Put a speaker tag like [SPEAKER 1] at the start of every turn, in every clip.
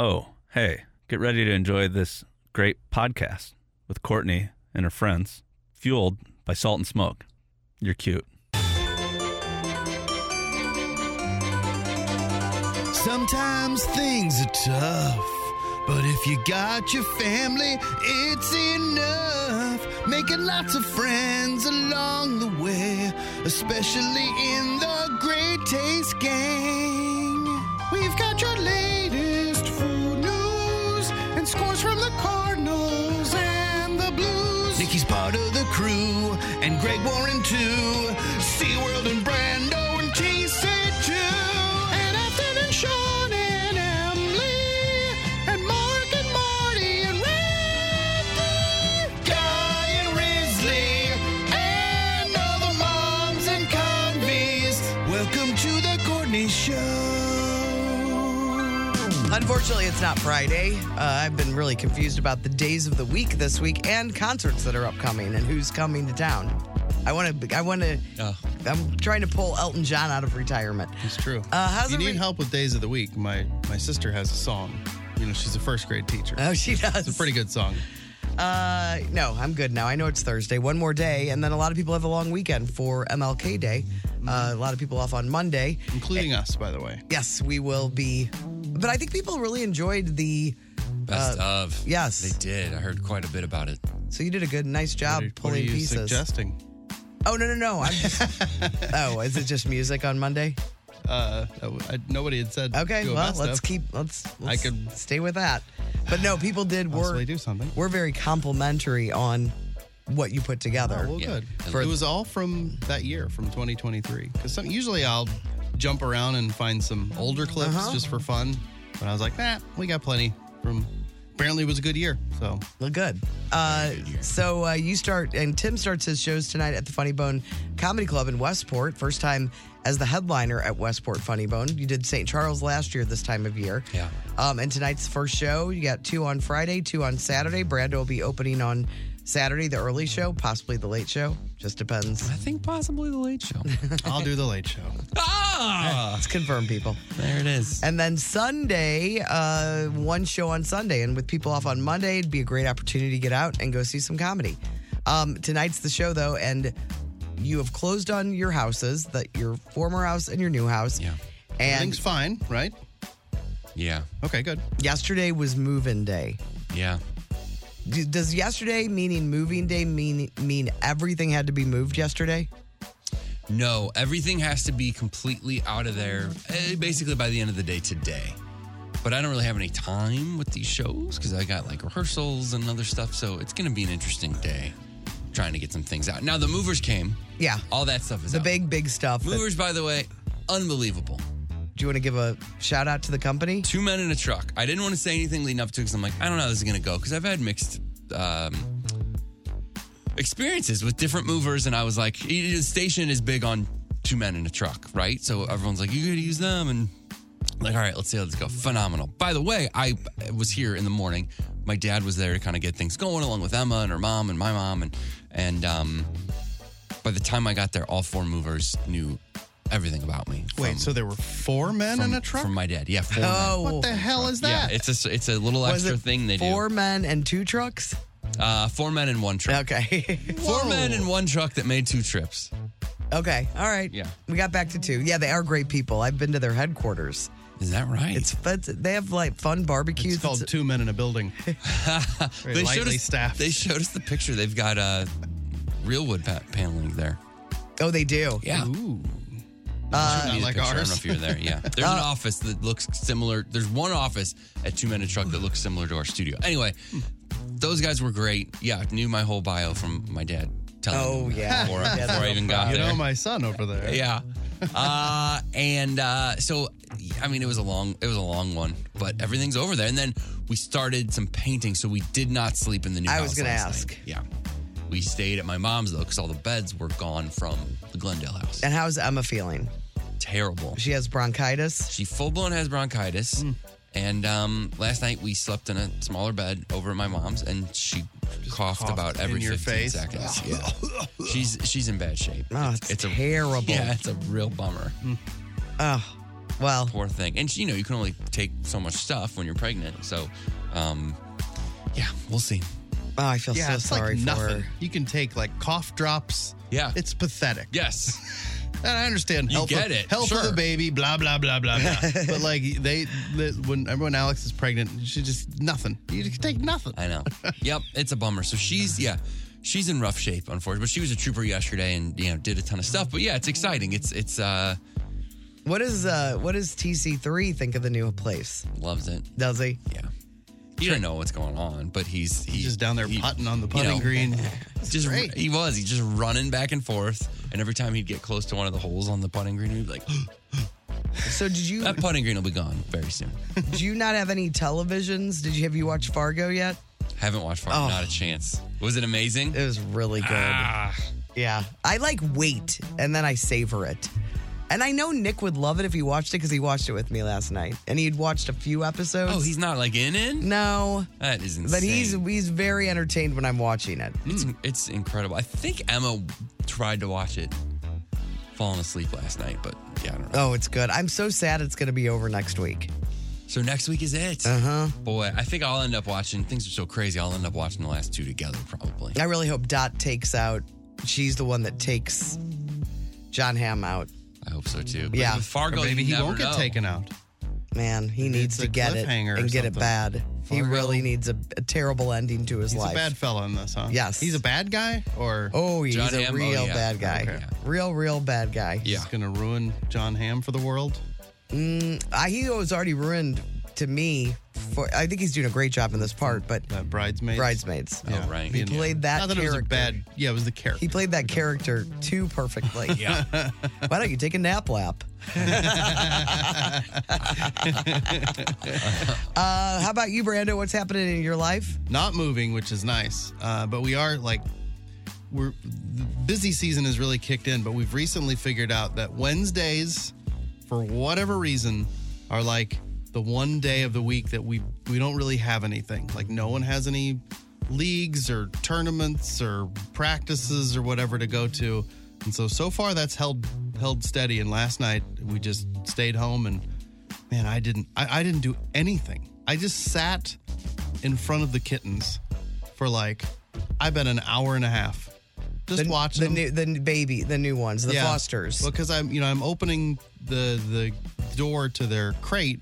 [SPEAKER 1] Oh, hey, get ready to enjoy this great podcast with Courtney and her friends, fueled by salt and smoke. You're cute.
[SPEAKER 2] Sometimes things are tough, but if you got your family, it's enough. Making lots of friends along the way, especially in the Great Taste Gang. We've got your latest food news and scores from the Cardinals and the Blues. Nikki's part of the crew, and Greg Warren too. SeaWorld and Brando and TC2. And Ethan and Sean and Emily. And Mark and Marty and Randy. Guy and Risley. And all the moms and convies. Welcome to the Courtney Show.
[SPEAKER 3] Unfortunately, it's not Friday. Uh, I've been really confused about the days of the week this week and concerts that are upcoming and who's coming to town. I want to. I want to.
[SPEAKER 4] Oh,
[SPEAKER 3] I'm trying to pull Elton John out of retirement.
[SPEAKER 4] it's true.
[SPEAKER 3] Uh, how's
[SPEAKER 4] you
[SPEAKER 3] it
[SPEAKER 4] need
[SPEAKER 3] re-
[SPEAKER 4] help with days of the week. My my sister has a song. You know, she's a first grade teacher.
[SPEAKER 3] Oh, she does.
[SPEAKER 4] It's a pretty good song.
[SPEAKER 3] Uh, no, I'm good now. I know it's Thursday. One more day, and then a lot of people have a long weekend for MLK Day. Uh, a lot of people off on Monday.
[SPEAKER 4] Including
[SPEAKER 3] Eh,
[SPEAKER 4] us, by the way.
[SPEAKER 3] Yes, we will be. But I think people really enjoyed the.
[SPEAKER 5] Best of.
[SPEAKER 3] yes.
[SPEAKER 5] They did. I heard quite a bit about it.
[SPEAKER 3] So you did a good, nice job
[SPEAKER 4] What are, what
[SPEAKER 3] pulling
[SPEAKER 4] are you
[SPEAKER 3] pieces.
[SPEAKER 4] suggesting?
[SPEAKER 3] Oh no, no, no! I'm just. oh, is it just music on Monday?
[SPEAKER 4] Uh, I- I- nobody had said.
[SPEAKER 3] Okay,
[SPEAKER 4] do a
[SPEAKER 3] well,
[SPEAKER 4] best
[SPEAKER 3] let's
[SPEAKER 4] of.
[SPEAKER 3] keep let's, let's
[SPEAKER 4] could-
[SPEAKER 3] stay with that. But no, people did
[SPEAKER 4] Possibly
[SPEAKER 3] were
[SPEAKER 4] do something.
[SPEAKER 3] we're very complimentary on what you put together.
[SPEAKER 4] Oh, well,
[SPEAKER 5] Yeah.
[SPEAKER 4] good.
[SPEAKER 5] For-
[SPEAKER 4] it was all from that year, from 2023. Because usually I'll jump around and find some older clips
[SPEAKER 3] Uh-huh.
[SPEAKER 4] just for fun. But I was like, nah, we got plenty from. Apparently, it was a good year. So
[SPEAKER 3] Look good. Uh, so uh, you start, and Tim starts his shows tonight at the Funny Bone Comedy Club in Westport. First time as the headliner at Westport Funny Bone. You did St. Charles last year this time of year.
[SPEAKER 5] Yeah.
[SPEAKER 3] Um, and tonight's the first show. You got two on Friday, two on Saturday. Brando will be opening on Saturday, the early show, possibly the late show. Just depends.
[SPEAKER 5] I think possibly the late show.
[SPEAKER 4] I'll do the late show.
[SPEAKER 5] ah!
[SPEAKER 3] It's confirmed, people.
[SPEAKER 5] There it is.
[SPEAKER 3] And then Sunday, uh, one show on Sunday. And with people off on Monday, it'd be a great opportunity to get out and go see some comedy. Um, tonight's the show, though, and you have closed on your houses, that your former house and your new house.
[SPEAKER 5] Yeah.
[SPEAKER 3] And
[SPEAKER 4] Everything's fine, right?
[SPEAKER 5] Yeah.
[SPEAKER 4] Okay, good.
[SPEAKER 3] yesterday was move-in day.
[SPEAKER 5] Yeah.
[SPEAKER 3] Do- Does yesterday meaning moving day mean mean everything had to be moved yesterday?
[SPEAKER 5] No, everything has to be completely out of there eh, basically by the end of the day today. But I don't really have any time with these shows because I got like rehearsals and other stuff. So it's going to be an interesting day trying to get some things out. Now, the movers came.
[SPEAKER 3] Yeah.
[SPEAKER 5] All that stuff is
[SPEAKER 3] The
[SPEAKER 5] out.
[SPEAKER 3] big big stuff. that-
[SPEAKER 5] movers, by the way, unbelievable.
[SPEAKER 3] do you want to give a shout out to the company?
[SPEAKER 5] two men in a truck. I didn't want to say anything leading up to because I'm like, I don't know how this is going to go because I've had mixed um, experiences with different movers, and I was like, e- the station is big on two men in a truck, right? So everyone's like, you got to use them, and I'm like, all right, let's see how this go. Phenomenal. By the way, I was here in the morning. My dad was there to kind of get things going, along with Emma and her mom and my mom, and and um, by the time I got there, all four movers knew everything about me.
[SPEAKER 4] Wait,
[SPEAKER 5] from-
[SPEAKER 4] so there were four men in a truck?
[SPEAKER 5] from my dad. Yeah, four men.
[SPEAKER 3] Oh,
[SPEAKER 4] what the hell is that?
[SPEAKER 5] Yeah, it's a it's a little
[SPEAKER 3] was
[SPEAKER 5] extra
[SPEAKER 3] it
[SPEAKER 5] thing they
[SPEAKER 3] four men and two trucks?
[SPEAKER 5] do. Uh, four men in one truck.
[SPEAKER 3] Okay.
[SPEAKER 5] Four men in one truck that made two trips.
[SPEAKER 3] Okay. All right.
[SPEAKER 5] Yeah.
[SPEAKER 3] We got back to two. Yeah, they are great people. I've been to their headquarters.
[SPEAKER 5] Is that right?
[SPEAKER 3] It's, it's they have like fun barbecues.
[SPEAKER 4] It's called Two Men in a Building. Very lightly
[SPEAKER 5] us,
[SPEAKER 4] staffed.
[SPEAKER 5] They showed us the picture. They've got uh, real wood pa- paneling there.
[SPEAKER 3] oh, they do. Uh,
[SPEAKER 5] Yeah.
[SPEAKER 4] Ooh.
[SPEAKER 5] Need
[SPEAKER 4] Not
[SPEAKER 5] a
[SPEAKER 4] like
[SPEAKER 5] picture. I don't know
[SPEAKER 4] ours. Uh,
[SPEAKER 5] if you're there. Yeah. There's an office that looks similar. There's one office at Two Men in a Truck that looks similar to our studio. Anyway, those guys were great. Yeah, knew my whole bio from my dad telling
[SPEAKER 3] Oh,
[SPEAKER 5] me
[SPEAKER 3] yeah.
[SPEAKER 5] before,
[SPEAKER 3] Yeah,
[SPEAKER 5] before I
[SPEAKER 3] that'll
[SPEAKER 5] even got
[SPEAKER 4] You
[SPEAKER 5] there.
[SPEAKER 4] know my son over there.
[SPEAKER 5] yeah. Uh, and uh, so, I mean, it was a long, it was a long one, but everything's over there. And then we started some painting, so we did not sleep in the new.
[SPEAKER 3] I
[SPEAKER 5] house
[SPEAKER 3] was gonna
[SPEAKER 5] last
[SPEAKER 3] ask.
[SPEAKER 5] night. Yeah, we stayed at my mom's though, because all the beds were gone from the Glendale house.
[SPEAKER 3] And how's Emma feeling?
[SPEAKER 5] Terrible.
[SPEAKER 3] She has bronchitis.
[SPEAKER 5] She full blown has bronchitis.
[SPEAKER 3] Hmm.
[SPEAKER 5] And um, last night we slept in a smaller bed over at my mom's, and she coughed,
[SPEAKER 4] coughed
[SPEAKER 5] about every
[SPEAKER 4] in your
[SPEAKER 5] 15
[SPEAKER 4] face.
[SPEAKER 5] seconds. Yeah. she's she's in bad shape.
[SPEAKER 3] Oh, it's, terrible.
[SPEAKER 5] a yeah, it's a real bummer.
[SPEAKER 3] Oh. Well,
[SPEAKER 5] poor thing. And you know, you can only take so much stuff when you're pregnant. So, um, yeah, we'll see.
[SPEAKER 3] oh, I feel
[SPEAKER 4] Yeah,
[SPEAKER 3] so
[SPEAKER 4] it's
[SPEAKER 3] sorry
[SPEAKER 4] like
[SPEAKER 3] for
[SPEAKER 4] nothing.
[SPEAKER 3] her.
[SPEAKER 4] You can take like cough drops.
[SPEAKER 5] Yeah.
[SPEAKER 4] It's pathetic.
[SPEAKER 5] yes.
[SPEAKER 4] And I understand
[SPEAKER 5] You
[SPEAKER 4] health
[SPEAKER 5] get
[SPEAKER 4] of,
[SPEAKER 5] it,
[SPEAKER 4] health of
[SPEAKER 5] sure.
[SPEAKER 4] the baby, blah blah blah blah. blah. but like they, they- when everyone Alex is pregnant, she just nothing. You can take nothing.
[SPEAKER 5] I know. yep, it's a bummer. So she's yeah, she's in rough shape, unfortunately. But she was a trooper yesterday, and you know, did a ton of stuff. But yeah, it's exciting. It's it's uh,
[SPEAKER 3] What is uh what does TC3 think of the new place?
[SPEAKER 5] loves it.
[SPEAKER 3] Does he?
[SPEAKER 5] Yeah, he didn't know what's going on, but he's he's
[SPEAKER 4] He's just down there
[SPEAKER 5] he-
[SPEAKER 4] putting on the
[SPEAKER 5] you
[SPEAKER 4] putting
[SPEAKER 5] know,
[SPEAKER 4] green.
[SPEAKER 5] Just
[SPEAKER 4] great.
[SPEAKER 5] he was he just running back and forth, and every time he'd get close to one of the holes on the putting green, he'd be like,
[SPEAKER 3] So did you
[SPEAKER 5] "That putting green will be gone very soon."
[SPEAKER 3] do you not have any televisions? Did you have you watched Fargo yet?
[SPEAKER 5] Haven't watched Fargo,
[SPEAKER 3] Oh.
[SPEAKER 5] not a chance. Was it amazing?
[SPEAKER 3] It was really good.
[SPEAKER 4] Ah.
[SPEAKER 3] Yeah. I like wait and then I savor it. And I know Nick would love it if he watched it because he watched it with me last night. And he'd watched a few episodes.
[SPEAKER 5] Oh, he's not like in it.
[SPEAKER 3] no.
[SPEAKER 5] That is insane.
[SPEAKER 3] But he's he's very entertained when I'm watching it.
[SPEAKER 5] It's, it's incredible. I think Emma tried to watch it, falling asleep last night, but yeah, I don't know.
[SPEAKER 3] Oh, it's good. I'm so sad it's gonna be over next week. Uh-huh.
[SPEAKER 5] So next week is it. Uh huh. Boy, I think I'll end up watching. Things are so crazy. I'll end up watching the last two together, probably.
[SPEAKER 3] I really hope Dot takes out she's the one that takes John Hamm out.
[SPEAKER 5] I hope so too. But
[SPEAKER 3] Yeah.
[SPEAKER 5] with Fargo,
[SPEAKER 4] Maybe
[SPEAKER 5] you
[SPEAKER 4] he
[SPEAKER 5] never
[SPEAKER 4] won't get
[SPEAKER 5] know.
[SPEAKER 4] taken out.
[SPEAKER 3] Man, he needs
[SPEAKER 4] it's
[SPEAKER 3] to
[SPEAKER 4] a
[SPEAKER 3] get it
[SPEAKER 4] cliffhanger or
[SPEAKER 3] and get it
[SPEAKER 4] something.
[SPEAKER 3] bad. He
[SPEAKER 5] Fargo.
[SPEAKER 3] really needs a, a terrible ending to his
[SPEAKER 4] He's
[SPEAKER 3] life.
[SPEAKER 4] a bad fella in this, huh?
[SPEAKER 3] Yes.
[SPEAKER 4] He's a bad guy, or
[SPEAKER 3] oh, he's
[SPEAKER 5] John
[SPEAKER 3] a
[SPEAKER 5] Hamm, oh,
[SPEAKER 3] real
[SPEAKER 5] yeah.
[SPEAKER 3] bad guy.
[SPEAKER 5] Okay.
[SPEAKER 3] Real, real bad guy.
[SPEAKER 5] Yeah.
[SPEAKER 4] he's gonna ruin John Ham for the world.
[SPEAKER 3] Mm, I, he was already ruined to me. For I think he's doing a great job in this part, but
[SPEAKER 4] That bridesmaid.
[SPEAKER 3] Bridesmaids.
[SPEAKER 5] Oh, right.
[SPEAKER 3] He played that
[SPEAKER 4] Not that it was a
[SPEAKER 3] character.
[SPEAKER 4] bad. Yeah, it was the character.
[SPEAKER 3] He played that character too perfectly.
[SPEAKER 5] Yeah.
[SPEAKER 3] Why don't you take a nap lap? uh, how about you, Brando? What's happening in your life?
[SPEAKER 4] not moving, which is nice. Uh, but we are like, we're the busy season has really kicked in. But we've recently figured out that Wednesdays, for whatever reason, are like the one day of the week that we we don't really have anything. Like no one has any leagues or tournaments or practices or whatever to go to. And so so far that's held held steady. And last night we just stayed home and man, I didn't I, I didn't do anything. I just sat in front of the kittens for like I bet an hour and a half. Just
[SPEAKER 3] The-
[SPEAKER 4] watching
[SPEAKER 3] the
[SPEAKER 4] them.
[SPEAKER 3] new, the baby, the new ones, the
[SPEAKER 4] Yeah.
[SPEAKER 3] Fosters.
[SPEAKER 4] Well, because I'm you know I'm opening the the door to their crate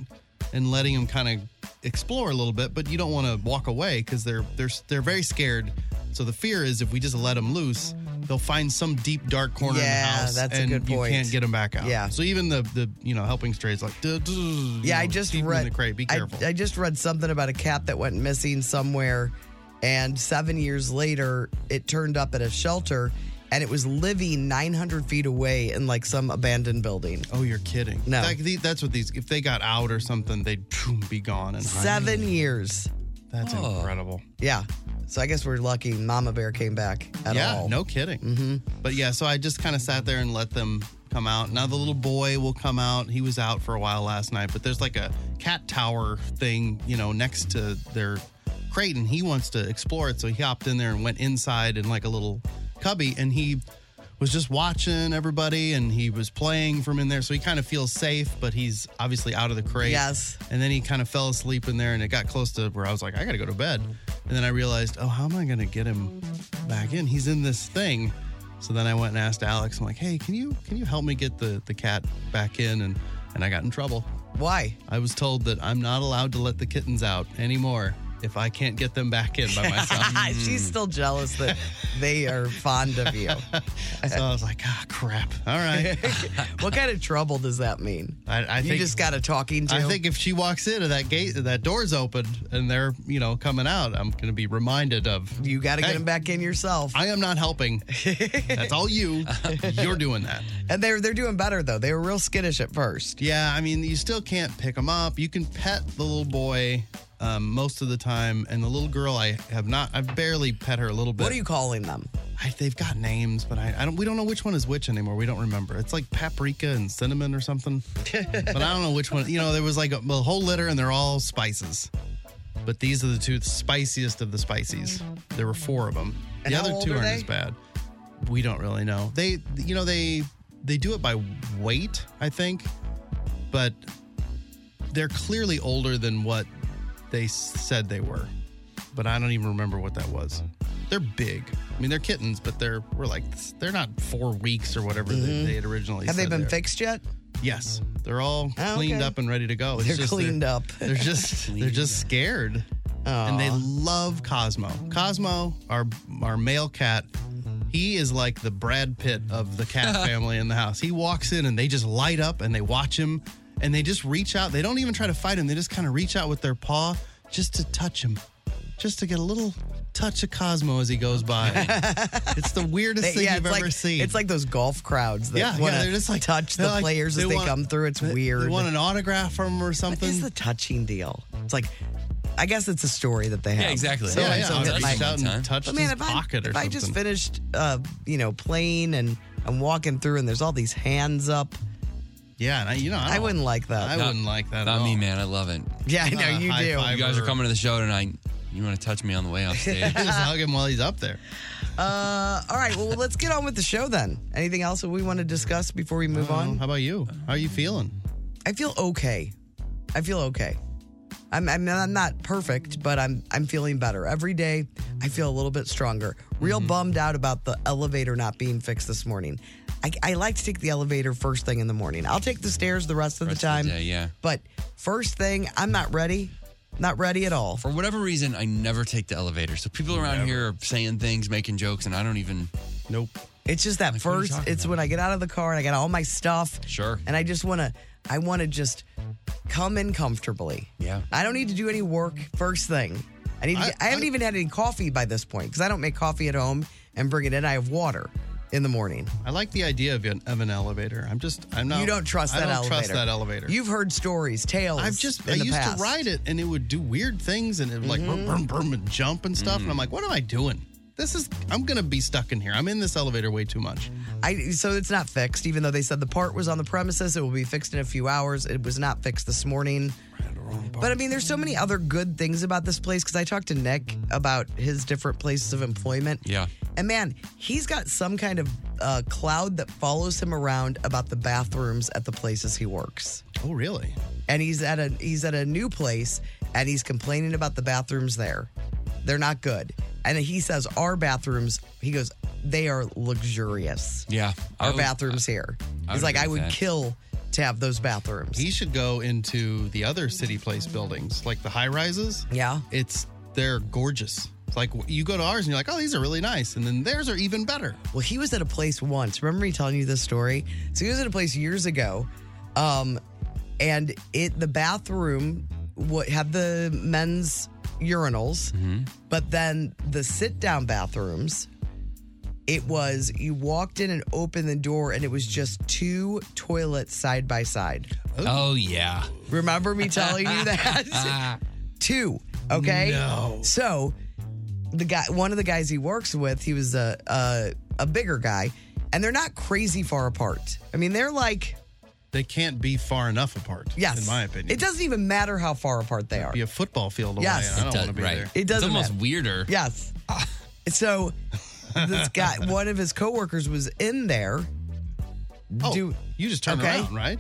[SPEAKER 4] and letting them kind of explore a little bit, but you don't want to walk away because they're they're they're very scared. So the fear is if we just let them loose, they'll find some deep dark corner in
[SPEAKER 3] Yeah,
[SPEAKER 4] the house,
[SPEAKER 3] that's a
[SPEAKER 4] and
[SPEAKER 3] good point.
[SPEAKER 4] you can't get them back out.
[SPEAKER 3] Yeah.
[SPEAKER 4] So even the the you know helping strays like duh, duh, you
[SPEAKER 3] Yeah, I
[SPEAKER 4] know,
[SPEAKER 3] just
[SPEAKER 4] keep 'em
[SPEAKER 3] read.
[SPEAKER 4] in the crate. Be
[SPEAKER 3] I-
[SPEAKER 4] careful.
[SPEAKER 3] I, just read something about a cat that went missing somewhere, and seven years later, it turned up at a shelter, and it was living 900 feet away in like some abandoned building.
[SPEAKER 4] oh, you're kidding.
[SPEAKER 3] No.
[SPEAKER 4] Like, the- that's what these. If they got out or something, they'd phew, be gone and hide.
[SPEAKER 3] Seven years.
[SPEAKER 4] That's
[SPEAKER 5] Oh.
[SPEAKER 4] incredible.
[SPEAKER 3] Yeah. So I guess we're lucky Mama Bear came back at
[SPEAKER 4] yeah,
[SPEAKER 3] all.
[SPEAKER 4] no kidding. Mm-hmm. But yeah, so I just kind of sat there and let them come out. Now the little boy will come out. He was out for a while last night, but there's like a cat tower thing, you know, next to their crate, and he wants to explore it. So he hopped in there and went inside in like a little cubby, and he was just watching everybody and he was playing from in there so he kind of feels safe but he's obviously out of the crate
[SPEAKER 3] Yes.
[SPEAKER 4] and then he kind of fell asleep in there, and it got close to where I was like, I gotta go to bed. And then I realized, oh, how am I gonna get him back in? He's in this thing. So then I went and asked Alex, I'm like, hey, can you can you help me get the, the cat back in? And and I got in trouble.
[SPEAKER 3] Why?
[SPEAKER 4] I was told that I'm not allowed to let the kittens out anymore if I can't get them back in by myself.
[SPEAKER 3] She's still jealous that they are fond of you.
[SPEAKER 4] so I was like, ah, crap. All right.
[SPEAKER 3] What kind of trouble does that mean?
[SPEAKER 4] I, I
[SPEAKER 3] you
[SPEAKER 4] think
[SPEAKER 3] just got a talking to.
[SPEAKER 4] I think if she walks in and that gate that door's open and they're, you know, coming out, I'm gonna be reminded of
[SPEAKER 3] you got to
[SPEAKER 4] Hey.
[SPEAKER 3] get him back in yourself.
[SPEAKER 4] I am not helping. That's all you. You're doing that.
[SPEAKER 3] And they're they're doing better though. They were real skittish at first.
[SPEAKER 4] Yeah, I mean, you still can't pick them up. You can pet the little boy um, most of the time, and the little girl, I have not. I've barely pet her a little bit.
[SPEAKER 3] What are you calling them?
[SPEAKER 4] I, they've got names, but I, I don't. We don't know which one is which anymore. We don't remember. It's like paprika and cinnamon or something. but I don't know which one. You know, there was like a, a whole litter, and they're all spices. But these are the two spiciest of the spices. There were four of them.
[SPEAKER 3] And
[SPEAKER 4] the
[SPEAKER 3] how
[SPEAKER 4] other
[SPEAKER 3] old
[SPEAKER 4] two
[SPEAKER 3] are
[SPEAKER 4] aren't
[SPEAKER 3] they?
[SPEAKER 4] as bad. We don't really know. They, you know, they they do it by weight, I think. but they're clearly older than what they s- said they were. But I don't even remember what that was. They're big. I mean, they're kittens, but they're we're like they're not four weeks or whatever they, they had originally.
[SPEAKER 3] Mm-hmm. Have they
[SPEAKER 4] said
[SPEAKER 3] been
[SPEAKER 4] are.
[SPEAKER 3] fixed yet?
[SPEAKER 4] Yes, they're all
[SPEAKER 3] Oh,
[SPEAKER 4] cleaned
[SPEAKER 3] okay.
[SPEAKER 4] up and ready to go. It's
[SPEAKER 3] They're
[SPEAKER 4] just
[SPEAKER 3] cleaned up.
[SPEAKER 4] They're just they're just scared, and they love Cosmo. Cosmo, our our male cat, he is like the Brad Pitt of the cat family in the house. He walks in and they just light up and they watch him, and they just reach out. They don't even try to fight him. They just kind of reach out with their paw just to touch him, just to get a little touch of Cosmo as he goes by. it's the weirdest
[SPEAKER 3] They-
[SPEAKER 4] thing
[SPEAKER 3] yeah,
[SPEAKER 4] you've
[SPEAKER 3] it's
[SPEAKER 4] ever
[SPEAKER 3] like
[SPEAKER 4] seen.
[SPEAKER 3] it's like those golf crowds that
[SPEAKER 4] Yeah, yeah,
[SPEAKER 3] want
[SPEAKER 4] they're just like-
[SPEAKER 3] touch the
[SPEAKER 4] they're like-
[SPEAKER 3] players as
[SPEAKER 4] they
[SPEAKER 3] they
[SPEAKER 4] want-
[SPEAKER 3] come through. It's
[SPEAKER 4] They-
[SPEAKER 3] weird.
[SPEAKER 4] They want an autograph from him or something.
[SPEAKER 3] It's the touching deal. It's like, I guess it's a story that they have.
[SPEAKER 5] Yeah, exactly.
[SPEAKER 3] So
[SPEAKER 4] yeah,
[SPEAKER 3] like
[SPEAKER 4] yeah,
[SPEAKER 3] something
[SPEAKER 4] I
[SPEAKER 3] that
[SPEAKER 5] Touch
[SPEAKER 3] might-
[SPEAKER 4] reached out
[SPEAKER 5] Huh?
[SPEAKER 4] and touched
[SPEAKER 3] But man,
[SPEAKER 4] his
[SPEAKER 3] if, I,
[SPEAKER 4] pocket or
[SPEAKER 3] if
[SPEAKER 4] something.
[SPEAKER 3] I just finished, uh, you know, playing and I'm walking through and there's all these hands up,
[SPEAKER 4] yeah, and I, you know, I,
[SPEAKER 3] I
[SPEAKER 4] don't-
[SPEAKER 3] wouldn't like that.
[SPEAKER 4] Oh. I wouldn't like that. at
[SPEAKER 5] Not me,
[SPEAKER 4] all.
[SPEAKER 5] man. I love it.
[SPEAKER 3] yeah, I know
[SPEAKER 4] Uh,
[SPEAKER 3] you
[SPEAKER 4] high
[SPEAKER 3] do.
[SPEAKER 4] five.
[SPEAKER 5] You guys are coming to the show tonight. You want to touch me on the way off stage?
[SPEAKER 4] just hug him while he's up there.
[SPEAKER 3] Uh, all right, well, let's get on with the show then. Anything else that we want to discuss before we move on?
[SPEAKER 5] Uh-huh.
[SPEAKER 4] How about you? How are you feeling?
[SPEAKER 3] I feel okay. I feel okay. I'm, I'm I'm not perfect, but I'm I'm feeling better every day. I feel a little bit stronger. Real
[SPEAKER 5] Mm-hmm.
[SPEAKER 3] bummed out about the elevator not being fixed this morning. I, I like to take the elevator first thing in the morning. I'll take the stairs the rest of
[SPEAKER 5] Rest
[SPEAKER 3] the
[SPEAKER 5] of the
[SPEAKER 3] time.
[SPEAKER 5] day, yeah.
[SPEAKER 3] But first thing, I'm not ready. Not ready at all.
[SPEAKER 5] For whatever reason, I never take the elevator. So people around here are saying things, making jokes, and I don't even.
[SPEAKER 4] Nope.
[SPEAKER 3] It's just that
[SPEAKER 5] what are you
[SPEAKER 3] first.
[SPEAKER 5] talking
[SPEAKER 3] It's when I get out of the car and I got all my stuff.
[SPEAKER 5] Sure.
[SPEAKER 3] And I just want to. I want to just come in comfortably.
[SPEAKER 5] Yeah.
[SPEAKER 3] I don't need to do any work first thing. I need. To
[SPEAKER 4] I-
[SPEAKER 3] get, I haven't
[SPEAKER 4] I-
[SPEAKER 3] even had any coffee by this point because I don't make coffee at home and bring it in. I have water in the morning.
[SPEAKER 4] I like the idea of an, of an elevator. I'm just, I'm not.
[SPEAKER 3] you don't trust
[SPEAKER 4] I
[SPEAKER 3] that
[SPEAKER 4] don't
[SPEAKER 3] elevator.
[SPEAKER 4] Trust that elevator.
[SPEAKER 3] You've heard stories, tales.
[SPEAKER 4] I've just,
[SPEAKER 3] in
[SPEAKER 4] I
[SPEAKER 3] the
[SPEAKER 4] used
[SPEAKER 3] past. Mm-hmm.
[SPEAKER 4] to ride it, and it would do weird things, and it would like brum, brum, brum, and jump and stuff. And I'm like, what am I doing? This is, I'm gonna be stuck in here. I'm in this elevator way too much.
[SPEAKER 3] I, so it's not fixed, even though they said the part was on the premises. It will be fixed in a few hours. It was not fixed this morning. But I mean, there's so many other good things about this place because I talked to Nick about his different places of employment.
[SPEAKER 5] Yeah.
[SPEAKER 3] And man, he's got some kind of uh, cloud that follows him around about the bathrooms at the places he works
[SPEAKER 4] Oh, really?
[SPEAKER 3] and he's at a he's at a new place and he's complaining about the bathrooms there. They're not good. And he says our bathrooms, he goes, they are luxurious.
[SPEAKER 5] Yeah. I
[SPEAKER 3] Our
[SPEAKER 5] would-
[SPEAKER 3] bathrooms here. He's
[SPEAKER 5] would
[SPEAKER 3] like,
[SPEAKER 5] agree
[SPEAKER 3] I
[SPEAKER 5] with
[SPEAKER 3] would
[SPEAKER 5] that.
[SPEAKER 3] kill to have those bathrooms.
[SPEAKER 4] He should go into the other city place buildings, like the high rises.
[SPEAKER 3] yeah.
[SPEAKER 4] It's they're gorgeous. It's like you go to ours and you're like, oh, these are really nice, and then theirs are even better.
[SPEAKER 3] Well, he was at a place once. Remember me telling you this story? So he was at a place years ago, um, and it the bathroom would have the men's urinals, but then the sit down bathrooms. It was you walked in and opened the door, and it was just two toilets side by side.
[SPEAKER 5] Oh yeah.
[SPEAKER 3] Remember me telling you that? Two. Okay. No. So the guy, one of the guys he works with, he was a a, a bigger guy, and they're not crazy far apart. I mean, they're like
[SPEAKER 4] They can't be far enough apart.
[SPEAKER 3] yes,
[SPEAKER 4] in my opinion,
[SPEAKER 3] it doesn't even matter how far apart they are.
[SPEAKER 4] be a football field away.
[SPEAKER 3] Yes.
[SPEAKER 4] and I don't
[SPEAKER 3] It
[SPEAKER 5] Does-
[SPEAKER 4] want to be
[SPEAKER 5] right.
[SPEAKER 4] there.
[SPEAKER 3] It doesn't
[SPEAKER 5] It's almost
[SPEAKER 3] matter.
[SPEAKER 5] weirder.
[SPEAKER 3] Yes. So this guy, one of his coworkers, was in there.
[SPEAKER 4] Oh,
[SPEAKER 3] Do-
[SPEAKER 4] you just turn
[SPEAKER 3] okay.
[SPEAKER 4] around, right?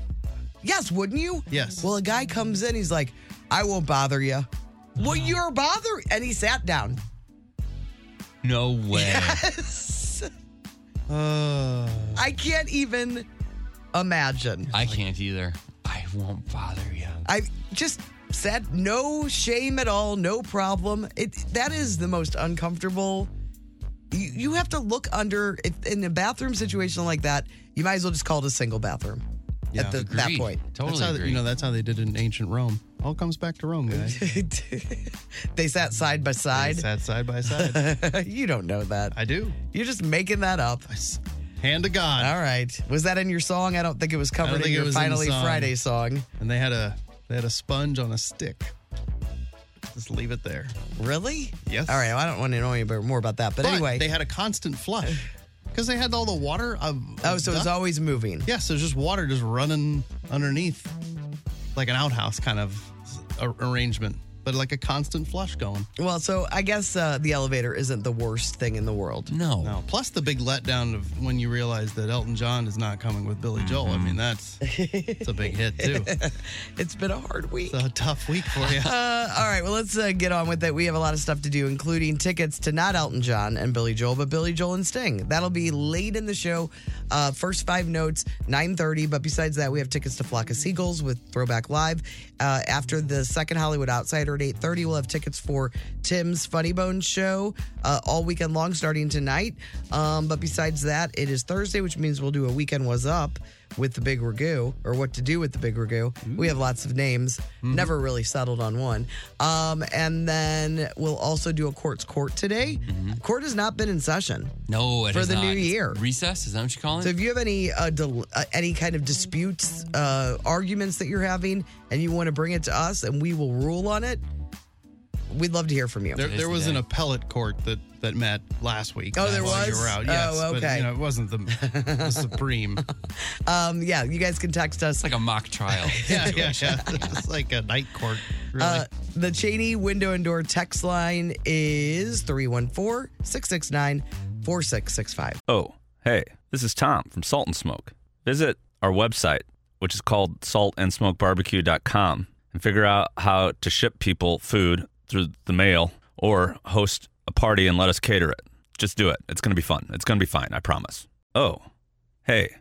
[SPEAKER 3] Yes, wouldn't you?
[SPEAKER 4] Yes.
[SPEAKER 3] Well, a guy comes in, he's like, "I won't bother you." Well, you're bother, and he sat down.
[SPEAKER 5] No way.
[SPEAKER 4] Uh,
[SPEAKER 3] I can't even imagine.
[SPEAKER 5] I can't either. I won't bother you.
[SPEAKER 3] I just said no shame at all, no problem. It that is the most uncomfortable. You, you have to look under if, in a bathroom situation like that. You might as well just call it a single bathroom at the, that
[SPEAKER 5] Agreed.
[SPEAKER 3] point.
[SPEAKER 5] Totally
[SPEAKER 4] that's how they,
[SPEAKER 5] agree.
[SPEAKER 4] you know that's how they did it in ancient Rome. All comes back to Rome, guys.
[SPEAKER 3] they sat side by
[SPEAKER 4] I
[SPEAKER 3] side.
[SPEAKER 4] sat side by side.
[SPEAKER 3] you don't know that.
[SPEAKER 4] I do.
[SPEAKER 3] You're just making that up.
[SPEAKER 4] S- Hand to God.
[SPEAKER 3] All right. Was that in your song? I don't think it was covered in
[SPEAKER 4] think it
[SPEAKER 3] your
[SPEAKER 4] was in the
[SPEAKER 3] Finally
[SPEAKER 4] song.
[SPEAKER 3] Friday song.
[SPEAKER 4] And they had a they had a sponge on a stick. Just leave it there.
[SPEAKER 3] Really?
[SPEAKER 4] Yes.
[SPEAKER 3] All right. Well, I don't want to know any more about that. But,
[SPEAKER 4] But
[SPEAKER 3] anyway.
[SPEAKER 4] they had a constant flush because they had all the water. Of,
[SPEAKER 3] Oh, so it's always moving.
[SPEAKER 4] yeah. So it's just water just running underneath, like an outhouse kind of a- arrangement. but like a constant flush going.
[SPEAKER 3] Well, so I guess uh, the elevator isn't the worst thing in the world.
[SPEAKER 5] No.
[SPEAKER 4] No. Plus the big letdown of when you realize that Elton John is not coming with
[SPEAKER 3] Mm-hmm.
[SPEAKER 4] Billy Joel. I mean, that's it's a big hit too.
[SPEAKER 3] It's been a hard week.
[SPEAKER 4] It's a tough week for you.
[SPEAKER 3] Uh, all right, well, let's uh, get on with it. We have a lot of stuff to do, including tickets to not Elton John and Billy Joel, but Billy Joel and Sting. That'll be late in the show. Uh, first five notes, 9.30. But besides that, we have tickets to Flock of Seagulls with Throwback Live. Uh, after the second Hollywood Outsider at 8.30, we'll have tickets for Tim's Funny Bone Show uh, all weekend long starting tonight. Um, but besides that, it is Thursday, which means we'll do a Weekend Was Up with the big ragu or what to do with the big ragu. We have lots of names, never really settled on one. Um, and then we'll also do a court's court today. Court has not been in session.
[SPEAKER 5] No, it
[SPEAKER 3] For
[SPEAKER 5] is
[SPEAKER 3] the
[SPEAKER 5] not.
[SPEAKER 3] new
[SPEAKER 5] It's
[SPEAKER 3] year.
[SPEAKER 5] Recess, is that what you call it?
[SPEAKER 3] So if you have any uh, del- uh, any kind of disputes, uh, arguments that you're having, and you want to bring it to us, and we will rule on it, we'd love to hear from you.
[SPEAKER 4] There,
[SPEAKER 5] Today's
[SPEAKER 4] there
[SPEAKER 5] the
[SPEAKER 4] was an
[SPEAKER 5] day.
[SPEAKER 4] appellate court that that met last week.
[SPEAKER 3] Oh, there
[SPEAKER 4] while You
[SPEAKER 3] was?
[SPEAKER 4] were out.
[SPEAKER 3] Oh,
[SPEAKER 4] Yes, But,
[SPEAKER 3] okay.
[SPEAKER 4] you know, it wasn't the, the supreme.
[SPEAKER 3] Um, yeah, you guys can text us.
[SPEAKER 5] it's like a mock trial.
[SPEAKER 4] yeah, yeah, yeah. It's like a night court. Really.
[SPEAKER 3] Uh, the Cheney window and door text line is 314 669 4665.
[SPEAKER 1] Oh, hey, this is Tom from Salt and Smoke. Visit our website, which is called saltandsmokebarbecue.com, and figure out how to ship people food through the mail or host a party and let us cater it. Just do it. It's going to be fun. It's going to be fine, I promise. Oh, hey,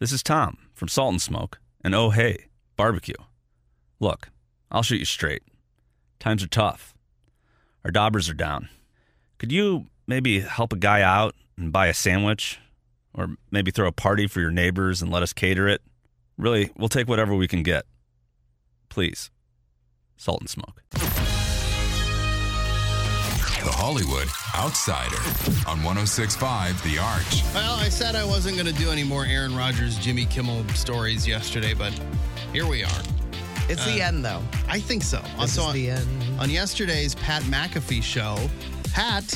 [SPEAKER 1] this is Tom from Salt and Smoke, and oh, hey, barbecue. Look, I'll shoot you straight. Times are tough. Our daubers are down could you maybe help a guy out and buy a sandwich or maybe throw a party for your neighbors and let us cater it? Really, we'll take whatever we can get. Please. Salt and smoke.
[SPEAKER 6] The Hollywood Outsider on 1065 The Arch.
[SPEAKER 4] well, I said I wasn't going to do any more Aaron Rodgers, Jimmy Kimmel stories yesterday, but here we are.
[SPEAKER 3] It's the end, though.
[SPEAKER 4] Uh, I think so.
[SPEAKER 3] This
[SPEAKER 4] so
[SPEAKER 3] is the end.
[SPEAKER 4] on yesterday's Pat McAfee show, Pat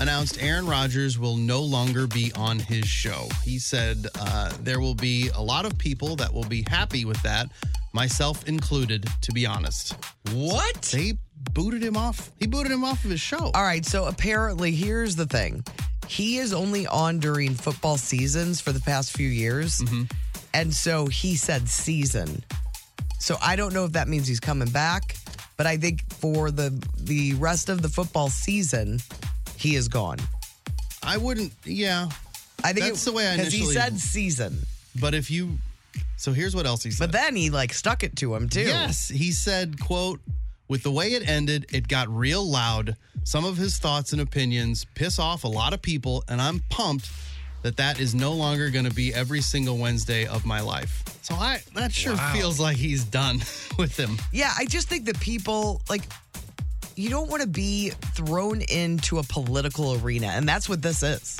[SPEAKER 4] announced Aaron Rodgers will no longer be on his show. He said uh, there will be a lot of people that will be happy with that, myself included, to be honest.
[SPEAKER 5] what?
[SPEAKER 4] They booted him off. He booted him off of his show.
[SPEAKER 3] All right, so apparently, here's the thing he is only on during football seasons for the past few years.
[SPEAKER 4] Mm-hmm.
[SPEAKER 3] And so he said season. So I don't know if that means he's coming back, but I think for the the rest of the football season, he is gone.
[SPEAKER 4] I wouldn't, yeah.
[SPEAKER 3] I think
[SPEAKER 4] That's the way I
[SPEAKER 3] because he
[SPEAKER 4] initially-
[SPEAKER 3] said season,
[SPEAKER 4] But if you, so here's what else he said.
[SPEAKER 3] but then he like stuck it to him too.
[SPEAKER 4] Yes, he said, "quote With the way it ended, it got real loud. Some of his thoughts and opinions piss off a lot of people, and I'm pumped that that is no longer going to be every single Wednesday of my life." So I that sure feels like he's done with him.
[SPEAKER 3] Yeah, I just think that people like you don't want to be thrown into a political arena, and that's what this is.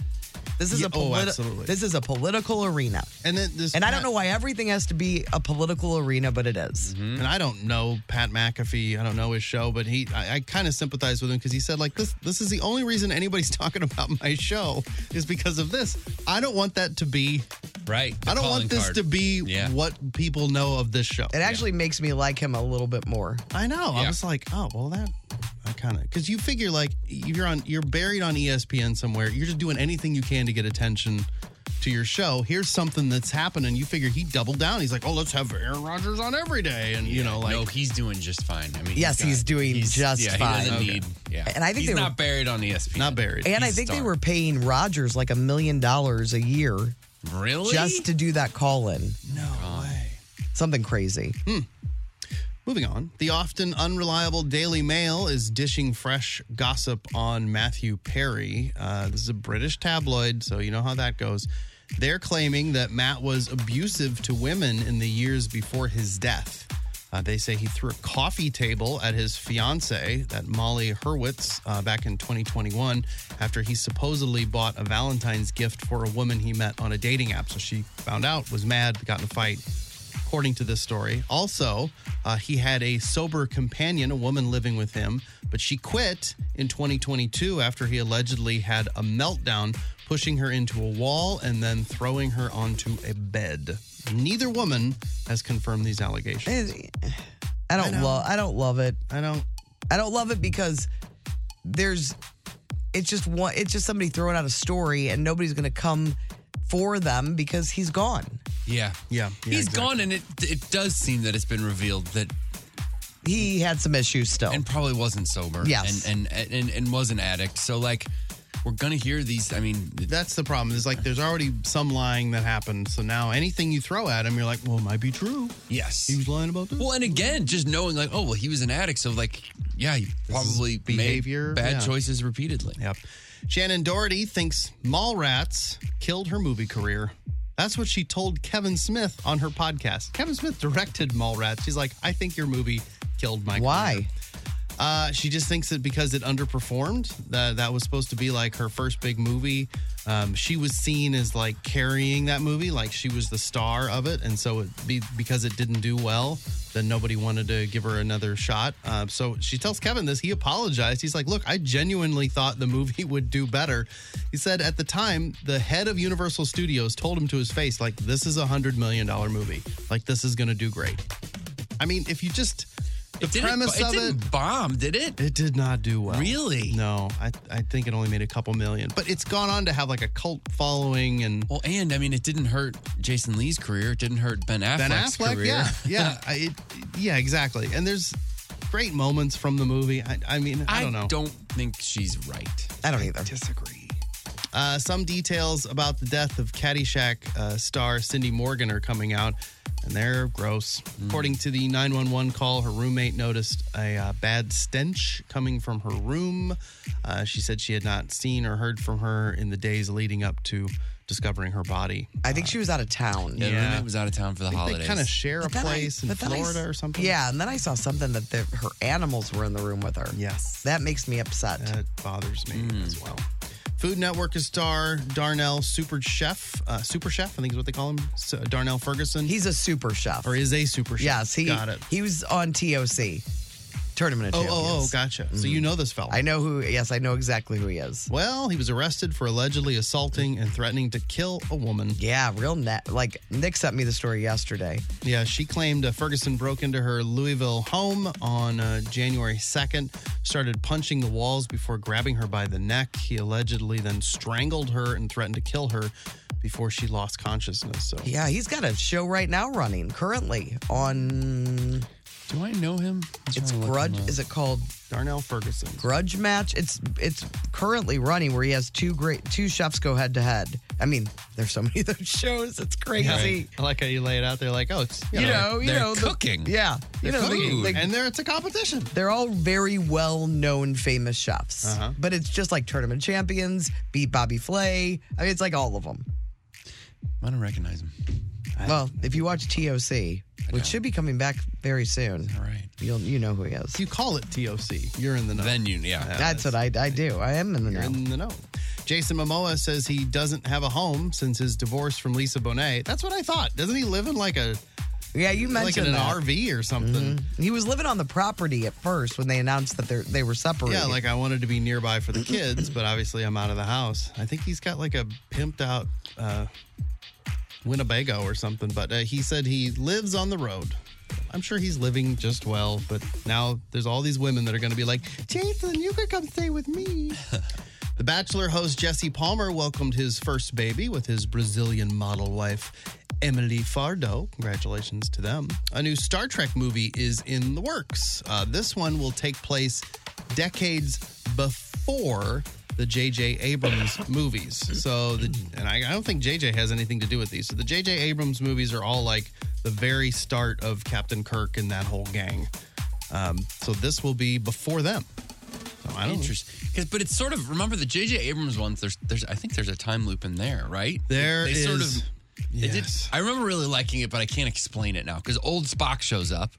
[SPEAKER 3] This is
[SPEAKER 4] Yeah,
[SPEAKER 3] a
[SPEAKER 4] oh,
[SPEAKER 3] politi-
[SPEAKER 4] absolutely.
[SPEAKER 3] this is a political arena,
[SPEAKER 4] And then this,
[SPEAKER 3] and I don't know why everything has to be a political arena, but it is.
[SPEAKER 4] And I don't know Pat McAfee. I don't know his show, but he, I, I kind of sympathize with him because he said like this. This is the only reason anybody's talking about my show is because of this. I don't want that to be
[SPEAKER 5] Right. the
[SPEAKER 4] I don't
[SPEAKER 5] calling
[SPEAKER 4] want this
[SPEAKER 5] card.
[SPEAKER 4] to be
[SPEAKER 5] Yeah.
[SPEAKER 4] what people know of this show.
[SPEAKER 3] It actually makes me like him a little bit more.
[SPEAKER 4] I know. I
[SPEAKER 5] Yeah.
[SPEAKER 4] was like, oh well, that I kind of because you figure like you're on, you're buried on E ESPN somewhere. You're just doing anything you can to get attention to your show. Here's something that's happening. You figure he doubled down. He's like, oh, let's have Aaron Rodgers on every day, and you know, like
[SPEAKER 5] no, he's doing just fine. I mean,
[SPEAKER 3] Yes,
[SPEAKER 5] got-
[SPEAKER 3] he's doing just
[SPEAKER 5] yeah,
[SPEAKER 3] fine.
[SPEAKER 5] He doesn't
[SPEAKER 3] Okay.
[SPEAKER 5] need, yeah.
[SPEAKER 3] And I think
[SPEAKER 5] he's
[SPEAKER 3] they were-
[SPEAKER 5] not buried on E ESPN.
[SPEAKER 4] not buried.
[SPEAKER 3] And I
[SPEAKER 5] He's
[SPEAKER 3] think they
[SPEAKER 5] star.
[SPEAKER 3] were paying Rogers like a million dollars a year
[SPEAKER 5] really.
[SPEAKER 3] just to do that call in.
[SPEAKER 4] no way.
[SPEAKER 3] Something crazy.
[SPEAKER 4] Moving on, the often unreliable Daily Mail is dishing fresh gossip on Matthew Perry. Uh, this is a British tabloid, so you know how that goes. They're claiming that Matt was abusive to women in the years before his death. Uh, they say he threw a coffee table at his fiancee, that Molly Hurwitz, uh, back in 2021, after he supposedly bought a Valentine's gift for a woman he met on a dating app. So she found out, was mad, got in a fight according to this story. Also, uh, he had a sober companion, a woman living with him, but she quit in 2022 after he allegedly had a meltdown, pushing her into a wall and then throwing her onto a bed. Neither woman has confirmed these allegations.
[SPEAKER 3] I don't love I don't love it.
[SPEAKER 4] I don't.
[SPEAKER 3] I don't love it because there's it's just one it's just somebody throwing out a story and nobody's gonna come for them because he's gone.
[SPEAKER 5] Yeah.
[SPEAKER 4] Yeah, yeah,
[SPEAKER 5] He's
[SPEAKER 4] exactly.
[SPEAKER 5] gone, and it it does seem that it's been revealed that
[SPEAKER 3] He had some issues still.
[SPEAKER 5] and probably wasn't sober.
[SPEAKER 3] Oh. Yes.
[SPEAKER 5] And and and, and was an addict. So like, we're gonna hear these. I mean,
[SPEAKER 4] That's the problem. Is like there's already some lying that happened. So now anything you throw at him, you're like, well, it might be true.
[SPEAKER 5] yes.
[SPEAKER 4] He was lying about this.
[SPEAKER 5] Well, and again, just knowing like, oh well, he was an addict, so like, yeah, he probably
[SPEAKER 4] behavior,
[SPEAKER 5] made bad
[SPEAKER 4] yeah.
[SPEAKER 5] choices repeatedly.
[SPEAKER 4] Yep. Shannon Doherty thinks Mallrats killed her movie career. That's what she told Kevin Smith on her podcast. Kevin Smith directed Mallrats. She's like, I think your movie killed my career.
[SPEAKER 3] Why?
[SPEAKER 4] Uh, she just thinks that because it underperformed, that that was supposed to be like her first big movie. Um, she was seen as like carrying that movie, like she was the star of it, and so it be, because it didn't do well, then nobody wanted to give her another shot. Uh, so she tells Kevin this. He apologized. He's like, "Look, I genuinely thought the movie would do better." He said at the time, the head of Universal Studios told him to his face, "Like this is a hundred million dollar movie. Like this is going to do great." I mean, if you just the
[SPEAKER 5] It didn't-
[SPEAKER 4] premise
[SPEAKER 5] it
[SPEAKER 4] of it,
[SPEAKER 5] didn't bomb, did it?
[SPEAKER 4] it did not do well.
[SPEAKER 5] Really?
[SPEAKER 4] No, I, I think it only made a couple million. But it's gone on to have like a cult following and
[SPEAKER 5] Well, and I mean, it didn't hurt Jason Lee's career. It didn't hurt Ben Affleck's
[SPEAKER 4] Ben Affleck.
[SPEAKER 5] career.
[SPEAKER 4] Yeah, yeah, I, it, yeah, exactly. And there's great moments from the movie. I, I mean, I, don't know.
[SPEAKER 5] think she's right.
[SPEAKER 3] I don't either.
[SPEAKER 4] disagree. Uh, some details about the death of Caddyshack uh, star Cindy Morgan are coming out, and they're gross. According to the 911 call, her roommate noticed a uh, bad stench coming from her room. Uh, she said she had not seen or heard from her in the days leading up to discovering her body.
[SPEAKER 3] I think she was out of town.
[SPEAKER 5] Yeah, the
[SPEAKER 4] Yeah.
[SPEAKER 5] roommate was out of town for the
[SPEAKER 4] I think
[SPEAKER 5] holidays.
[SPEAKER 4] they kind of share a
[SPEAKER 3] But then I-
[SPEAKER 4] place in
[SPEAKER 3] but then I s-
[SPEAKER 4] Florida or something.
[SPEAKER 3] Yeah, and then I saw something that the, her animals were in the room with her.
[SPEAKER 4] Yes.
[SPEAKER 3] That makes me upset.
[SPEAKER 4] That bothers me as well. Food Network is star Darnell Super Chef, uh, Super Chef, I think is what they call him, S- Darnell Ferguson.
[SPEAKER 3] He's a super chef.
[SPEAKER 4] or is a super chef.
[SPEAKER 3] yes, he
[SPEAKER 4] got it.
[SPEAKER 3] he was on TOC. Tournament of
[SPEAKER 4] Oh,
[SPEAKER 3] Champions. Mm-hmm.
[SPEAKER 4] oh, oh, gotcha. So you know this fella.
[SPEAKER 3] I know who yes, I know exactly who he is.
[SPEAKER 4] Well, he was arrested for allegedly assaulting and threatening to kill a woman.
[SPEAKER 3] Yeah, real net like Nick sent me the story yesterday.
[SPEAKER 4] Yeah, she claimed uh, Ferguson broke into her Louisville home on uh, January 2nd, started punching the walls before grabbing her by the neck. He allegedly then strangled her and threatened to kill her before she lost consciousness. So
[SPEAKER 3] Yeah, he's got a show right now running currently on
[SPEAKER 5] Do I know him? I'm
[SPEAKER 3] it's
[SPEAKER 5] trying to look
[SPEAKER 3] grudge
[SPEAKER 5] him up.
[SPEAKER 3] is it called
[SPEAKER 4] Darnell Ferguson.
[SPEAKER 3] grudge match? It's it's currently running where he has two great two chefs go head to head. I mean, there's so many of those shows, it's crazy.
[SPEAKER 4] I like how you lay it out there like, oh, it's, you,
[SPEAKER 3] You
[SPEAKER 4] know,
[SPEAKER 3] know, you
[SPEAKER 5] they're
[SPEAKER 3] know, the-
[SPEAKER 5] cooking.
[SPEAKER 3] yeah, you know, they-
[SPEAKER 5] cooking.
[SPEAKER 3] they-
[SPEAKER 4] and there it's a competition.
[SPEAKER 3] they're all very well known famous chefs.
[SPEAKER 5] Uh-huh.
[SPEAKER 3] But it's just like tournament champions, beat Bobby Flay. I mean, it's like all of them.
[SPEAKER 5] I don't recognize him.
[SPEAKER 3] Well, if you watch TOC, which should be coming back very soon,
[SPEAKER 5] All right.
[SPEAKER 3] you'll you know who he is.
[SPEAKER 4] You call it TOC. You're in the know.
[SPEAKER 5] Then you, yeah.
[SPEAKER 3] That's what I, I do. I am in the know.
[SPEAKER 4] in the know. Jason Momoa says he doesn't have a home since his divorce from Lisa Bonet. That's what I thought. Doesn't he live in like a
[SPEAKER 3] Yeah, you
[SPEAKER 4] like in
[SPEAKER 3] mentioned
[SPEAKER 4] an
[SPEAKER 3] that.
[SPEAKER 4] RV or something?
[SPEAKER 3] He was living on the property at first when they announced that they they were separated.
[SPEAKER 4] Yeah, like I wanted to be nearby for the kids, but obviously I'm out of the house. I think he's got like a pimped out uh, Winnebago or something. But uh, he said he lives on the road. I'm sure he's living just well, but now there's all these women that are going to be like, Jason, you could come stay with me. The Bachelor host Jesse Palmer welcomed his first baby with his Brazilian model wife, Emily Fardo. Congratulations to them. A new Star Trek movie is in the works. Uh, this one will take place decades before the J.J. Abrams movies. So, the, and I, I don't think J.J. has anything to do with these. So, the J.J. Abrams movies are all like the very start of Captain Kirk and that whole gang. Um, so, this will be before them. So, I don't know.
[SPEAKER 5] Interesting. 'Cause- but it's sort of remember the J.J. Abrams ones. There's, there's, I think there's a time loop in there, right?
[SPEAKER 4] There
[SPEAKER 5] they, they Sort
[SPEAKER 4] is-
[SPEAKER 5] of, they did-
[SPEAKER 4] Yes.
[SPEAKER 5] I remember really liking it, but I can't explain it now because old Spock shows up.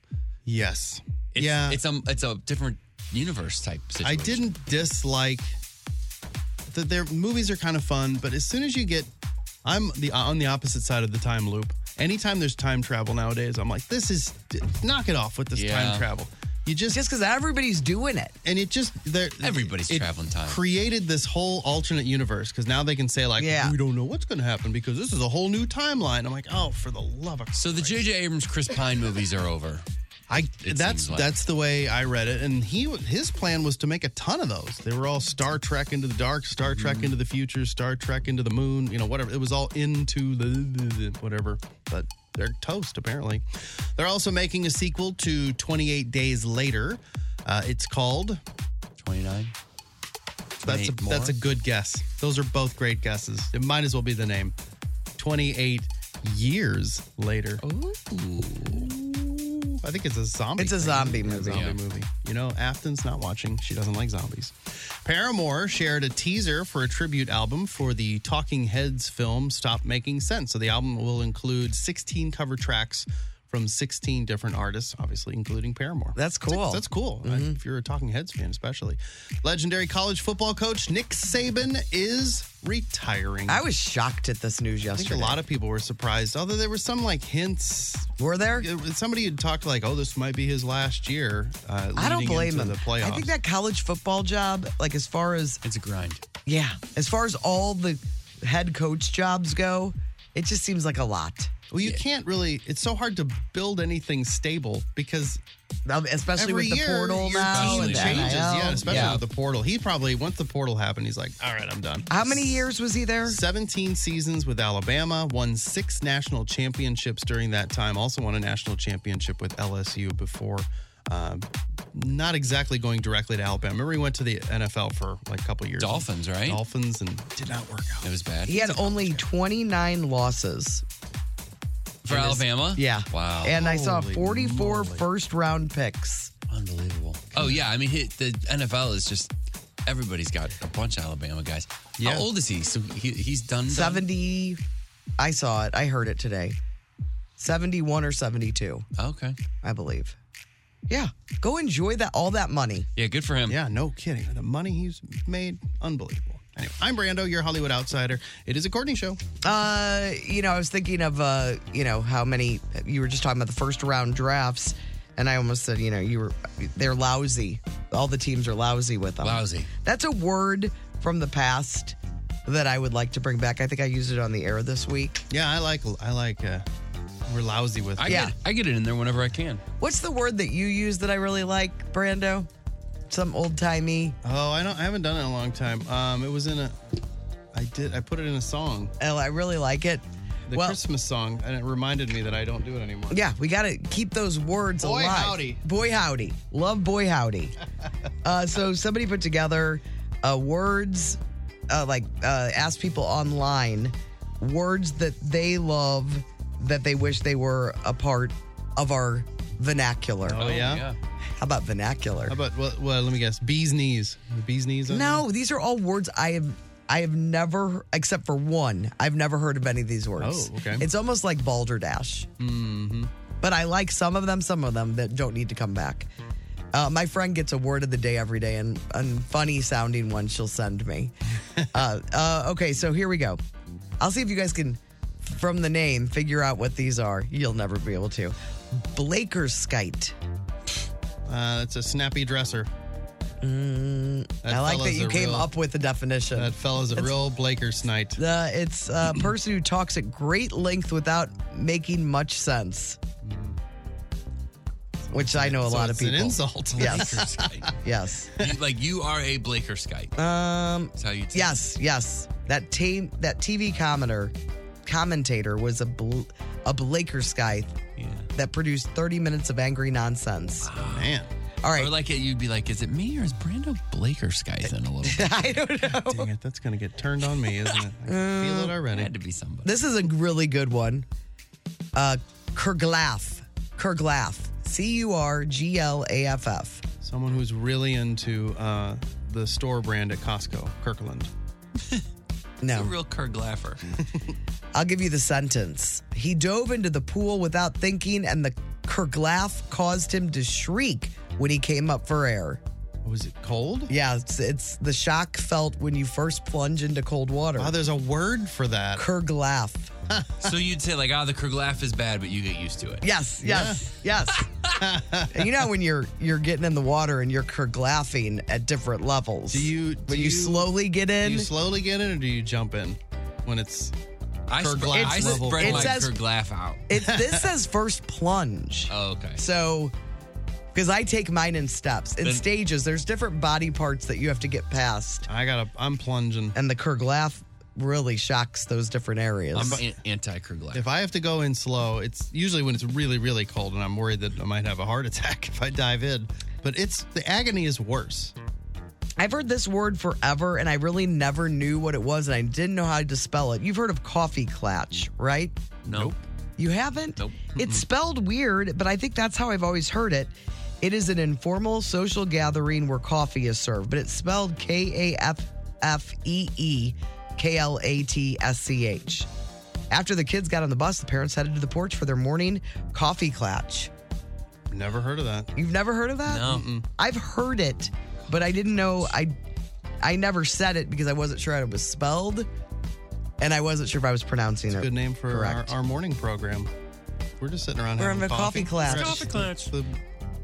[SPEAKER 4] Yes.
[SPEAKER 5] It's,
[SPEAKER 4] yeah.
[SPEAKER 5] it's a it's a different universe type
[SPEAKER 4] I
[SPEAKER 5] situation.
[SPEAKER 4] didn't dislike that their movies are kind of fun, but as soon as you get I'm the on the opposite side of the time loop. Anytime there's time travel nowadays, I'm like this is d- knock it off with this
[SPEAKER 5] Yeah.
[SPEAKER 4] time travel. You just,
[SPEAKER 3] just because everybody's doing it.
[SPEAKER 4] and it just there
[SPEAKER 5] Everybody's
[SPEAKER 4] it
[SPEAKER 5] traveling time.
[SPEAKER 4] created this whole alternate universe cuz now they can say like
[SPEAKER 3] Yeah.
[SPEAKER 4] we don't know what's going to happen because this is a whole new timeline. I'm like, "Oh, for the love of
[SPEAKER 5] So the J.J. Abrams Chris Pine movies are over.
[SPEAKER 4] I
[SPEAKER 5] it
[SPEAKER 4] that's
[SPEAKER 5] seems like.
[SPEAKER 4] that's the way I read it, and he his plan was to make a ton of those. They were all Star Trek into the dark, Star
[SPEAKER 5] Mm-hmm.
[SPEAKER 4] Trek into the future, Star Trek into the moon. You know, whatever. It was all into the, the- the- whatever. But they're toast apparently. They're also making a sequel to 28 Days Later. Uh, it's called.
[SPEAKER 5] 29.
[SPEAKER 4] That's a,
[SPEAKER 5] 28
[SPEAKER 4] that's a
[SPEAKER 5] more?
[SPEAKER 4] good guess. Those are both great guesses. It might as well be the name. 28 years later. I think it's a zombie.
[SPEAKER 3] It's a
[SPEAKER 4] thing.
[SPEAKER 3] zombie
[SPEAKER 4] Yeah,
[SPEAKER 3] movie.
[SPEAKER 4] zombie
[SPEAKER 5] Yeah.
[SPEAKER 4] movie. You know, Afton's not watching. She doesn't like zombies. Paramore shared a teaser for a tribute album for the Talking Heads film Stop Making Sense. So the album will include 16 cover tracks from 16 different artists, obviously including Paramore.
[SPEAKER 3] That's cool. Mm-hmm.
[SPEAKER 4] That's cool. I- if you're a Talking Heads fan, especially. Legendary college football coach Nick Saban is retiring.
[SPEAKER 3] I was shocked at this news
[SPEAKER 4] I think a
[SPEAKER 3] yesterday.
[SPEAKER 4] lot of people were surprised, although there were some like hints
[SPEAKER 3] Were there?
[SPEAKER 4] it- somebody had talked like, "Oh, this might be his last year." Uh,
[SPEAKER 3] I don't
[SPEAKER 4] leading
[SPEAKER 3] blame
[SPEAKER 4] into
[SPEAKER 3] him.
[SPEAKER 4] The playoffs.
[SPEAKER 3] I think that college football job, like as far as
[SPEAKER 5] It's a grind.
[SPEAKER 3] yeah, as far as all the head coach jobs go, it just seems like a lot,
[SPEAKER 4] well, you can't really. It's so hard to build anything stable because
[SPEAKER 3] Um, especially
[SPEAKER 4] every
[SPEAKER 3] with the
[SPEAKER 4] year
[SPEAKER 3] portal
[SPEAKER 4] your
[SPEAKER 3] now.
[SPEAKER 4] team
[SPEAKER 3] and the
[SPEAKER 4] changes.
[SPEAKER 3] NIL.
[SPEAKER 4] Yeah, especially
[SPEAKER 3] Yeah.
[SPEAKER 4] with the portal. He probably once the portal happened, he's like, "All right, I'm done."
[SPEAKER 3] How many years was he there?
[SPEAKER 4] 17 seasons with Alabama, won six national championships during that time, also won a national championship with LSU before uh, not exactly going directly to Alabama. Remember, he went to the NFL for like a couple years.
[SPEAKER 5] Dolphins, right?
[SPEAKER 4] Dolphins, and did not work out.
[SPEAKER 5] It was bad.
[SPEAKER 3] He had only 29 losses.
[SPEAKER 5] For Alabama?
[SPEAKER 3] Yeah.
[SPEAKER 5] Wow.
[SPEAKER 3] And I saw
[SPEAKER 4] Holy
[SPEAKER 3] 44 first round picks.
[SPEAKER 5] Unbelievable. Oh, yeah. I mean, he, the NFL is just, everybody's got a bunch of Alabama guys.
[SPEAKER 4] Yeah.
[SPEAKER 5] How old is he? So he, he's done. done?
[SPEAKER 3] 70. I saw it. I heard it today. 71 or 72,
[SPEAKER 5] Oh, Okay.
[SPEAKER 3] I believe. Yeah. Go enjoy that all that money.
[SPEAKER 5] Yeah, good for him.
[SPEAKER 4] Yeah, no kidding. The money he's made, unbelievable. Anyway, I'm Brando, your Hollywood outsider. It is a Courtney show.
[SPEAKER 3] Uh, you know, I was thinking of uh, you know, how many you were just talking about the first round drafts and I almost said, you know, you were they're lousy. All the teams are lousy with them.
[SPEAKER 5] Lousy.
[SPEAKER 3] That's a word from the past that I would like to bring back. I think I used it on the air this week.
[SPEAKER 4] Yeah, I like I like uh we're lousy with
[SPEAKER 5] I,
[SPEAKER 4] it.
[SPEAKER 3] Yeah.
[SPEAKER 5] Get, I get it in there whenever I can.
[SPEAKER 3] What's the word that you use that I really like, Brando? Some old timey.
[SPEAKER 4] Oh, I don't I haven't done it in a long time. Um it was in a I did I put it in a song.
[SPEAKER 3] Oh, I really like it.
[SPEAKER 4] The
[SPEAKER 3] well,
[SPEAKER 4] Christmas song, and it reminded me that I don't do it anymore.
[SPEAKER 3] yeah, we got to keep those words
[SPEAKER 4] Boy
[SPEAKER 3] alive.
[SPEAKER 4] howdy.
[SPEAKER 3] Boy howdy. Love boy howdy. uh, so somebody put together uh, words, uh, like uh, asked people online words that they love that they wish they were a part of our vernacular.
[SPEAKER 4] Oh, yeah?
[SPEAKER 3] How about vernacular?
[SPEAKER 4] How about well, well let me guess. Bee's knees. The bee's knees on
[SPEAKER 3] No, these are all words I have I have never except for one, I've never heard of any of these words.
[SPEAKER 4] Oh, okay.
[SPEAKER 3] It's almost like balderdash. Mm-hmm. But I like some of them, some of them that don't need to come back. Uh, my friend gets a word of the day every day, and, and funny sounding one she'll send me. uh, uh, okay, so here we go. I'll see if you guys can, from the name, figure out what these are. You'll never be able to. Blakerskite.
[SPEAKER 4] there? Uh it's a snappy dresser. That
[SPEAKER 3] Mm, I like that
[SPEAKER 4] fella's
[SPEAKER 3] you
[SPEAKER 4] a
[SPEAKER 3] came
[SPEAKER 4] real-
[SPEAKER 3] up with the definition.
[SPEAKER 4] That fella's a real Blaker snite.
[SPEAKER 3] Uh, it's a person who talks at great length without making much sense. Which I know a
[SPEAKER 4] So
[SPEAKER 3] lot of
[SPEAKER 4] it's an
[SPEAKER 3] people.
[SPEAKER 4] insult.
[SPEAKER 3] Yes. yes.
[SPEAKER 5] You- like you are a Blaker Skype.
[SPEAKER 3] Um,
[SPEAKER 5] That's how you. T-
[SPEAKER 3] yes. Yes. That tame that TV commenter commentator was a bl- a Blaker Sky
[SPEAKER 5] Yeah.
[SPEAKER 3] that produced 30 minutes of angry nonsense.
[SPEAKER 4] Man.
[SPEAKER 3] All right.
[SPEAKER 5] Or like it, you'd be like, is it me or is Brando Blaker Skype in a little bit?
[SPEAKER 3] I don't know.
[SPEAKER 4] Dang it, that's gonna get turned on me, isn't it? I can feel it
[SPEAKER 5] It
[SPEAKER 4] already.
[SPEAKER 5] had to be somebody.
[SPEAKER 3] This is a really good one. Uh Kurglaf. Kurglaf. C U R G L A F F.
[SPEAKER 4] Someone who's really into uh, the store brand at Costco, Kirkland.
[SPEAKER 3] No.
[SPEAKER 5] A real Kerglaffer.
[SPEAKER 3] I'll give you the sentence. He dove into the pool without thinking, and the Kerglaf caused him to shriek when he came up for air.
[SPEAKER 4] Was Oh, it cold?
[SPEAKER 3] Yeah, it's, it's the shock felt when you first plunge into cold water.
[SPEAKER 4] Oh, there's a word for that.
[SPEAKER 3] Kerglaf.
[SPEAKER 5] so you'd say like, oh, the Kerglaf is bad, but you get used to it.
[SPEAKER 3] Yes, yes, yes. And you know when you're you're getting in the water and you're kerglaffing at different levels.
[SPEAKER 4] Do you-
[SPEAKER 3] But
[SPEAKER 4] do
[SPEAKER 3] you,
[SPEAKER 4] you-
[SPEAKER 3] slowly get
[SPEAKER 4] Do
[SPEAKER 3] in.
[SPEAKER 4] you slowly get in or do you jump in when it's.
[SPEAKER 5] I, sp-
[SPEAKER 4] Kerglaf
[SPEAKER 5] I
[SPEAKER 4] level
[SPEAKER 5] spread
[SPEAKER 4] It
[SPEAKER 5] my
[SPEAKER 3] says-
[SPEAKER 5] Kerglaf out.
[SPEAKER 3] It's this says first plunge.
[SPEAKER 5] Oh, okay.
[SPEAKER 3] So because I take mine in steps. In
[SPEAKER 5] Then-
[SPEAKER 3] stages, there's different body parts that you have to get past,
[SPEAKER 4] I gotta. I'm plunging.
[SPEAKER 3] and the Kerglath really shocks those different areas.
[SPEAKER 5] I'm an- anti Kerglak.
[SPEAKER 4] If I have to go in slow, it's usually when it's really, really cold, and I'm worried that I might have a heart attack if I dive in. But it's the agony is worse.
[SPEAKER 3] I've heard this word forever, and I really never knew what it was, and I didn't know how to spell it. You've heard of coffee clatch, right?
[SPEAKER 5] Nope.
[SPEAKER 3] You haven't?
[SPEAKER 5] Nope.
[SPEAKER 3] It's spelled weird, but I think that's how I've always heard it. It is an informal social gathering where coffee is served, but it's spelled K A F F E E K L A T S C H. After the kids got on the bus, the parents headed to the porch for their morning coffee clatch.
[SPEAKER 4] Never heard of that.
[SPEAKER 3] You've never heard of that?
[SPEAKER 5] No.
[SPEAKER 3] I've heard it, but I didn't know I I never said it because I wasn't sure how it was spelled and I wasn't sure if I was pronouncing it.
[SPEAKER 4] Good name for our,
[SPEAKER 3] Correct.
[SPEAKER 4] our morning program. We're just sitting around
[SPEAKER 3] We're
[SPEAKER 4] having
[SPEAKER 3] having a coffee clatch.
[SPEAKER 4] Correct.
[SPEAKER 3] Coffee
[SPEAKER 5] clatch.
[SPEAKER 4] The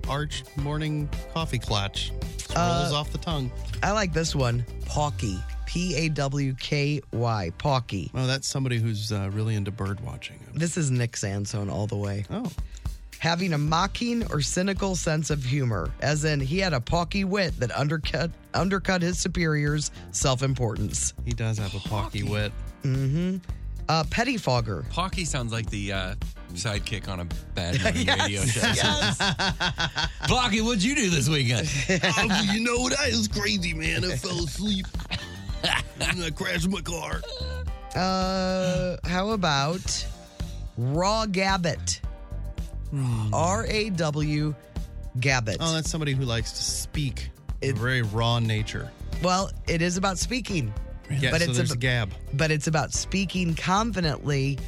[SPEAKER 4] arched morning coffee clatch. Just
[SPEAKER 3] Uh,
[SPEAKER 4] rolls off the tongue.
[SPEAKER 3] I like this one. Pawky. P A W K Y. Pawky.
[SPEAKER 4] Oh, that's somebody who's uh, really into bird watching.
[SPEAKER 3] This is Nick Sansone all the way.
[SPEAKER 4] Oh,
[SPEAKER 3] Having a mocking or cynical sense of humor, as in he had a pawky wit that undercut undercut his superiors' self-importance.
[SPEAKER 4] he does have a pocky wit.
[SPEAKER 3] Uh, pettifogger.
[SPEAKER 5] Pocky sounds like the uh, sidekick on a bad morning radio show. Pocky, what'd you do this weekend?
[SPEAKER 4] Oh, you know what? I was crazy, man. I fell asleep. and I crashed my car.
[SPEAKER 3] Uh, how about raw gabbit? R A W gabbit.
[SPEAKER 4] Hmm. Oh, that's somebody who likes to speak.
[SPEAKER 3] It-
[SPEAKER 4] very raw nature.
[SPEAKER 3] well, it is about speaking,
[SPEAKER 4] Yeah,
[SPEAKER 3] But
[SPEAKER 4] so
[SPEAKER 3] it's a-
[SPEAKER 4] there's a gab.
[SPEAKER 3] but it's about speaking confidently,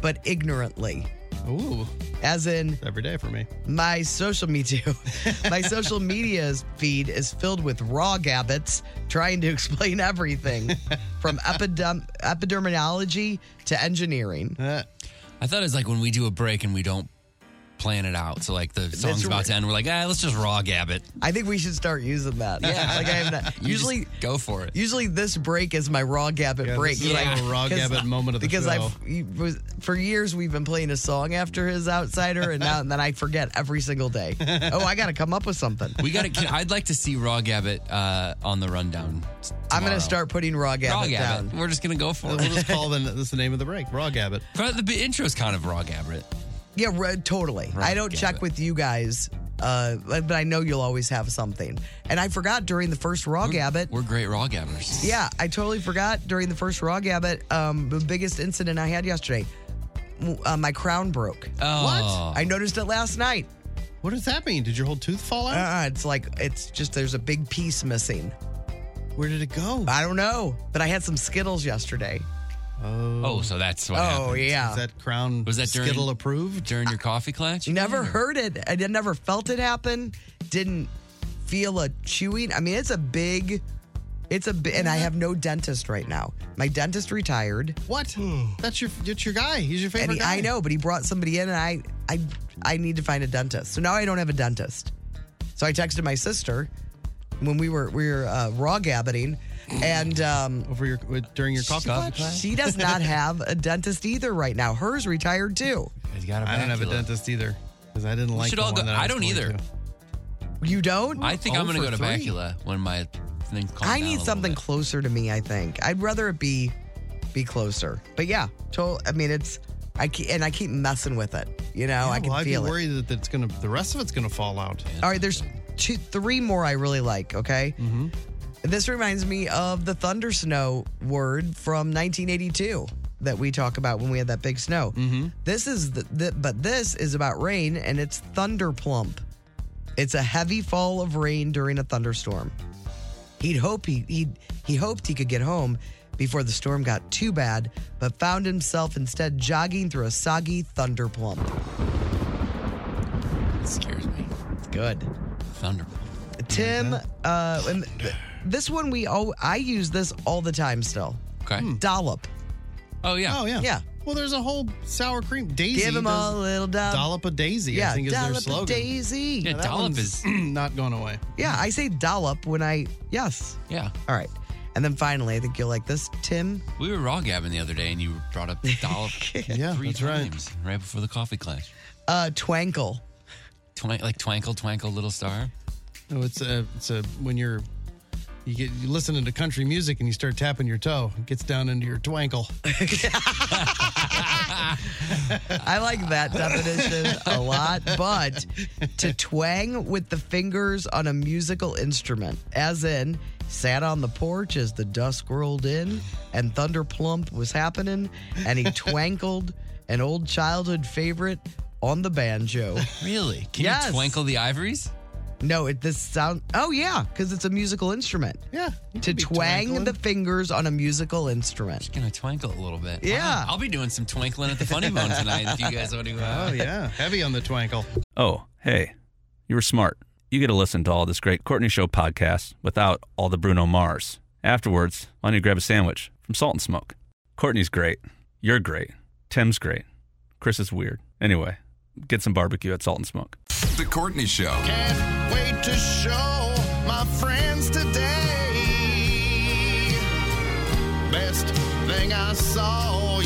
[SPEAKER 3] but ignorantly.
[SPEAKER 4] Ooh,
[SPEAKER 3] As in,
[SPEAKER 4] every day for me.
[SPEAKER 3] my social media, my social media feed is filled with raw gabbits trying to explain everything, from epidem- epidemiology to engineering.
[SPEAKER 4] Uh,
[SPEAKER 5] I thought it was like when we do a break and we don't plan it out. So like the song's about to end, we're like, ah, let's just raw gab it.
[SPEAKER 3] I think we should start using that. Yeah, like I have not.
[SPEAKER 5] You just
[SPEAKER 3] Usually,
[SPEAKER 5] go for it.
[SPEAKER 3] Usually, this break is my raw gabbit
[SPEAKER 4] yeah,
[SPEAKER 3] break.
[SPEAKER 4] this is
[SPEAKER 3] Like,
[SPEAKER 4] like a raw
[SPEAKER 3] 'cause-
[SPEAKER 4] gabbit moment of the
[SPEAKER 3] because
[SPEAKER 4] show.
[SPEAKER 3] I've you- was- for years we've been playing a song after his outsider, and now and then I forget every single day. oh, I got to come up with something.
[SPEAKER 5] We got to. I'd like to see raw gabbit uh, on the rundown. s-
[SPEAKER 3] I'm going
[SPEAKER 5] tomorrow.
[SPEAKER 3] to start putting raw gabbit
[SPEAKER 5] raw gabbit.
[SPEAKER 3] down.
[SPEAKER 5] We're just gonna go for
[SPEAKER 4] we'll
[SPEAKER 5] it.
[SPEAKER 4] just call the, that's the name of the break, raw gabbit.
[SPEAKER 5] But the b- intro's kind of raw gabbit.
[SPEAKER 3] Yeah, re- totally. I don't check
[SPEAKER 5] gabbit.
[SPEAKER 3] with you guys, uh, but I know you'll always have something. And I forgot during the first raw gabbit.
[SPEAKER 5] We're great raw gabbers.
[SPEAKER 3] Yeah, I totally forgot during the first raw gabbit. Um, the biggest incident I had yesterday, w- uh, my crown broke.
[SPEAKER 5] Oh.
[SPEAKER 3] What? I noticed it last night.
[SPEAKER 4] What does that mean? Did your whole tooth fall out?
[SPEAKER 3] Uh, it's like it's just there's a big piece missing.
[SPEAKER 4] Where did it go?
[SPEAKER 3] I don't know, but I had some Skittles yesterday.
[SPEAKER 5] Oh, so that's what.
[SPEAKER 3] Oh
[SPEAKER 5] happened.
[SPEAKER 3] yeah,
[SPEAKER 4] Is that crown
[SPEAKER 5] Was that during-
[SPEAKER 4] Skittle approved?
[SPEAKER 5] During your coffee clutch.
[SPEAKER 3] never heard it. I did, never felt it happen. Didn't feel a chewing. I mean, it's a big. It's a bi- and I have no dentist right now. My dentist retired,
[SPEAKER 4] What? that's your that's your guy. He's your
[SPEAKER 3] and
[SPEAKER 4] favorite
[SPEAKER 3] he,
[SPEAKER 4] guy.
[SPEAKER 3] I know, but he brought somebody in, and I, I, I need to find a dentist. So now I don't have a dentist. So I texted my sister when we were we were uh, raw gabbiting, and um,
[SPEAKER 4] Over your with- during your coffee
[SPEAKER 5] Coffee
[SPEAKER 4] clutch?
[SPEAKER 3] She does not have a dentist either right now. Hers retired too.
[SPEAKER 5] You got a
[SPEAKER 4] I don't have a
[SPEAKER 5] macula.
[SPEAKER 4] dentist either because I didn't like.
[SPEAKER 5] should
[SPEAKER 4] the
[SPEAKER 5] all
[SPEAKER 4] one
[SPEAKER 5] go-
[SPEAKER 4] that
[SPEAKER 5] I
[SPEAKER 4] was
[SPEAKER 5] don't
[SPEAKER 4] going
[SPEAKER 5] either.
[SPEAKER 4] to.
[SPEAKER 3] You don't?
[SPEAKER 5] I think
[SPEAKER 4] Oh,
[SPEAKER 5] I'm gonna
[SPEAKER 4] for
[SPEAKER 5] go to
[SPEAKER 4] three.
[SPEAKER 5] macula when my thing. calms
[SPEAKER 3] I
[SPEAKER 5] down a
[SPEAKER 3] need
[SPEAKER 5] little
[SPEAKER 3] something
[SPEAKER 5] bit.
[SPEAKER 3] closer to me. I think I'd rather it be be closer. But yeah, total. I mean, it's I ke and I keep messing with it. You know, I
[SPEAKER 4] Yeah,
[SPEAKER 3] can
[SPEAKER 4] well, I'd be
[SPEAKER 3] feel it.
[SPEAKER 4] worried that it's gonna the rest of it's gonna fall out.
[SPEAKER 3] All right, there's two, three more I really like. Okay, mm-hmm. this reminds me of the thunder snow word from 1982 that we talk about when we had that big snow. Mm-hmm. This is the, the but this is about rain and it's thunder plump. It's a heavy fall of rain during a thunderstorm. He'd hope he he he hoped he could get home before the storm got too bad, but found himself instead jogging through a soggy thunder plump.
[SPEAKER 5] It scares me.
[SPEAKER 3] Good.
[SPEAKER 5] Thunderbolt.
[SPEAKER 3] Tim, uh, and th- this one we all I use this all the time still.
[SPEAKER 5] Okay.
[SPEAKER 3] Dollop.
[SPEAKER 5] Oh yeah.
[SPEAKER 4] Oh yeah.
[SPEAKER 3] Hmm. Yeah.
[SPEAKER 4] Well, there's a whole sour cream daisy.
[SPEAKER 3] Give him
[SPEAKER 4] does-
[SPEAKER 3] a little dollop.
[SPEAKER 4] dollop a daisy.
[SPEAKER 3] yeah,
[SPEAKER 4] I think is their
[SPEAKER 3] dollop
[SPEAKER 4] slogan.
[SPEAKER 3] a daisy.
[SPEAKER 5] Yeah,
[SPEAKER 3] Yeah.
[SPEAKER 4] That
[SPEAKER 5] dollop
[SPEAKER 4] one's
[SPEAKER 5] is.
[SPEAKER 4] not gone away.
[SPEAKER 3] I say dollop when I yes.
[SPEAKER 5] Yeah.
[SPEAKER 3] All right. And then finally, I think you'll like this, Tim.
[SPEAKER 5] We were raw gabbing the other day, and you brought up dollop.
[SPEAKER 4] Yeah,
[SPEAKER 5] three
[SPEAKER 4] that's right.
[SPEAKER 5] times right. before the coffee clash.
[SPEAKER 3] Uh, twankle.
[SPEAKER 5] Twi- like Twinkle Twinkle Little Star.
[SPEAKER 4] No, Oh, it's a it's a when you're you get you listening to country music and you start tapping your toe, it gets down into your twinkle.
[SPEAKER 3] I like that definition a lot, but to twang with the fingers on a musical instrument, as in sat on the porch as the dusk rolled in and Thunder Plump was happening, and he twankled an old childhood favorite on the banjo.
[SPEAKER 5] Really? Can
[SPEAKER 3] Yes.
[SPEAKER 5] you twinkle the ivories?
[SPEAKER 3] No, it this sound. Oh yeah, because it's a musical instrument.
[SPEAKER 4] Yeah, you
[SPEAKER 3] To
[SPEAKER 4] could be
[SPEAKER 3] twang
[SPEAKER 4] twinkling.
[SPEAKER 3] the fingers on a musical instrument.
[SPEAKER 5] Gonna twinkle a little bit.
[SPEAKER 3] Yeah.
[SPEAKER 5] I'll, I'll be doing some twinkling at the Funny Bone tonight if you guys want to. Uh,
[SPEAKER 4] Oh yeah, heavy on the twinkle.
[SPEAKER 1] Oh, hey, you were smart. You get to listen to all this great Courtney Show podcast without all the Bruno Mars. Afterwards, why don't you grab a sandwich from Salt and Smoke? Courtney's great. You're great. Tim's great. Chris is weird. Anyway, get some barbecue at Salt and Smoke.
[SPEAKER 6] The Courtney Show.
[SPEAKER 2] Can't wait to show my friends today. Best thing I saw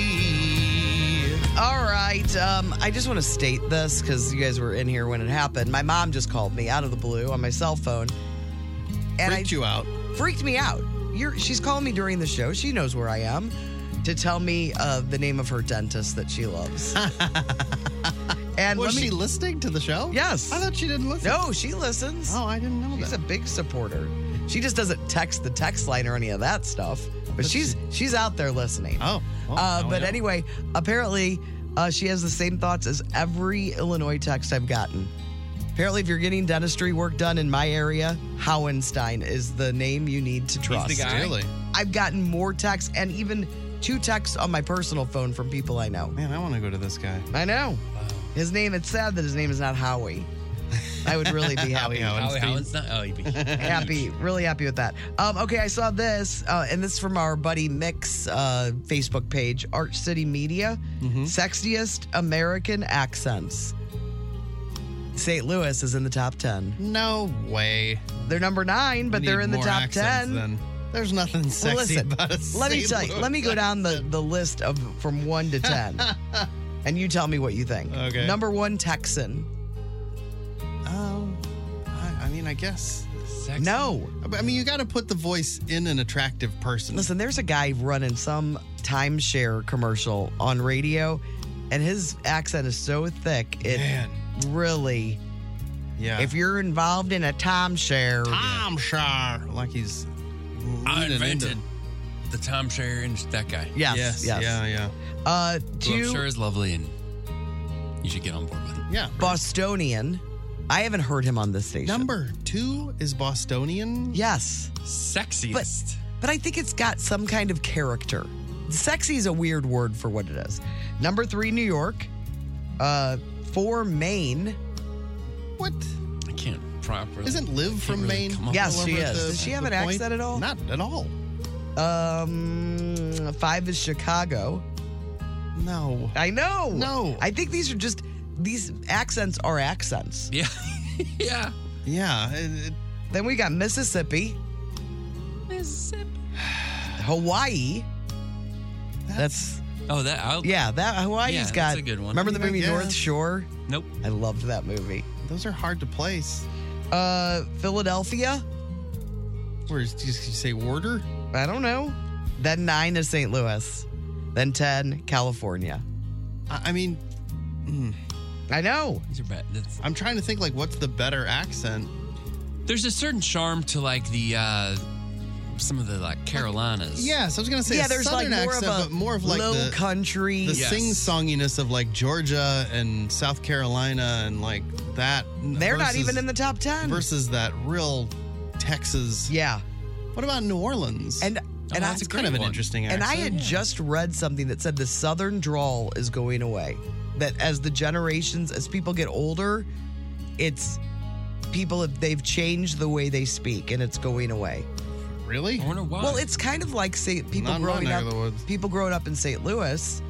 [SPEAKER 2] yesterday.
[SPEAKER 3] All right. Um, I just want to state this because you guys were in here when it happened. My mom just called me out of the blue on my cell phone, and I
[SPEAKER 4] Freaked you out.
[SPEAKER 3] freaked me out. You're, she's calling me during the show. She knows where I am to tell me uh, the name of her dentist that she loves. and
[SPEAKER 4] Was
[SPEAKER 3] let me,
[SPEAKER 4] she listening to the show?
[SPEAKER 3] Yes.
[SPEAKER 4] I thought she didn't listen.
[SPEAKER 3] no, she listens.
[SPEAKER 4] Oh, I didn't know
[SPEAKER 3] She's a
[SPEAKER 4] that.
[SPEAKER 3] big supporter. She just doesn't text the text line or any of that stuff. But she's she's out there listening.
[SPEAKER 4] oh. well,
[SPEAKER 3] Uh,
[SPEAKER 4] now I
[SPEAKER 3] but
[SPEAKER 4] know.
[SPEAKER 3] anyway, apparently uh, she has the same thoughts as every Illinois text I've gotten. Apparently, if you're getting dentistry work done in my area, Howenstein is the name you need to trust.
[SPEAKER 5] the guy?
[SPEAKER 4] Really?
[SPEAKER 3] I've gotten more texts and even two texts on my personal phone from people I know.
[SPEAKER 4] Man, I want to go to this guy.
[SPEAKER 3] I know. His name, it's sad that his name is not Howie. I would really be happy.
[SPEAKER 5] Howie Howland's not. Oh, he'd be.
[SPEAKER 3] happy, really happy with that. Um, okay, I saw this, uh, and this is from our buddy Mick's uh, Facebook page, Arch City Media.
[SPEAKER 4] Mm-hmm.
[SPEAKER 3] Sexiest American accents. St. Louis is in the top 10.
[SPEAKER 4] No way.
[SPEAKER 3] They're number nine, but
[SPEAKER 4] We
[SPEAKER 3] they're
[SPEAKER 4] need
[SPEAKER 3] in the
[SPEAKER 4] more
[SPEAKER 3] top
[SPEAKER 4] accents
[SPEAKER 3] 10.
[SPEAKER 4] Then. There's nothing
[SPEAKER 3] Well,
[SPEAKER 4] sexy
[SPEAKER 3] listen,
[SPEAKER 4] about a
[SPEAKER 3] let me
[SPEAKER 4] St.
[SPEAKER 3] tell you, let me go
[SPEAKER 4] Louis
[SPEAKER 3] down the, the list of from one to 10. and you tell me what you think.
[SPEAKER 4] Okay.
[SPEAKER 3] Number one, Texan.
[SPEAKER 4] Um, I, I mean, I guess.
[SPEAKER 5] Sexy.
[SPEAKER 3] No.
[SPEAKER 4] I mean, you got to put the voice in an attractive person.
[SPEAKER 3] Listen, there's a guy running some timeshare commercial on radio, and his accent is so thick, it
[SPEAKER 4] Man.
[SPEAKER 3] really.
[SPEAKER 4] yeah.
[SPEAKER 3] If you're involved in a timeshare,
[SPEAKER 4] I'm sure. Like he's.
[SPEAKER 5] I
[SPEAKER 4] leaning into-
[SPEAKER 5] invented the timeshare and that guy.
[SPEAKER 3] yes, yes,
[SPEAKER 4] Yes. Yeah. Yeah.
[SPEAKER 3] Uh,
[SPEAKER 5] Who I'm
[SPEAKER 3] two
[SPEAKER 5] sure is lovely and you should get on board with it.
[SPEAKER 4] Yeah.
[SPEAKER 3] Bostonian. I haven't heard him on this station.
[SPEAKER 4] Number two is Bostonian.
[SPEAKER 3] yes,
[SPEAKER 5] Sexiest.
[SPEAKER 3] but I think it's got some kind of character. Sexy is a weird word for what it is. Number three, New York. Uh, four, Maine.
[SPEAKER 4] What?
[SPEAKER 5] I can't properly.
[SPEAKER 4] Isn't Liv from
[SPEAKER 5] really
[SPEAKER 4] Maine?
[SPEAKER 5] come up
[SPEAKER 3] Yes,
[SPEAKER 4] all
[SPEAKER 3] she
[SPEAKER 4] over
[SPEAKER 3] is.
[SPEAKER 4] the-
[SPEAKER 3] Does she have
[SPEAKER 4] the
[SPEAKER 3] an
[SPEAKER 4] point?
[SPEAKER 3] accent at all?
[SPEAKER 4] Not at all.
[SPEAKER 3] Um, five is Chicago.
[SPEAKER 4] No.
[SPEAKER 3] I know.
[SPEAKER 4] No.
[SPEAKER 3] I think these are just these accents are accents.
[SPEAKER 5] Yeah. yeah.
[SPEAKER 4] Yeah. it- it-
[SPEAKER 3] Then we got Mississippi, Hawaii. That's,
[SPEAKER 5] Oh, that. I'll,
[SPEAKER 3] yeah, that Hawaii's
[SPEAKER 5] Yeah, that's
[SPEAKER 3] got
[SPEAKER 5] a good one.
[SPEAKER 3] Remember the
[SPEAKER 4] Yeah,
[SPEAKER 3] movie
[SPEAKER 4] yeah.
[SPEAKER 3] North Shore?
[SPEAKER 5] Nope.
[SPEAKER 3] I loved that movie.
[SPEAKER 4] those are hard to place.
[SPEAKER 3] Uh Philadelphia?
[SPEAKER 4] Where is, did you say Warder?
[SPEAKER 3] I don't know. Then 9 is St. Louis. Then 10 California.
[SPEAKER 4] I, I mean, hmm.
[SPEAKER 3] I know.
[SPEAKER 5] These are bad. That's,
[SPEAKER 4] I'm trying to think like what's the better accent.
[SPEAKER 5] there's a certain charm to like the uh some of the like Carolinas.
[SPEAKER 4] Yes, I was gonna say
[SPEAKER 3] yeah,
[SPEAKER 4] a
[SPEAKER 3] there's like
[SPEAKER 4] southern
[SPEAKER 3] more
[SPEAKER 4] accent,
[SPEAKER 3] of a
[SPEAKER 4] but more of like
[SPEAKER 3] low
[SPEAKER 4] the,
[SPEAKER 3] country.
[SPEAKER 4] the
[SPEAKER 5] Yes.
[SPEAKER 4] sing-songiness of like Georgia and South Carolina and like that.
[SPEAKER 3] They're not even in the top 10.
[SPEAKER 4] versus that real Texas.
[SPEAKER 3] yeah.
[SPEAKER 4] What about New Orleans?
[SPEAKER 3] And and I
[SPEAKER 5] Oh, that's a
[SPEAKER 4] kind of an
[SPEAKER 5] Great one.
[SPEAKER 4] interesting accent.
[SPEAKER 3] And I had just read something that said the Southern drawl is going away. That as the generations, as people get older, it's people have they've changed the way they speak, and it's going away.
[SPEAKER 4] really.
[SPEAKER 5] I wonder why.
[SPEAKER 3] Well, it's kind of like say people
[SPEAKER 4] Not in my
[SPEAKER 3] growing
[SPEAKER 4] neck
[SPEAKER 3] up,
[SPEAKER 4] of the woods.
[SPEAKER 3] people growing up in St. Louis.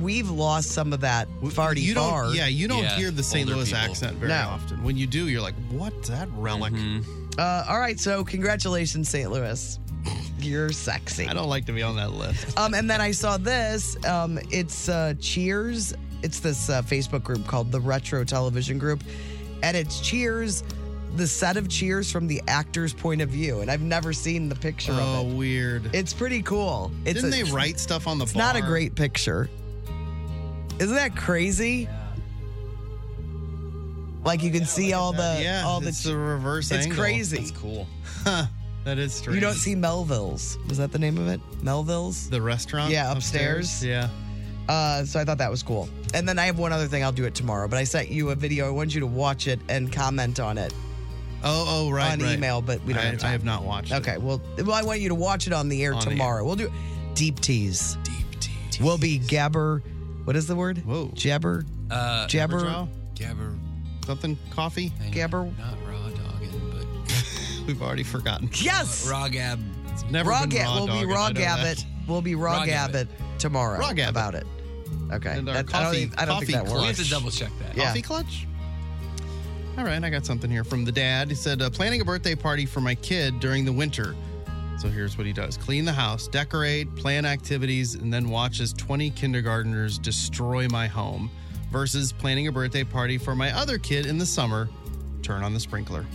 [SPEAKER 3] We've lost some of that
[SPEAKER 4] W-
[SPEAKER 3] farty
[SPEAKER 4] you don't,
[SPEAKER 3] far.
[SPEAKER 4] Yeah, you don't
[SPEAKER 5] Yeah,
[SPEAKER 4] hear the St.
[SPEAKER 5] older
[SPEAKER 4] Louis
[SPEAKER 5] people.
[SPEAKER 4] accent very
[SPEAKER 3] No.
[SPEAKER 4] often. When you do, you're like, "What's that relic?"
[SPEAKER 5] Mm-hmm.
[SPEAKER 3] Uh, all right, so congratulations, St. Louis. You're sexy.
[SPEAKER 4] I don't like to be on that list.
[SPEAKER 3] Um, and then I saw this. Um, it's uh, Cheers it's this uh, Facebook group called the Retro Television Group, and it's Cheers, the set of Cheers from the actor's point of view. And I've never seen the picture
[SPEAKER 4] Oh,
[SPEAKER 3] of it.
[SPEAKER 4] weird.
[SPEAKER 3] It's pretty cool. It's
[SPEAKER 4] Didn't
[SPEAKER 3] a-
[SPEAKER 4] they write stuff on the
[SPEAKER 3] It's not a
[SPEAKER 4] bar?
[SPEAKER 3] great picture. Isn't that crazy? Like you can see all the
[SPEAKER 4] Uh, Yeah,
[SPEAKER 3] all the
[SPEAKER 4] it's the reverse
[SPEAKER 3] it's
[SPEAKER 4] angle.
[SPEAKER 3] crazy.
[SPEAKER 5] That's cool.
[SPEAKER 4] That is strange.
[SPEAKER 3] You don't see Melville's. Was that the name of it? Melville's?
[SPEAKER 4] the restaurant?
[SPEAKER 3] Yeah, upstairs.
[SPEAKER 4] Yeah.
[SPEAKER 3] Uh, so I thought that was cool. And then I have one other thing. I'll do it tomorrow. But I sent you a video. I want you to watch it and comment on it
[SPEAKER 4] Oh, oh, right.
[SPEAKER 3] on
[SPEAKER 4] right.
[SPEAKER 3] email. But we don't
[SPEAKER 4] I,
[SPEAKER 3] have time.
[SPEAKER 4] I have not watched it.
[SPEAKER 3] Okay. Well, well, I want you to watch it on the air
[SPEAKER 4] On the air.
[SPEAKER 3] tomorrow. We'll do deep tease.
[SPEAKER 5] Deep tea.
[SPEAKER 3] We'll be gabber. What is the word?
[SPEAKER 4] Whoa.
[SPEAKER 3] Jabber.
[SPEAKER 5] Uh,
[SPEAKER 3] Jabber.
[SPEAKER 4] Joe?
[SPEAKER 5] Gabber.
[SPEAKER 4] Something coffee?
[SPEAKER 5] hang on.
[SPEAKER 3] Gabber-
[SPEAKER 5] Not raw dogging, but
[SPEAKER 4] We've already forgotten.
[SPEAKER 3] Yes.
[SPEAKER 5] raw gab.
[SPEAKER 4] It's never
[SPEAKER 3] Raw
[SPEAKER 4] been
[SPEAKER 3] gab.
[SPEAKER 4] Uh, raw
[SPEAKER 3] We'll be
[SPEAKER 4] dogging,
[SPEAKER 3] raw
[SPEAKER 4] I know
[SPEAKER 3] gab
[SPEAKER 4] that.
[SPEAKER 3] it. We'll be raw
[SPEAKER 5] Raw
[SPEAKER 3] gab
[SPEAKER 5] gab
[SPEAKER 3] it tomorrow.
[SPEAKER 4] Raw gab
[SPEAKER 3] about it. Okay.
[SPEAKER 4] And our
[SPEAKER 3] That- I don't,
[SPEAKER 4] coffee-
[SPEAKER 3] even- I don't
[SPEAKER 4] coffee
[SPEAKER 3] think that
[SPEAKER 4] club.
[SPEAKER 5] We
[SPEAKER 3] works.
[SPEAKER 5] have to double check that.
[SPEAKER 3] Yeah.
[SPEAKER 4] Coffee clutch? All right, I got something here from the dad. He said, uh, planning a birthday party for my kid during the winter. So here's what he does clean the house, decorate, plan activities, and then watches 20 kindergartners destroy my home versus planning a birthday party for my other kid in the summer. Turn on the sprinkler.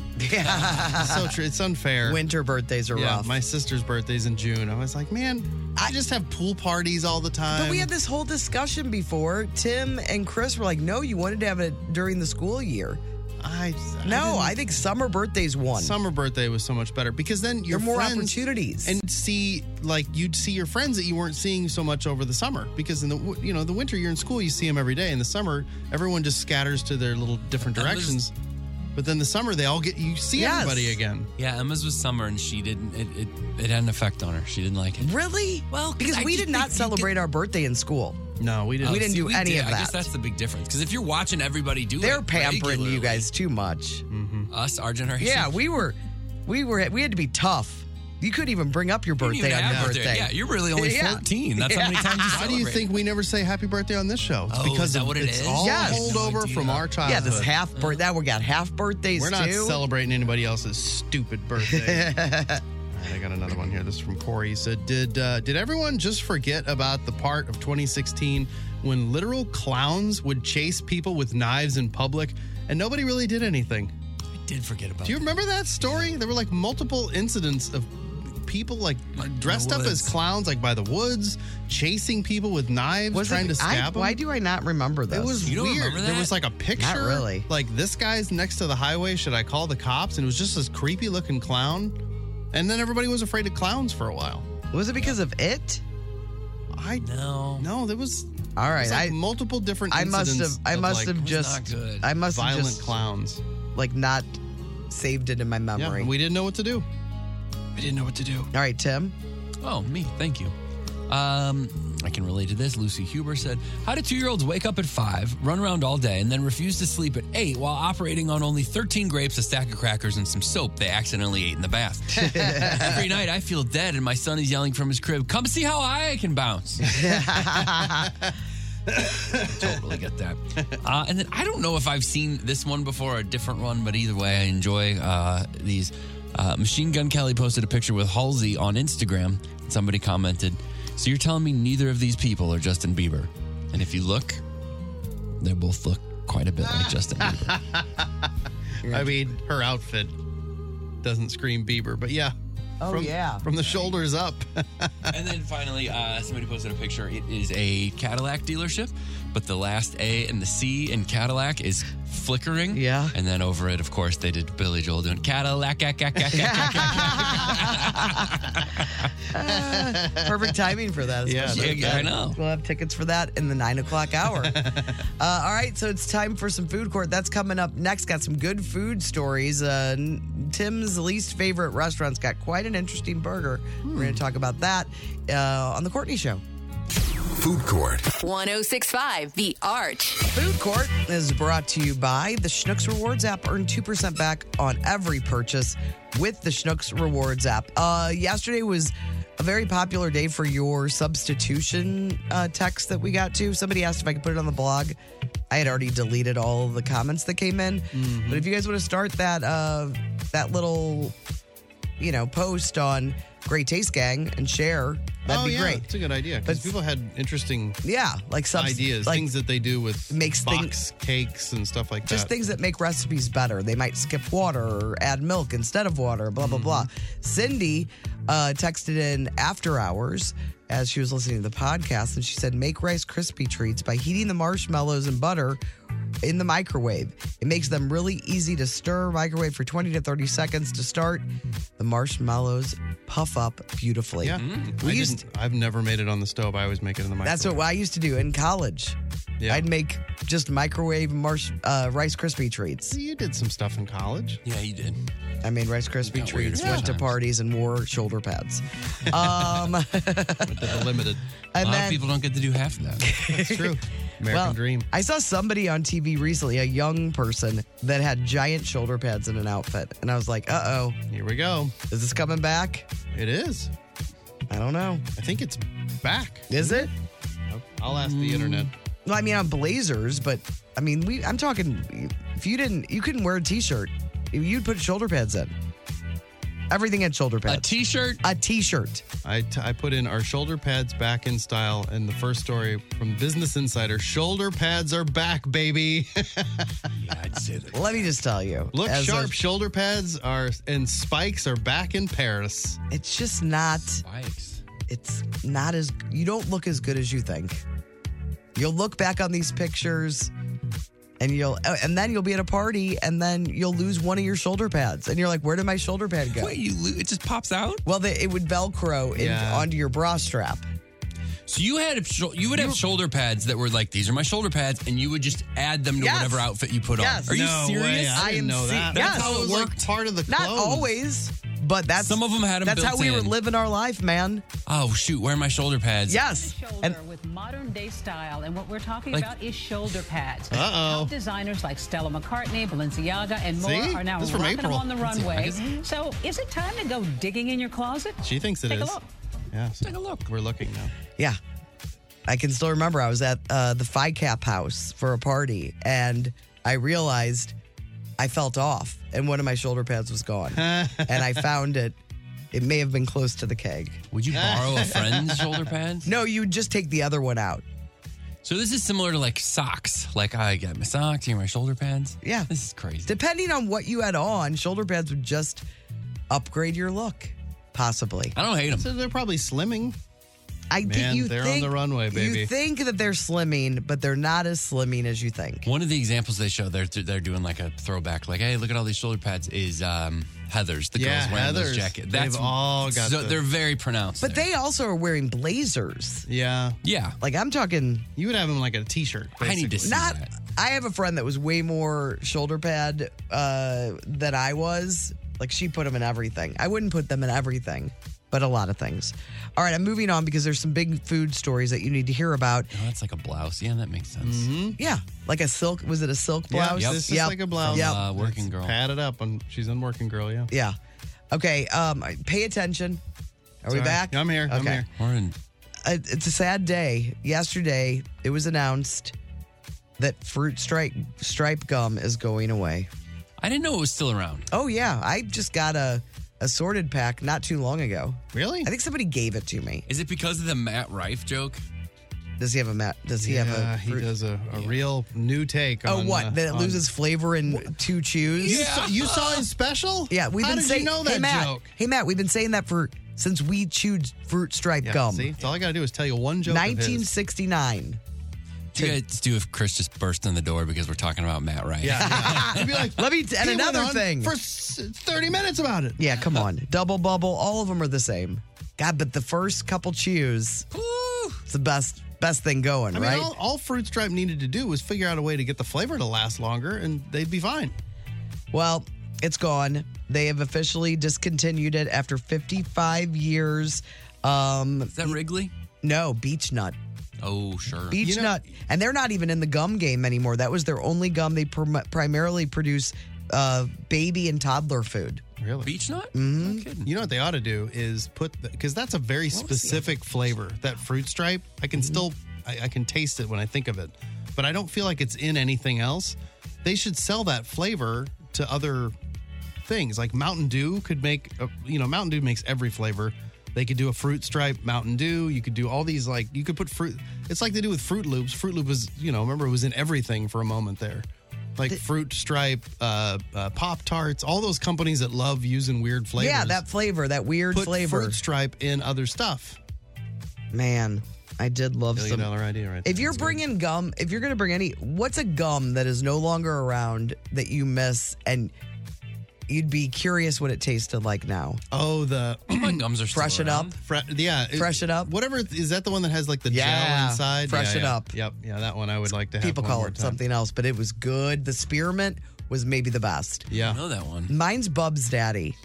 [SPEAKER 4] It's so true. It's unfair.
[SPEAKER 3] Winter birthdays are
[SPEAKER 4] yeah,
[SPEAKER 3] rough.
[SPEAKER 4] my sister's birthday's in June. I was like, man, I just have pool parties all the time.
[SPEAKER 3] But we had this whole discussion before. Tim and Chris were like, no, you wanted to have it during the school year.
[SPEAKER 4] I, I
[SPEAKER 3] No,
[SPEAKER 4] didn't-
[SPEAKER 3] I, think summer birthdays won.
[SPEAKER 4] summer birthday was so much better because then
[SPEAKER 3] there
[SPEAKER 4] your
[SPEAKER 3] are more
[SPEAKER 4] friends
[SPEAKER 3] opportunities.
[SPEAKER 4] and see like you'd see your friends that you weren't seeing so much over the summer because in the w- you know the winter you're in school you see them every day in the summer everyone just scatters to their little different
[SPEAKER 5] That was-
[SPEAKER 4] directions but then the summer they all get you see
[SPEAKER 3] Yes.
[SPEAKER 4] everybody again
[SPEAKER 5] Yeah, Emma's was summer, and she didn't. It, it, it had an effect on her. She didn't like it.
[SPEAKER 3] really?
[SPEAKER 5] Well,
[SPEAKER 3] because
[SPEAKER 5] I
[SPEAKER 3] we
[SPEAKER 5] just
[SPEAKER 3] did not
[SPEAKER 5] think you
[SPEAKER 3] celebrate our birthday in school.
[SPEAKER 4] no we
[SPEAKER 5] Uh,
[SPEAKER 4] didn't
[SPEAKER 3] We didn't do any of
[SPEAKER 5] I guess
[SPEAKER 3] that.
[SPEAKER 5] that's the big difference. Because if you're watching everybody do
[SPEAKER 3] They're
[SPEAKER 5] it,
[SPEAKER 3] pampering
[SPEAKER 5] regularly,
[SPEAKER 3] you guys too much.
[SPEAKER 4] Mm-hmm.
[SPEAKER 5] Us, our generation.
[SPEAKER 3] Yeah, we were, we were, we had to be tough. You couldn't even bring up your
[SPEAKER 5] You didn't even
[SPEAKER 3] birthday on
[SPEAKER 5] have
[SPEAKER 3] your
[SPEAKER 5] a
[SPEAKER 3] birthday.
[SPEAKER 5] Yeah, you're really only
[SPEAKER 3] Yeah.
[SPEAKER 5] 14. That's how many
[SPEAKER 3] Yeah.
[SPEAKER 5] times you
[SPEAKER 4] why do you
[SPEAKER 5] celebrate.
[SPEAKER 4] think we never say happy birthday on this show it's
[SPEAKER 5] Oh,
[SPEAKER 4] because
[SPEAKER 5] is that
[SPEAKER 4] of-
[SPEAKER 5] what it
[SPEAKER 4] it's
[SPEAKER 5] is?
[SPEAKER 4] all
[SPEAKER 3] Yes.
[SPEAKER 4] holdover
[SPEAKER 5] No idea.
[SPEAKER 4] from our
[SPEAKER 3] yeah,
[SPEAKER 4] childhood
[SPEAKER 3] this half birthday. Now we got half birthdays
[SPEAKER 4] we're not
[SPEAKER 3] too.
[SPEAKER 4] celebrating anybody else's stupid birthday I got another one here. This is from Corey. He said, "Did uh, did everyone just forget about the part of 2016 when literal clowns would chase people with knives in public and nobody really did anything?
[SPEAKER 5] I did forget about
[SPEAKER 4] Do you remember that story? There were like multiple incidents of people like dressed up as
[SPEAKER 5] woods.
[SPEAKER 4] clowns, like by the woods, chasing people with knives,
[SPEAKER 3] Was it-
[SPEAKER 4] trying to
[SPEAKER 3] I-
[SPEAKER 4] stab them.
[SPEAKER 3] Why do I not remember this?
[SPEAKER 4] It was
[SPEAKER 5] You don't
[SPEAKER 4] weird.
[SPEAKER 5] remember
[SPEAKER 4] There
[SPEAKER 5] that?
[SPEAKER 4] was like a picture.
[SPEAKER 3] really.
[SPEAKER 4] Like this guy's next to the highway. Should I call the cops? And it was just this creepy looking clown. And then everybody was afraid of clowns for a while.
[SPEAKER 3] Was it because of it?
[SPEAKER 4] I
[SPEAKER 5] that. No.
[SPEAKER 4] no, there was,
[SPEAKER 3] All
[SPEAKER 4] there
[SPEAKER 3] right,
[SPEAKER 4] was, like
[SPEAKER 3] I
[SPEAKER 4] multiple different.
[SPEAKER 3] I must
[SPEAKER 4] incidents
[SPEAKER 3] have I
[SPEAKER 4] of,
[SPEAKER 3] must
[SPEAKER 4] like,
[SPEAKER 3] have
[SPEAKER 5] was
[SPEAKER 3] just
[SPEAKER 5] not good.
[SPEAKER 3] I must have
[SPEAKER 4] violent
[SPEAKER 3] just
[SPEAKER 4] clowns.
[SPEAKER 3] like not saved it in my
[SPEAKER 4] Yeah,
[SPEAKER 3] memory.
[SPEAKER 4] and we didn't know what to do.
[SPEAKER 5] I didn't know what to do.
[SPEAKER 3] All right, Tim.
[SPEAKER 5] Oh, me. Thank you. Um, I can relate to this. Lucy Huber said, How do two year olds wake up at five, run around all day, and then refuse to sleep at eight while operating on only 13 grapes, a stack of crackers, and some soap they accidentally ate in the bath? Every night I feel dead, and my son is yelling from his crib, Come see how high I can bounce. totally get that. Uh, and then I don't know if I've seen this one before or a different one, but either way, I enjoy uh, these. Uh, Machine Gun Kelly posted a picture with Halsey on Instagram. And somebody commented, "So you're telling me neither of these people are Justin Bieber?" And if you look, they both look quite a bit like Justin Bieber.
[SPEAKER 4] I mean, her outfit doesn't scream Bieber, but yeah.
[SPEAKER 3] Oh,
[SPEAKER 4] from,
[SPEAKER 3] yeah.
[SPEAKER 4] From the shoulders up.
[SPEAKER 5] and then finally, uh, somebody posted a picture. It is a Cadillac dealership, but the last A and the C in Cadillac is flickering.
[SPEAKER 3] Yeah.
[SPEAKER 5] And then over it, of course, they did Billy Joel doing Cadillac. ah, ah, ah, ah, ah, ah.
[SPEAKER 3] Perfect timing for that.
[SPEAKER 4] Yeah,
[SPEAKER 3] especially
[SPEAKER 5] Yeah,
[SPEAKER 3] if
[SPEAKER 5] yeah,
[SPEAKER 3] that-
[SPEAKER 5] I know.
[SPEAKER 3] We'll have tickets for that in the nine o'clock hour. uh, all right, so it's time for some food court. That's coming up next. Got some good food stories. Uh, n- Tim's least favorite restaurants got quite an interesting burger. We're going to talk about that uh, on the Courtney Show.
[SPEAKER 6] Food Court.
[SPEAKER 7] 1065 The Arch.
[SPEAKER 3] Food Court is brought to you by the Schnucks Rewards app. Earn 2% back on every purchase with the Schnucks Rewards app. Uh, yesterday was a very popular day for your substitution uh, text that we got to. Somebody asked if I could put it on the blog. I had already deleted all the comments that came in.
[SPEAKER 4] Mm-hmm.
[SPEAKER 3] But if you guys want to start that uh, that little you know, post on Great Taste Gang and share. That'd
[SPEAKER 4] oh,
[SPEAKER 3] be
[SPEAKER 4] yeah,
[SPEAKER 3] great.
[SPEAKER 4] It's a good idea because
[SPEAKER 3] But-
[SPEAKER 4] people had interesting
[SPEAKER 3] Yeah, like some
[SPEAKER 4] ideas,
[SPEAKER 3] like
[SPEAKER 4] things that they do with
[SPEAKER 3] makes thing-
[SPEAKER 4] box cakes and stuff like
[SPEAKER 3] just
[SPEAKER 4] that.
[SPEAKER 3] things that make recipes better. They might skip water or add milk instead of water, blah, blah, blah.
[SPEAKER 4] Mm-hmm.
[SPEAKER 3] Cindy uh, texted in after hours as she was listening to the podcast and she said, Make Rice Krispie treats by heating the marshmallows and butter in the microwave. It makes them really easy to stir, microwave for 20 to 30 seconds to start. The marshmallows puff up beautifully.
[SPEAKER 4] yeah,
[SPEAKER 3] We
[SPEAKER 4] I
[SPEAKER 3] used
[SPEAKER 4] didn't- I've never made it on the stove. I always make it in the microwave.
[SPEAKER 3] That's what I used to do in college.
[SPEAKER 4] Yeah.
[SPEAKER 3] I'd make just microwave marsh uh, Rice Krispie treats.
[SPEAKER 4] you did some stuff in college.
[SPEAKER 5] Yeah, you did.
[SPEAKER 3] I made Rice Krispie
[SPEAKER 5] Got weird
[SPEAKER 3] treats,
[SPEAKER 5] a few
[SPEAKER 3] went to
[SPEAKER 5] times.
[SPEAKER 3] parties, and wore shoulder pads. Um,
[SPEAKER 4] But to the limited.
[SPEAKER 5] A
[SPEAKER 3] and
[SPEAKER 5] lot of
[SPEAKER 3] then,
[SPEAKER 5] people don't get to do half of that.
[SPEAKER 4] That's true. American
[SPEAKER 3] well,
[SPEAKER 4] dream.
[SPEAKER 3] I saw somebody on TV recently, a young person that had giant shoulder pads in an outfit, and I was like, "Uh oh,
[SPEAKER 4] Here we go.
[SPEAKER 3] is this coming back?"
[SPEAKER 4] It is.
[SPEAKER 3] I don't know.
[SPEAKER 4] I think it's back.
[SPEAKER 3] Is it?
[SPEAKER 4] I'll ask the internet.
[SPEAKER 3] Well, I mean, on blazers, but I mean, we. I'm talking. If you didn't, you couldn't wear a t-shirt. You'd put shoulder pads in. Everything had shoulder
[SPEAKER 5] A
[SPEAKER 3] pads.
[SPEAKER 5] T-shirt.
[SPEAKER 3] A t-shirt.
[SPEAKER 4] I, t- I put in our shoulder pads back in style, and the first story from Business Insider: shoulder pads are back, baby.
[SPEAKER 5] Yeah, I'd say that.
[SPEAKER 3] Let me just tell you.
[SPEAKER 4] Look
[SPEAKER 3] as a-
[SPEAKER 4] sharp. shoulder pads are and spikes are back in Paris.
[SPEAKER 3] it's just not.
[SPEAKER 5] Spikes.
[SPEAKER 3] it's not as you don't look as good as you think. You'll look back on these pictures and you'll oh, and then you'll be at a party and then you'll lose one of your shoulder pads and you're like, where did my shoulder pad go?
[SPEAKER 5] Wait, you lo- it just pops out.
[SPEAKER 3] Well, the, it would Velcro in,
[SPEAKER 4] Yeah.
[SPEAKER 3] onto your bra strap.
[SPEAKER 5] So you had a shou- you would have shoulder pads that were like these are my shoulder pads, and you would just add them to
[SPEAKER 3] Yes.
[SPEAKER 5] whatever outfit you put
[SPEAKER 3] Yes.
[SPEAKER 5] on. Are you
[SPEAKER 4] No
[SPEAKER 5] serious?
[SPEAKER 4] way. I,
[SPEAKER 3] I
[SPEAKER 4] didn't
[SPEAKER 3] am
[SPEAKER 4] know
[SPEAKER 3] se-
[SPEAKER 4] that.
[SPEAKER 3] Yes.
[SPEAKER 4] That's how it
[SPEAKER 3] It
[SPEAKER 4] was
[SPEAKER 3] worked.
[SPEAKER 4] like part of the
[SPEAKER 3] Not
[SPEAKER 4] clothes.
[SPEAKER 3] always, but that's
[SPEAKER 5] Some of them had 'em
[SPEAKER 3] That's how
[SPEAKER 5] built
[SPEAKER 3] we were
[SPEAKER 5] in.
[SPEAKER 3] living our life, man.
[SPEAKER 5] Oh shoot, where are my shoulder pads?
[SPEAKER 3] Yes,
[SPEAKER 8] shoulder
[SPEAKER 3] and
[SPEAKER 8] with modern day style. And what we're talking
[SPEAKER 5] Like-
[SPEAKER 8] about is shoulder pads.
[SPEAKER 4] Uh-oh.
[SPEAKER 8] Top designers like Stella McCartney, Balenciaga, and more
[SPEAKER 4] See?
[SPEAKER 8] are now
[SPEAKER 4] This is
[SPEAKER 8] rocking
[SPEAKER 4] from
[SPEAKER 8] them
[SPEAKER 4] April.
[SPEAKER 8] on the runway. So is it time to go digging in your closet?
[SPEAKER 4] She thinks it is.
[SPEAKER 8] Take a look.
[SPEAKER 4] Yeah, so take a look. We're looking now.
[SPEAKER 3] Yeah. I can still remember I was at uh, the FICAP house for a party and I realized I felt off and one of my shoulder pads was gone. and I found it. It may have been close to the keg.
[SPEAKER 5] Would you borrow a friend's shoulder pads?
[SPEAKER 3] No, you would just take the other one out.
[SPEAKER 5] So this is similar to like socks. Like I got my socks, here are my shoulder pads.
[SPEAKER 3] Yeah.
[SPEAKER 5] This is crazy.
[SPEAKER 3] Depending on what you had on, shoulder pads would just upgrade your look, possibly.
[SPEAKER 5] I don't hate them.
[SPEAKER 4] So they're probably slimming.
[SPEAKER 3] I think
[SPEAKER 4] Man,
[SPEAKER 3] you
[SPEAKER 4] they're on
[SPEAKER 3] think,
[SPEAKER 4] the runway, baby.
[SPEAKER 3] You think that they're slimming, but they're not as slimming as you think.
[SPEAKER 5] One of the examples they show, they're they're doing like a throwback, like, "Hey, look at all these shoulder pads." Is um, Heather's the
[SPEAKER 4] Yeah,
[SPEAKER 5] girls wearing those
[SPEAKER 4] Heather's.
[SPEAKER 5] jacket?
[SPEAKER 4] They've all got
[SPEAKER 5] So
[SPEAKER 4] the-
[SPEAKER 5] they're very pronounced.
[SPEAKER 3] But
[SPEAKER 5] there.
[SPEAKER 3] they also are wearing blazers.
[SPEAKER 4] Yeah,
[SPEAKER 5] yeah, Oh,
[SPEAKER 3] Like I'm talking
[SPEAKER 4] you would have them like a t-shirt.
[SPEAKER 5] I need to
[SPEAKER 4] basically.
[SPEAKER 5] see
[SPEAKER 3] not
[SPEAKER 5] that.
[SPEAKER 3] i have a friend that was way more shoulder pad uh than i was like she put them in everything i wouldn't put them in everything but a lot of things all right i'm moving on because there's some big food stories that you need to hear about
[SPEAKER 5] Oh, that's like a blouse. Yeah, that makes sense.
[SPEAKER 4] Mm-hmm.
[SPEAKER 3] yeah like a silk was it a silk
[SPEAKER 4] Yeah,
[SPEAKER 3] blouse
[SPEAKER 4] This is like a blouse.
[SPEAKER 3] Yep.
[SPEAKER 5] Uh, working
[SPEAKER 4] It's
[SPEAKER 5] girl.
[SPEAKER 4] Padded up on. She's on working girl. Yeah.
[SPEAKER 3] yeah okay um pay attention are we
[SPEAKER 4] Sorry.
[SPEAKER 3] back
[SPEAKER 4] I'm here.
[SPEAKER 3] okay
[SPEAKER 4] I'm here.
[SPEAKER 5] Or in-
[SPEAKER 3] Uh, it's a sad day yesterday it was announced that fruit stripe stripe gum is going away
[SPEAKER 5] I didn't know it was still around.
[SPEAKER 3] Oh yeah, I just got a assorted pack not too long ago.
[SPEAKER 4] Really?
[SPEAKER 3] I think somebody gave it to me.
[SPEAKER 5] Is it because of the Matt Rife joke?
[SPEAKER 3] Does he have a mat? Does he
[SPEAKER 4] Yeah,
[SPEAKER 3] have a?
[SPEAKER 4] he
[SPEAKER 3] Fruit?
[SPEAKER 4] does a, a real new take.
[SPEAKER 3] Oh
[SPEAKER 4] on,
[SPEAKER 3] what?
[SPEAKER 4] uh,
[SPEAKER 3] that it
[SPEAKER 4] on-
[SPEAKER 3] loses flavor in two chews.
[SPEAKER 4] You, saw, you saw his special?
[SPEAKER 3] Yeah, we've
[SPEAKER 4] How
[SPEAKER 3] been
[SPEAKER 4] did
[SPEAKER 3] saying.
[SPEAKER 4] you know
[SPEAKER 3] hey
[SPEAKER 4] that
[SPEAKER 3] Matt.
[SPEAKER 4] joke?
[SPEAKER 3] Hey Matt, we've been saying that for since we chewed fruit stripe
[SPEAKER 4] Yeah,
[SPEAKER 3] gum.
[SPEAKER 4] See, it's all I gotta do is tell you one joke. of his.
[SPEAKER 3] 1969.
[SPEAKER 5] Do you guys do if Chris just burst in the door because we're talking about Matt Rife?
[SPEAKER 4] Yeah. yeah. You'd be like,
[SPEAKER 3] Let me t- and
[SPEAKER 4] "He went
[SPEAKER 3] another
[SPEAKER 4] on
[SPEAKER 3] thing.
[SPEAKER 4] for s- thirty minutes about it.
[SPEAKER 3] Yeah, come on. Double bubble. All of them are the same. God, but the first couple chews,
[SPEAKER 5] Woo!
[SPEAKER 3] it's the best best thing going,
[SPEAKER 4] I mean,
[SPEAKER 3] right?
[SPEAKER 4] all, all Fruit Stripe needed to do was figure out a way to get the flavor to last longer, and they'd be fine.
[SPEAKER 3] Well, it's gone. They have officially discontinued it after 55 years. Um,
[SPEAKER 5] Is that Wrigley?
[SPEAKER 3] no, beech nut.
[SPEAKER 5] Oh, sure.
[SPEAKER 3] Beech
[SPEAKER 4] You know-
[SPEAKER 3] nut. And they're not even in the gum game anymore. That was their only gum. They prim- primarily produce uh, baby and toddler food.
[SPEAKER 4] Really?
[SPEAKER 5] Beach nut?
[SPEAKER 4] Mm-hmm.
[SPEAKER 5] No kidding.
[SPEAKER 4] You know what they ought to do is put because that's a very specific flavor. That fruit stripe, I
[SPEAKER 3] Mm-hmm.
[SPEAKER 4] can still I, I can taste it when I think of it, but I don't feel like it's in anything else. They should sell that flavor to other things. Like Mountain Dew could make, a, you know, Mountain Dew makes every flavor. They could do a fruit stripe Mountain Dew. You could do all these like you could put fruit. It's like they do with Fruit Loops. Fruit Loop was, you know, remember it was in everything for a moment there. Like fruit stripe, uh, uh, Pop Tarts, all those companies that love using weird flavors.
[SPEAKER 3] Yeah, that flavor, that weird
[SPEAKER 4] put
[SPEAKER 3] flavor.
[SPEAKER 4] fruit stripe in other stuff.
[SPEAKER 3] Man, I did love
[SPEAKER 4] Billion
[SPEAKER 3] some.
[SPEAKER 4] dollar idea, right?
[SPEAKER 3] If
[SPEAKER 4] there.
[SPEAKER 3] you're bringing gum, if you're going to bring any, what's a gum that is no longer around that you miss and you'd be curious what it tasted like now?
[SPEAKER 4] oh the
[SPEAKER 5] My gums are still
[SPEAKER 3] Fresh it
[SPEAKER 5] around.
[SPEAKER 3] up.
[SPEAKER 4] Fre- yeah, it-
[SPEAKER 3] Fresh it up?
[SPEAKER 4] Whatever is that the one that has like the
[SPEAKER 3] Yeah,
[SPEAKER 4] gel inside?
[SPEAKER 3] fresh
[SPEAKER 4] Yeah,
[SPEAKER 3] it
[SPEAKER 4] yeah.
[SPEAKER 3] up.
[SPEAKER 4] Yep, yeah, that one I would like to have.
[SPEAKER 3] People
[SPEAKER 4] one
[SPEAKER 3] call
[SPEAKER 4] more
[SPEAKER 3] it
[SPEAKER 4] time.
[SPEAKER 3] something else, but it was good. The spearmint was maybe the best.
[SPEAKER 5] I
[SPEAKER 4] Yeah,
[SPEAKER 5] know that one.
[SPEAKER 3] Mine's Bub's daddy.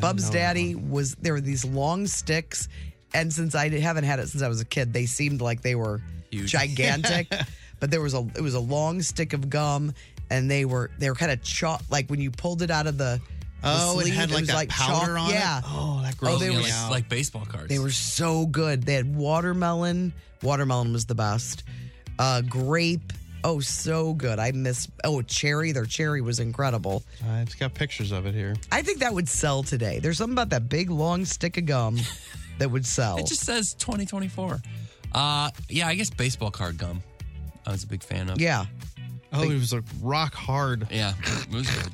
[SPEAKER 3] Bub's daddy was there were these long sticks, and since I haven't had it since I was a kid, they seemed like they were
[SPEAKER 5] Huge.
[SPEAKER 3] gigantic. but there was a it was a long stick of gum, and they were they were kind of chalk like when you pulled it out of the, the
[SPEAKER 4] Oh, it
[SPEAKER 3] sleeve,
[SPEAKER 4] had like
[SPEAKER 3] was
[SPEAKER 4] that powder
[SPEAKER 3] chalk.
[SPEAKER 4] on
[SPEAKER 3] yeah.
[SPEAKER 4] it. Oh, that grossed
[SPEAKER 3] they
[SPEAKER 5] Yeah,
[SPEAKER 4] me
[SPEAKER 3] were-
[SPEAKER 5] like,
[SPEAKER 4] out.
[SPEAKER 5] like baseball cards.
[SPEAKER 3] They were so good. They had watermelon. Watermelon was the best. Uh, grape. Oh, so good. I miss. Oh, cherry. Their cherry was incredible.
[SPEAKER 4] I've got pictures of it here.
[SPEAKER 3] I think that would sell today. There's something about that big long stick of gum that would sell.
[SPEAKER 5] It just says 2024. Uh, yeah, I guess baseball card gum. I was a big fan of.
[SPEAKER 3] yeah.
[SPEAKER 4] Oh, it was like rock hard.
[SPEAKER 5] Yeah, it was good.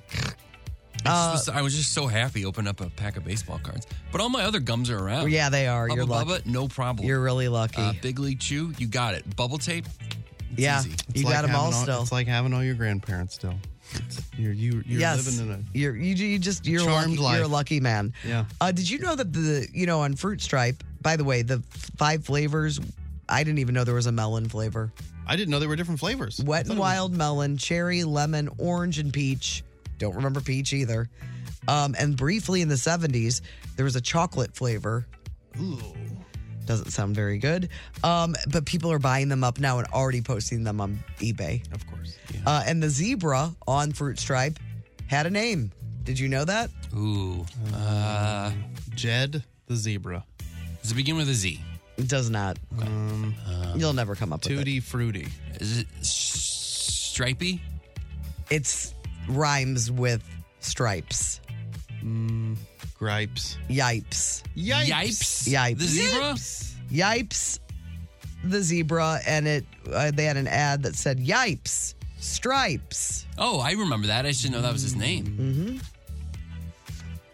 [SPEAKER 5] I, just was, I was just so happy opening up a pack of baseball cards. But all my other gums are around.
[SPEAKER 3] Yeah, they are.
[SPEAKER 5] Hubba
[SPEAKER 3] You're lucky.
[SPEAKER 5] Bubba, no problem.
[SPEAKER 3] You're really lucky.
[SPEAKER 5] uh, Big League Chew, you got it. Bubble tape, it's
[SPEAKER 3] yeah.
[SPEAKER 5] easy.
[SPEAKER 4] It's
[SPEAKER 3] You
[SPEAKER 4] like
[SPEAKER 3] got them all
[SPEAKER 4] having
[SPEAKER 3] still.
[SPEAKER 4] It's like having all your grandparents still. It's, you're you, you're
[SPEAKER 3] yes.
[SPEAKER 4] living in a.
[SPEAKER 3] you're, you, you just, you're,
[SPEAKER 4] Charmed
[SPEAKER 3] lucky,
[SPEAKER 4] life.
[SPEAKER 3] you're a lucky man.
[SPEAKER 4] Yeah.
[SPEAKER 3] Uh, did you know that the, you know, on Fruit Stripe, by the way, the f- five flavors, I didn't even know there was a melon flavor.
[SPEAKER 4] I didn't know there were different flavors.
[SPEAKER 3] Wet and wild melon, cherry, lemon, orange, and peach. Don't remember peach either. Um, and briefly in the 70s, there was a chocolate flavor. Ooh. Doesn't sound very good. Um, but people are buying them up now and already posting them on eBay.
[SPEAKER 4] Of course. Yeah.
[SPEAKER 3] Uh, and the zebra on Fruit Stripe had a name. Did you know that?
[SPEAKER 5] Ooh. Uh,
[SPEAKER 4] Jed the zebra,
[SPEAKER 5] does it begin with a Z?
[SPEAKER 3] It does not.
[SPEAKER 4] Um,
[SPEAKER 3] You'll never come up with it.
[SPEAKER 4] tutti frutti.
[SPEAKER 5] Is it s- stripey?
[SPEAKER 3] It's rhymes with stripes.
[SPEAKER 4] Gripes.
[SPEAKER 3] Yipes.
[SPEAKER 4] Yipes.
[SPEAKER 5] Yipes.
[SPEAKER 3] Yipes.
[SPEAKER 5] The zebra?
[SPEAKER 3] Yipes, the zebra, and it. Uh, they had an ad that said Yipes stripes.
[SPEAKER 5] Oh, I remember that. I just didn't know that was his
[SPEAKER 3] Mm-hmm.
[SPEAKER 5] name.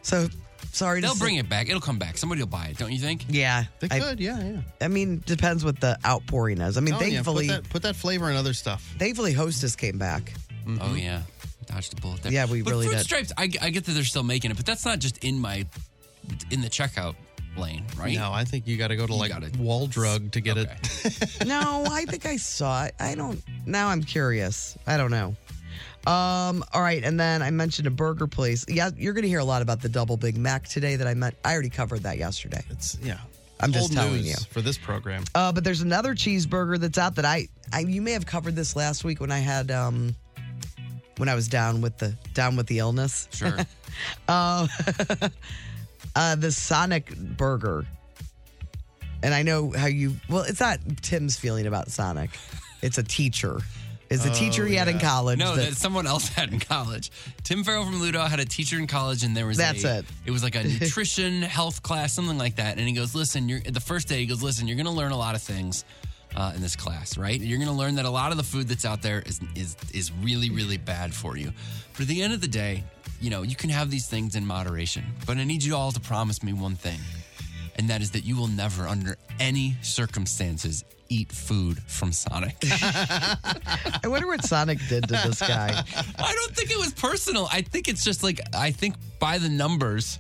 [SPEAKER 3] So sorry.
[SPEAKER 5] They'll
[SPEAKER 3] to
[SPEAKER 5] bring it back. It'll come back. Somebody will buy it, don't you think?
[SPEAKER 3] Yeah,
[SPEAKER 4] They
[SPEAKER 3] I,
[SPEAKER 4] could, yeah, yeah.
[SPEAKER 3] I mean, depends what the outpouring is. I mean,
[SPEAKER 4] Oh, yeah,
[SPEAKER 3] thankfully,
[SPEAKER 4] put, that, put that flavor in other stuff.
[SPEAKER 3] thankfully, Hostess came back.
[SPEAKER 5] Oh yeah, dodged a bullet there.
[SPEAKER 3] Mm-hmm. Yeah, we
[SPEAKER 5] but
[SPEAKER 3] really
[SPEAKER 5] fruit
[SPEAKER 3] did.
[SPEAKER 5] stripes. I, I get that they're still making it, but that's not just in my in the checkout lane, right?
[SPEAKER 4] No, I think you got to go to like
[SPEAKER 5] gotta-
[SPEAKER 4] Wall Drug to get
[SPEAKER 5] Okay.
[SPEAKER 4] it.
[SPEAKER 3] no, I think I saw it. I don't. Now I'm curious. I don't know. Um. All right, and then I mentioned a burger place. Yeah, you're going to hear a lot about the double Big Mac today. That I meant. I already covered that yesterday.
[SPEAKER 4] It's yeah.
[SPEAKER 3] I'm just
[SPEAKER 4] Old
[SPEAKER 3] telling
[SPEAKER 4] news
[SPEAKER 3] you.
[SPEAKER 4] for this program.
[SPEAKER 3] Uh, but there's another cheeseburger that's out that I, I you may have covered this last week when I had um when I was down with the down with the illness.
[SPEAKER 5] Sure.
[SPEAKER 3] Uh, the Sonic burger. And I know how you well, it's not Tim's feeling about Sonic. It's a teacher. It's a teacher he had in college.
[SPEAKER 5] No,
[SPEAKER 3] that-
[SPEAKER 5] that someone else had in college. Tim Farrell from Ludo had a teacher in college, and there was
[SPEAKER 3] That's
[SPEAKER 5] a,
[SPEAKER 3] it.
[SPEAKER 5] It was like a nutrition health class, something like that. And he goes, "Listen, you're the first day. He goes, listen, you're going to learn a lot of things." Uh, in this class, right? You're going to learn that a lot of the food that's out there is is is really really bad for you. But at the end of the day, you know, you can have these things in moderation. But I need you all to promise me one thing, and that is that you will never, under any circumstances, eat food from Sonic.
[SPEAKER 3] I wonder what Sonic did to this guy.
[SPEAKER 5] I don't think it was personal. I think it's just like I think by the numbers,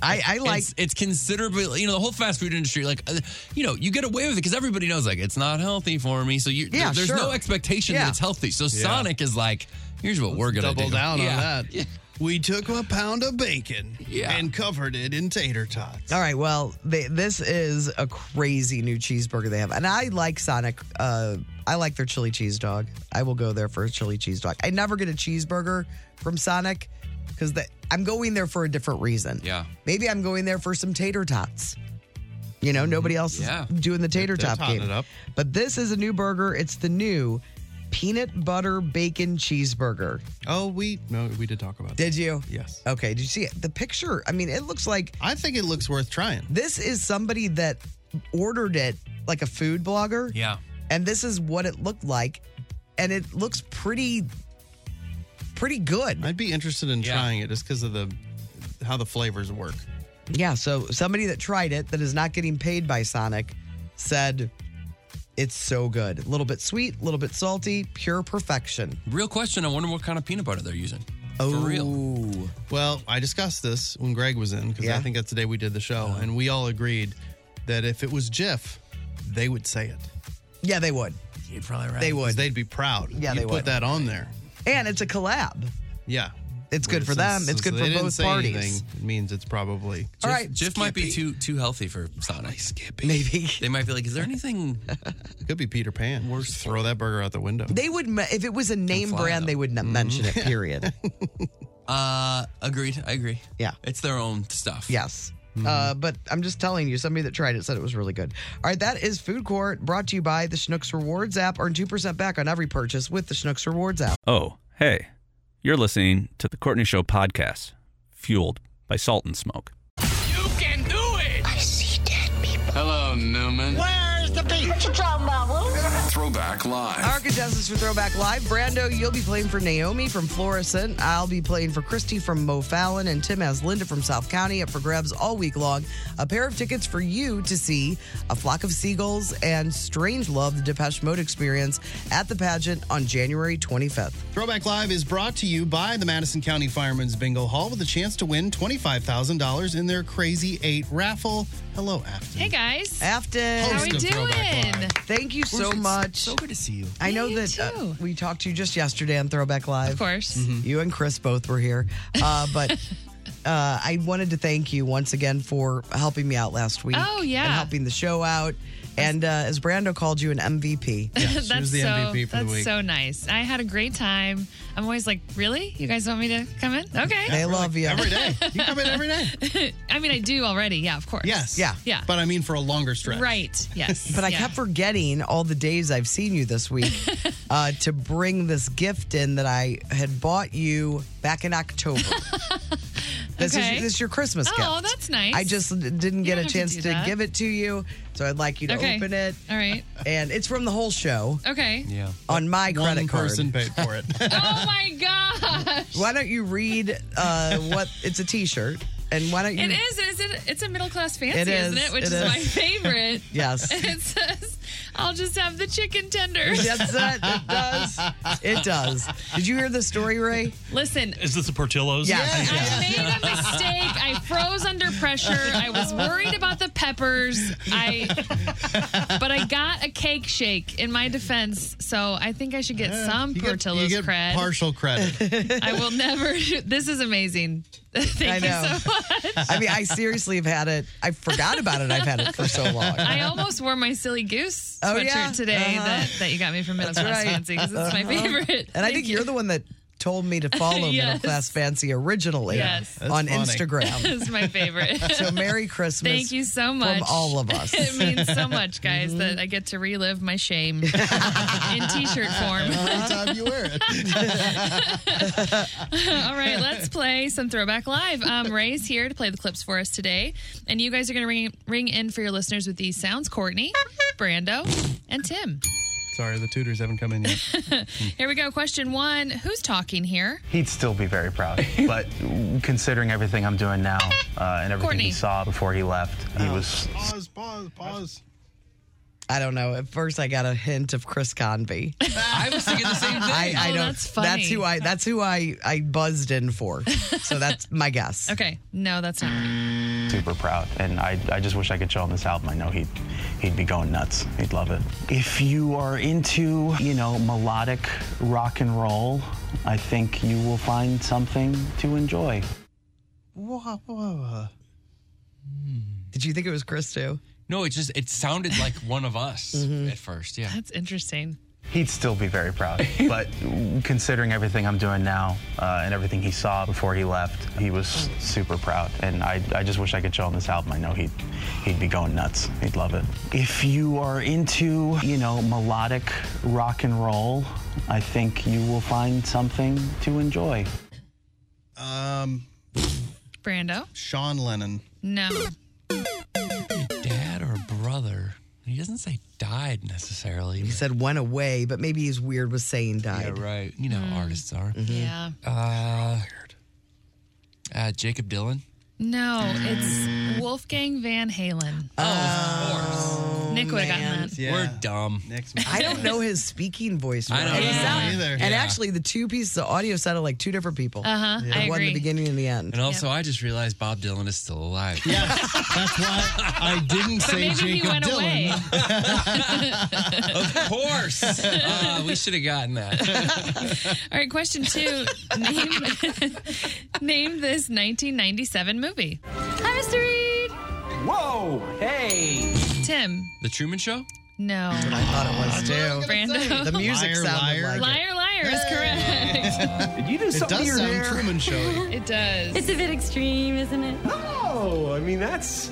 [SPEAKER 3] I, I like
[SPEAKER 5] it's, it's considerably. You know, the whole fast food industry, like uh, you know, you get away with it because everybody knows like it's not healthy for me. So you,
[SPEAKER 3] Yeah,
[SPEAKER 5] there's no
[SPEAKER 3] sure.
[SPEAKER 5] expectation
[SPEAKER 3] Yeah.
[SPEAKER 5] that it's healthy. So Sonic is like, here's what we're gonna
[SPEAKER 4] Double
[SPEAKER 5] do.
[SPEAKER 4] down
[SPEAKER 5] Yeah.
[SPEAKER 4] on that. We took a pound of bacon
[SPEAKER 5] Yeah.
[SPEAKER 4] and covered it in tater tots.
[SPEAKER 3] All right. Well, they, this is a crazy new cheeseburger they have, and I like Sonic. Uh, I like their chili cheese dog. I will go there for a chili cheese dog. I never get a cheeseburger from Sonic because I'm going there for a different reason.
[SPEAKER 5] Yeah.
[SPEAKER 3] Maybe I'm going there for some tater tots. You know, nobody else
[SPEAKER 5] Yeah.
[SPEAKER 3] is doing the tater
[SPEAKER 4] Mm-hmm. They're
[SPEAKER 3] tot
[SPEAKER 4] totting
[SPEAKER 3] game.
[SPEAKER 4] it up.
[SPEAKER 3] But this is a new burger. It's the new peanut butter bacon cheeseburger.
[SPEAKER 4] Oh, we no, we did talk about that.
[SPEAKER 3] Did Uh, you?
[SPEAKER 4] Yes.
[SPEAKER 3] Okay. Did you see it? the picture? I mean, it looks like
[SPEAKER 4] I think it looks worth trying.
[SPEAKER 3] this is somebody that ordered it like a food blogger.
[SPEAKER 5] Yeah.
[SPEAKER 3] and this is what it looked like and it looks pretty pretty good
[SPEAKER 4] I'd be interested in
[SPEAKER 5] Yeah.
[SPEAKER 4] trying it just because of the how the flavors work.
[SPEAKER 3] yeah so somebody that tried it that is not getting paid by sonic said it's so good a little bit sweet a little bit salty pure perfection
[SPEAKER 5] Real question. I wonder what kind of peanut butter they're using. For real.
[SPEAKER 3] Ooh.
[SPEAKER 4] Well, I discussed this when Greg was in because
[SPEAKER 3] Yeah.
[SPEAKER 4] I think that's the day we did the show, and we all agreed that if it was Jif, they would say it.
[SPEAKER 3] yeah they would
[SPEAKER 5] You're probably right.
[SPEAKER 3] they
[SPEAKER 4] 'Cause
[SPEAKER 3] would
[SPEAKER 4] They'd be proud.
[SPEAKER 3] Yeah,
[SPEAKER 4] you
[SPEAKER 3] they
[SPEAKER 4] put
[SPEAKER 3] would.
[SPEAKER 4] that on there.
[SPEAKER 3] and it's a collab
[SPEAKER 4] Yeah,
[SPEAKER 3] It's good
[SPEAKER 4] Well,
[SPEAKER 3] for
[SPEAKER 4] since-
[SPEAKER 3] them. It's
[SPEAKER 4] since
[SPEAKER 3] good
[SPEAKER 4] they
[SPEAKER 3] for
[SPEAKER 4] didn't
[SPEAKER 3] both
[SPEAKER 4] say
[SPEAKER 3] parties.
[SPEAKER 4] it means it's probably
[SPEAKER 3] all
[SPEAKER 5] Jif-
[SPEAKER 3] right
[SPEAKER 5] Jif might be too too healthy for Sonic.
[SPEAKER 3] maybe
[SPEAKER 5] They might be like, is there anything?
[SPEAKER 4] it could be Peter Pan. Just throw that burger out the window.
[SPEAKER 3] they would me- if it was a name
[SPEAKER 5] fly,
[SPEAKER 3] brand
[SPEAKER 5] though. Mm-hmm.
[SPEAKER 3] they would not mention it period
[SPEAKER 5] uh, agreed. I agree.
[SPEAKER 3] Yeah.
[SPEAKER 5] It's their own stuff.
[SPEAKER 3] Yes. Uh, but I'm just telling you, somebody that tried it said it was really good. All right, that is Food Court brought to you by the Schnooks Rewards app. Earn 2% back on every purchase with the Schnooks Rewards app.
[SPEAKER 1] Oh, hey, you're listening to the Courtney Show podcast, fueled by Salt and Smoke.
[SPEAKER 6] Throwback Live.
[SPEAKER 3] Our contestants for Throwback Live Brando, you'll be playing for Naomi from Florissant. I'll be playing for Christy from Mo Fallon. And Tim has Linda from South County up for grabs all week long. A pair of tickets for you to see A Flock of Seagulls and Strange Love, the Depeche Mode experience at the pageant on January 25th.
[SPEAKER 4] Throwback Live is brought to you by the Madison County Firemen's Bingo Hall with a chance to win $25,000 in their Crazy Eight raffle. Hello, Afton.
[SPEAKER 9] Hey guys,
[SPEAKER 3] Afton.
[SPEAKER 9] how are we
[SPEAKER 4] Host of Throwback
[SPEAKER 9] doing?
[SPEAKER 4] Live.
[SPEAKER 3] Thank you so
[SPEAKER 5] It's
[SPEAKER 3] much.
[SPEAKER 5] So good to see you.
[SPEAKER 3] I
[SPEAKER 9] Yeah,
[SPEAKER 3] know
[SPEAKER 9] you
[SPEAKER 3] that uh,
[SPEAKER 9] too.
[SPEAKER 3] we talked to you just yesterday on Throwback Live.
[SPEAKER 9] Of course.
[SPEAKER 3] You and Chris both were here. Uh, but uh, I wanted to thank you once again for helping me out last week.
[SPEAKER 9] Oh, yeah.
[SPEAKER 3] And helping the show out. And uh, as Brando called you an MVP.
[SPEAKER 4] she was
[SPEAKER 9] that's
[SPEAKER 4] the
[SPEAKER 9] so
[SPEAKER 4] MVP for the
[SPEAKER 9] that's
[SPEAKER 4] week.
[SPEAKER 9] so nice. I had a great time. I'm always like, really? You guys want me to come in? Okay.
[SPEAKER 3] They love you.
[SPEAKER 4] Every day. You come in every day.
[SPEAKER 9] I mean, I do already. Yeah, of course.
[SPEAKER 4] Yes.
[SPEAKER 3] Yeah.
[SPEAKER 9] Yeah.
[SPEAKER 4] But I mean for a longer stretch.
[SPEAKER 9] Right. Yes.
[SPEAKER 3] But I
[SPEAKER 9] Yeah.
[SPEAKER 3] kept forgetting all the days I've seen you this week uh, to bring this gift in that I had bought you back in October. this,
[SPEAKER 9] Okay.
[SPEAKER 3] is, this is your Christmas gift.
[SPEAKER 9] Oh, that's nice.
[SPEAKER 3] I just didn't get
[SPEAKER 9] don't
[SPEAKER 3] a
[SPEAKER 9] have to
[SPEAKER 3] chance to,
[SPEAKER 9] do that.
[SPEAKER 3] give it to you, so I'd like you to
[SPEAKER 9] Okay.
[SPEAKER 3] open it.
[SPEAKER 9] All right.
[SPEAKER 3] And it's from the whole show
[SPEAKER 9] Okay.
[SPEAKER 5] Yeah.
[SPEAKER 3] on my
[SPEAKER 4] One
[SPEAKER 3] credit card.
[SPEAKER 4] person paid for it.
[SPEAKER 9] Oh my gosh.
[SPEAKER 3] Why don't you read uh, what? It's a T-shirt, and why don't you?
[SPEAKER 9] It is. Is it? It's a middle class fancy,
[SPEAKER 3] It
[SPEAKER 9] is,
[SPEAKER 3] is,
[SPEAKER 9] not it? Which
[SPEAKER 3] it
[SPEAKER 9] is,
[SPEAKER 3] is.
[SPEAKER 9] my favorite.
[SPEAKER 3] Yes.
[SPEAKER 9] It says, "I'll just have the chicken tenders."
[SPEAKER 3] That's it. It does. It does. Did you hear the story, Ray?
[SPEAKER 9] Listen,
[SPEAKER 10] Is this a Portillo's?
[SPEAKER 3] Yes.
[SPEAKER 9] I made a mistake. I froze under pressure. I was worried about the peppers. I but I got a cake shake in my defense, so I think I should get some
[SPEAKER 4] You get-
[SPEAKER 9] Portillo's
[SPEAKER 4] you get
[SPEAKER 9] cred.
[SPEAKER 4] Partial credit.
[SPEAKER 9] I will never. This is amazing.
[SPEAKER 3] I
[SPEAKER 9] Thank you
[SPEAKER 3] know.
[SPEAKER 9] so much.
[SPEAKER 3] I mean, I seriously have had it. I forgot about it. I've had it for so long.
[SPEAKER 9] I almost wore my silly goose
[SPEAKER 3] Oh,
[SPEAKER 9] sweatshirt
[SPEAKER 3] yeah.
[SPEAKER 9] today
[SPEAKER 3] Uh-huh.
[SPEAKER 9] that, that you got me from Middle
[SPEAKER 3] That's
[SPEAKER 9] Class
[SPEAKER 3] right. Uh-huh.
[SPEAKER 9] Fancy because it's my favorite.
[SPEAKER 3] and I
[SPEAKER 9] Thank
[SPEAKER 3] think
[SPEAKER 9] you.
[SPEAKER 3] you're the one that told me to follow
[SPEAKER 9] Yes.
[SPEAKER 3] Middle Class Fancy originally
[SPEAKER 9] Yes. That's
[SPEAKER 3] on
[SPEAKER 4] funny.
[SPEAKER 3] Instagram.
[SPEAKER 9] This is my favorite.
[SPEAKER 3] So Merry Christmas.
[SPEAKER 9] Thank you so much.
[SPEAKER 3] From all of us.
[SPEAKER 9] it means so much, guys, that I get to relive my shame in t-shirt form.
[SPEAKER 4] Every time you wear it.
[SPEAKER 9] all right, let's play some Throwback Live. Um, Ray's here to play the clips for us today, and you guys are going to ring ring in for your listeners with these sounds: Courtney, Brando, and Tim.
[SPEAKER 4] Sorry, the tutors haven't come in yet.
[SPEAKER 9] Here we go. Question one: Who's talking here?
[SPEAKER 11] He'd still be very proud. But considering everything I'm doing now uh, and everything
[SPEAKER 9] Courtney.
[SPEAKER 11] he saw before he left, he was
[SPEAKER 4] Pause, pause, pause.
[SPEAKER 3] I don't know. At first, I got a hint of Chris Convey.
[SPEAKER 5] I was thinking the same thing.
[SPEAKER 3] I, I
[SPEAKER 9] Oh,
[SPEAKER 3] don't.
[SPEAKER 9] that's funny.
[SPEAKER 3] who I. That's who I. I buzzed in for. So that's my guess.
[SPEAKER 9] Okay, no, that's not right.
[SPEAKER 11] super proud. And I, I just wish I could show him this album. I know he'd, he'd be going nuts. He'd love it. If you are into, you know, melodic rock and roll, I think you will find something to enjoy.
[SPEAKER 4] Whoa, whoa, whoa.
[SPEAKER 3] Did you think it was Chris too?
[SPEAKER 5] No, it just it sounded like one of us at first. Yeah.
[SPEAKER 9] That's interesting.
[SPEAKER 11] He'd still be very proud. But considering everything I'm doing now uh, and everything he saw before he left, he was super proud. And I, I just wish I could show him this album. I know he'd, he'd be going nuts. He'd love it. If you are into, you know, melodic rock and roll, I think you will find something to enjoy.
[SPEAKER 4] Um,
[SPEAKER 9] Brando?
[SPEAKER 4] Sean Lennon.
[SPEAKER 9] No.
[SPEAKER 5] Dad or brother? He doesn't say died necessarily.
[SPEAKER 3] He said went away, but maybe he's weird with saying died.
[SPEAKER 5] Yeah, right. You know, how artists are.
[SPEAKER 9] Yeah.
[SPEAKER 5] Uh, uh, Jacob Dylan.
[SPEAKER 9] No, it's Wolfgang Van Halen.
[SPEAKER 5] Oh, of course.
[SPEAKER 9] Nick would have gotten that.
[SPEAKER 5] We're dumb. Next
[SPEAKER 3] I don't know his speaking voice.
[SPEAKER 5] I don't
[SPEAKER 3] right?
[SPEAKER 5] know
[SPEAKER 3] It's not-
[SPEAKER 5] either.
[SPEAKER 3] And
[SPEAKER 5] Yeah.
[SPEAKER 3] actually, the two pieces of audio sounded like two different people.
[SPEAKER 9] Uh-huh,
[SPEAKER 3] The
[SPEAKER 9] I
[SPEAKER 3] one in
[SPEAKER 9] agree.
[SPEAKER 3] the beginning and the end.
[SPEAKER 5] And also, I just realized Bob Dylan is still alive.
[SPEAKER 4] That's why I didn't
[SPEAKER 9] But
[SPEAKER 4] say
[SPEAKER 9] maybe he
[SPEAKER 4] Jacob
[SPEAKER 9] went
[SPEAKER 4] Dylan.
[SPEAKER 9] away.
[SPEAKER 5] of course. Uh, we should have gotten that.
[SPEAKER 9] All right, question two. Name, name this 1997 movie. Hi, Mr. Reed.
[SPEAKER 11] Whoa! Hey!
[SPEAKER 9] Tim.
[SPEAKER 5] The Truman Show?
[SPEAKER 9] No.
[SPEAKER 3] I thought it was too.
[SPEAKER 9] Brando.
[SPEAKER 3] The music
[SPEAKER 4] Liar,
[SPEAKER 3] sounded
[SPEAKER 4] liar.
[SPEAKER 3] like it.
[SPEAKER 9] Liar, liar is correct.
[SPEAKER 11] Did you do
[SPEAKER 4] It does sound Truman Show.
[SPEAKER 9] It does.
[SPEAKER 10] It's a bit extreme, isn't it?
[SPEAKER 11] Oh, I mean, that's.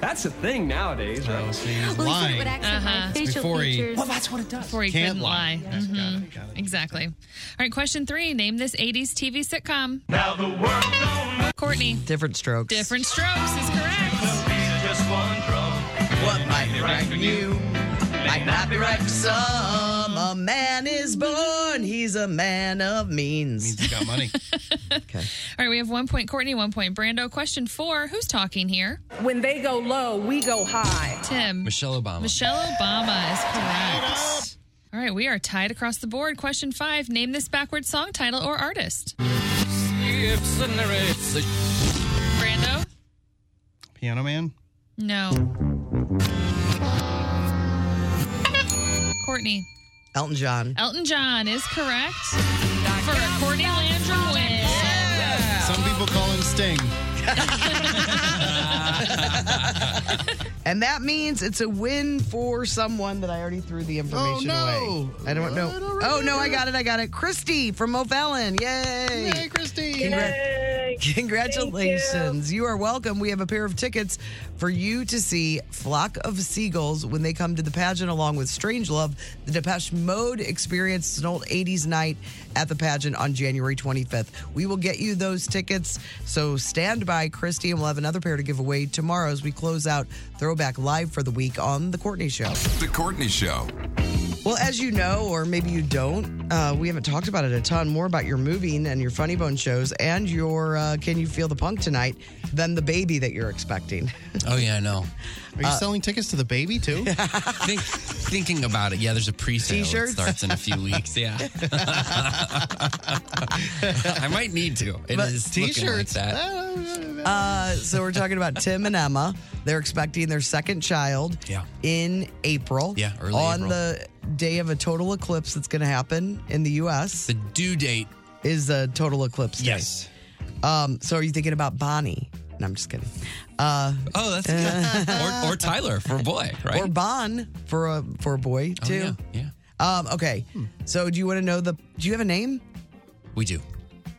[SPEAKER 11] That's a thing nowadays, right?
[SPEAKER 10] Well, he said it would
[SPEAKER 4] Oh, Lying.
[SPEAKER 10] accent
[SPEAKER 9] Uh-huh.
[SPEAKER 10] my facial
[SPEAKER 4] before he-
[SPEAKER 10] features.
[SPEAKER 11] that's what it does.
[SPEAKER 9] Before he
[SPEAKER 4] Can't
[SPEAKER 9] couldn't
[SPEAKER 4] lie.
[SPEAKER 9] lie. Mhm. Exactly. All right, question three. Name this 80s TV sitcom. Now the world Courtney.
[SPEAKER 3] Different strokes.
[SPEAKER 9] Different strokes is correct.
[SPEAKER 3] What might be right for you might not be right for some. A man is born, he's a man of means.
[SPEAKER 4] Means he got money.
[SPEAKER 9] All right, we have one point Courtney, one point Brando. Question four. Who's talking here?
[SPEAKER 8] When they go low, we go high.
[SPEAKER 9] Tim.
[SPEAKER 5] Michelle Obama.
[SPEAKER 9] Michelle Obama is correct. All right, we are tied across the board. Question five Name this backward song title or artist. Brando?
[SPEAKER 4] Piano Man.
[SPEAKER 9] No. Courtney.
[SPEAKER 3] Elton John.
[SPEAKER 9] Elton John is correct for a Courtney Landrum win.
[SPEAKER 4] Some people call him Sting.
[SPEAKER 3] And that means it's a win for someone that I already threw the information
[SPEAKER 4] Oh, no.
[SPEAKER 3] away. I don't know. Oh, no, I got it. I got it. Christy from O'Fallon. Yay.
[SPEAKER 4] Hey, Christy.
[SPEAKER 3] Congratulations. You. are welcome. We have a pair of tickets for you to see Flock of Seagulls when they come to the pageant along with Strangelove. The Depeche Mode experienced an old 80s night at the pageant on January 25th. We will get you those tickets. So stand by, Christy, and we'll have another pair to give away tomorrow as we close out Throwback Live for the week on The Courtney Show.
[SPEAKER 6] The Courtney Show.
[SPEAKER 3] Well, as you know, or maybe you don't, uh, we haven't talked about it a ton. More about your moving and your Funny Bone shows and your uh, Can You Feel the Punk Tonight than the baby that you're expecting.
[SPEAKER 5] Oh, yeah, I know.
[SPEAKER 4] Are you
[SPEAKER 3] Uh,
[SPEAKER 4] selling tickets to the baby too?
[SPEAKER 5] Think, thinking about it, yeah, there's a pre-sale that
[SPEAKER 3] T-shirts?
[SPEAKER 5] starts in a few weeks. Yeah, I might need to. It is looking like
[SPEAKER 4] T-shirts.
[SPEAKER 5] that.
[SPEAKER 3] Uh, so we're talking about Tim and Emma. They're expecting their second child
[SPEAKER 5] Yeah.
[SPEAKER 3] in April.
[SPEAKER 5] Yeah, early
[SPEAKER 3] on
[SPEAKER 5] April.
[SPEAKER 3] the day of a total eclipse that's going to happen in the U.S.
[SPEAKER 5] The due date.
[SPEAKER 3] is a total eclipse. Day.
[SPEAKER 5] Yes.
[SPEAKER 3] Um, so are you thinking about Bonnie? No, I'm just kidding. Uh,
[SPEAKER 5] Oh, that's good. or, or Tyler for boy, right?
[SPEAKER 3] Or Bon for a for a boy
[SPEAKER 5] Oh,
[SPEAKER 3] too.
[SPEAKER 5] yeah, yeah, Hmm.
[SPEAKER 3] Um, okay. So do you want to know the do you have a name?
[SPEAKER 5] we do.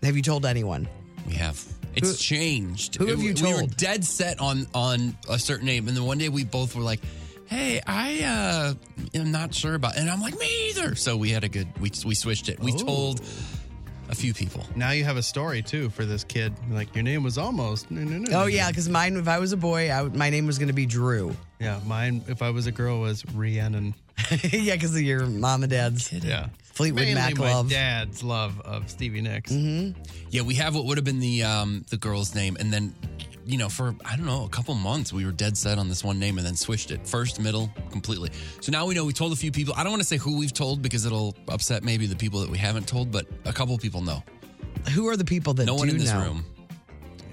[SPEAKER 3] Have you told anyone?
[SPEAKER 5] We have. It's changed.
[SPEAKER 3] who have
[SPEAKER 5] It-
[SPEAKER 3] you
[SPEAKER 5] We were
[SPEAKER 3] told?
[SPEAKER 5] dead set on on a certain name, and then one day we both were like, "Hey, I uh, am not sure about," and I'm like, "Me either." So we had a good. We we switched it.
[SPEAKER 3] Oh.
[SPEAKER 5] We told a few people.
[SPEAKER 4] Now you have a story too for this kid. Like your name was almost. No, no, no.
[SPEAKER 3] Oh yeah, because mine if I was a boy, I, would- my name was going to be Drew.
[SPEAKER 4] Yeah, mine. If I was a girl, was Rhiannon.
[SPEAKER 3] yeah, because of your mom and dad's
[SPEAKER 4] Yeah.
[SPEAKER 3] Fleetwood
[SPEAKER 4] Mainly
[SPEAKER 3] Mac
[SPEAKER 4] my
[SPEAKER 3] love.
[SPEAKER 4] dad's love of Stevie Nicks.
[SPEAKER 5] Mm-hmm. Yeah, we have what would have been the um, the girl's name, and then you know for I don't know a couple months we were dead set on this one name, and then switched it first, middle, completely. So now we know we told a few people. I don't want to say who we've told because it'll upset maybe the people that we haven't told, but a couple people know.
[SPEAKER 3] Who are the people that
[SPEAKER 5] No
[SPEAKER 3] do
[SPEAKER 5] one in this
[SPEAKER 3] know?
[SPEAKER 5] room.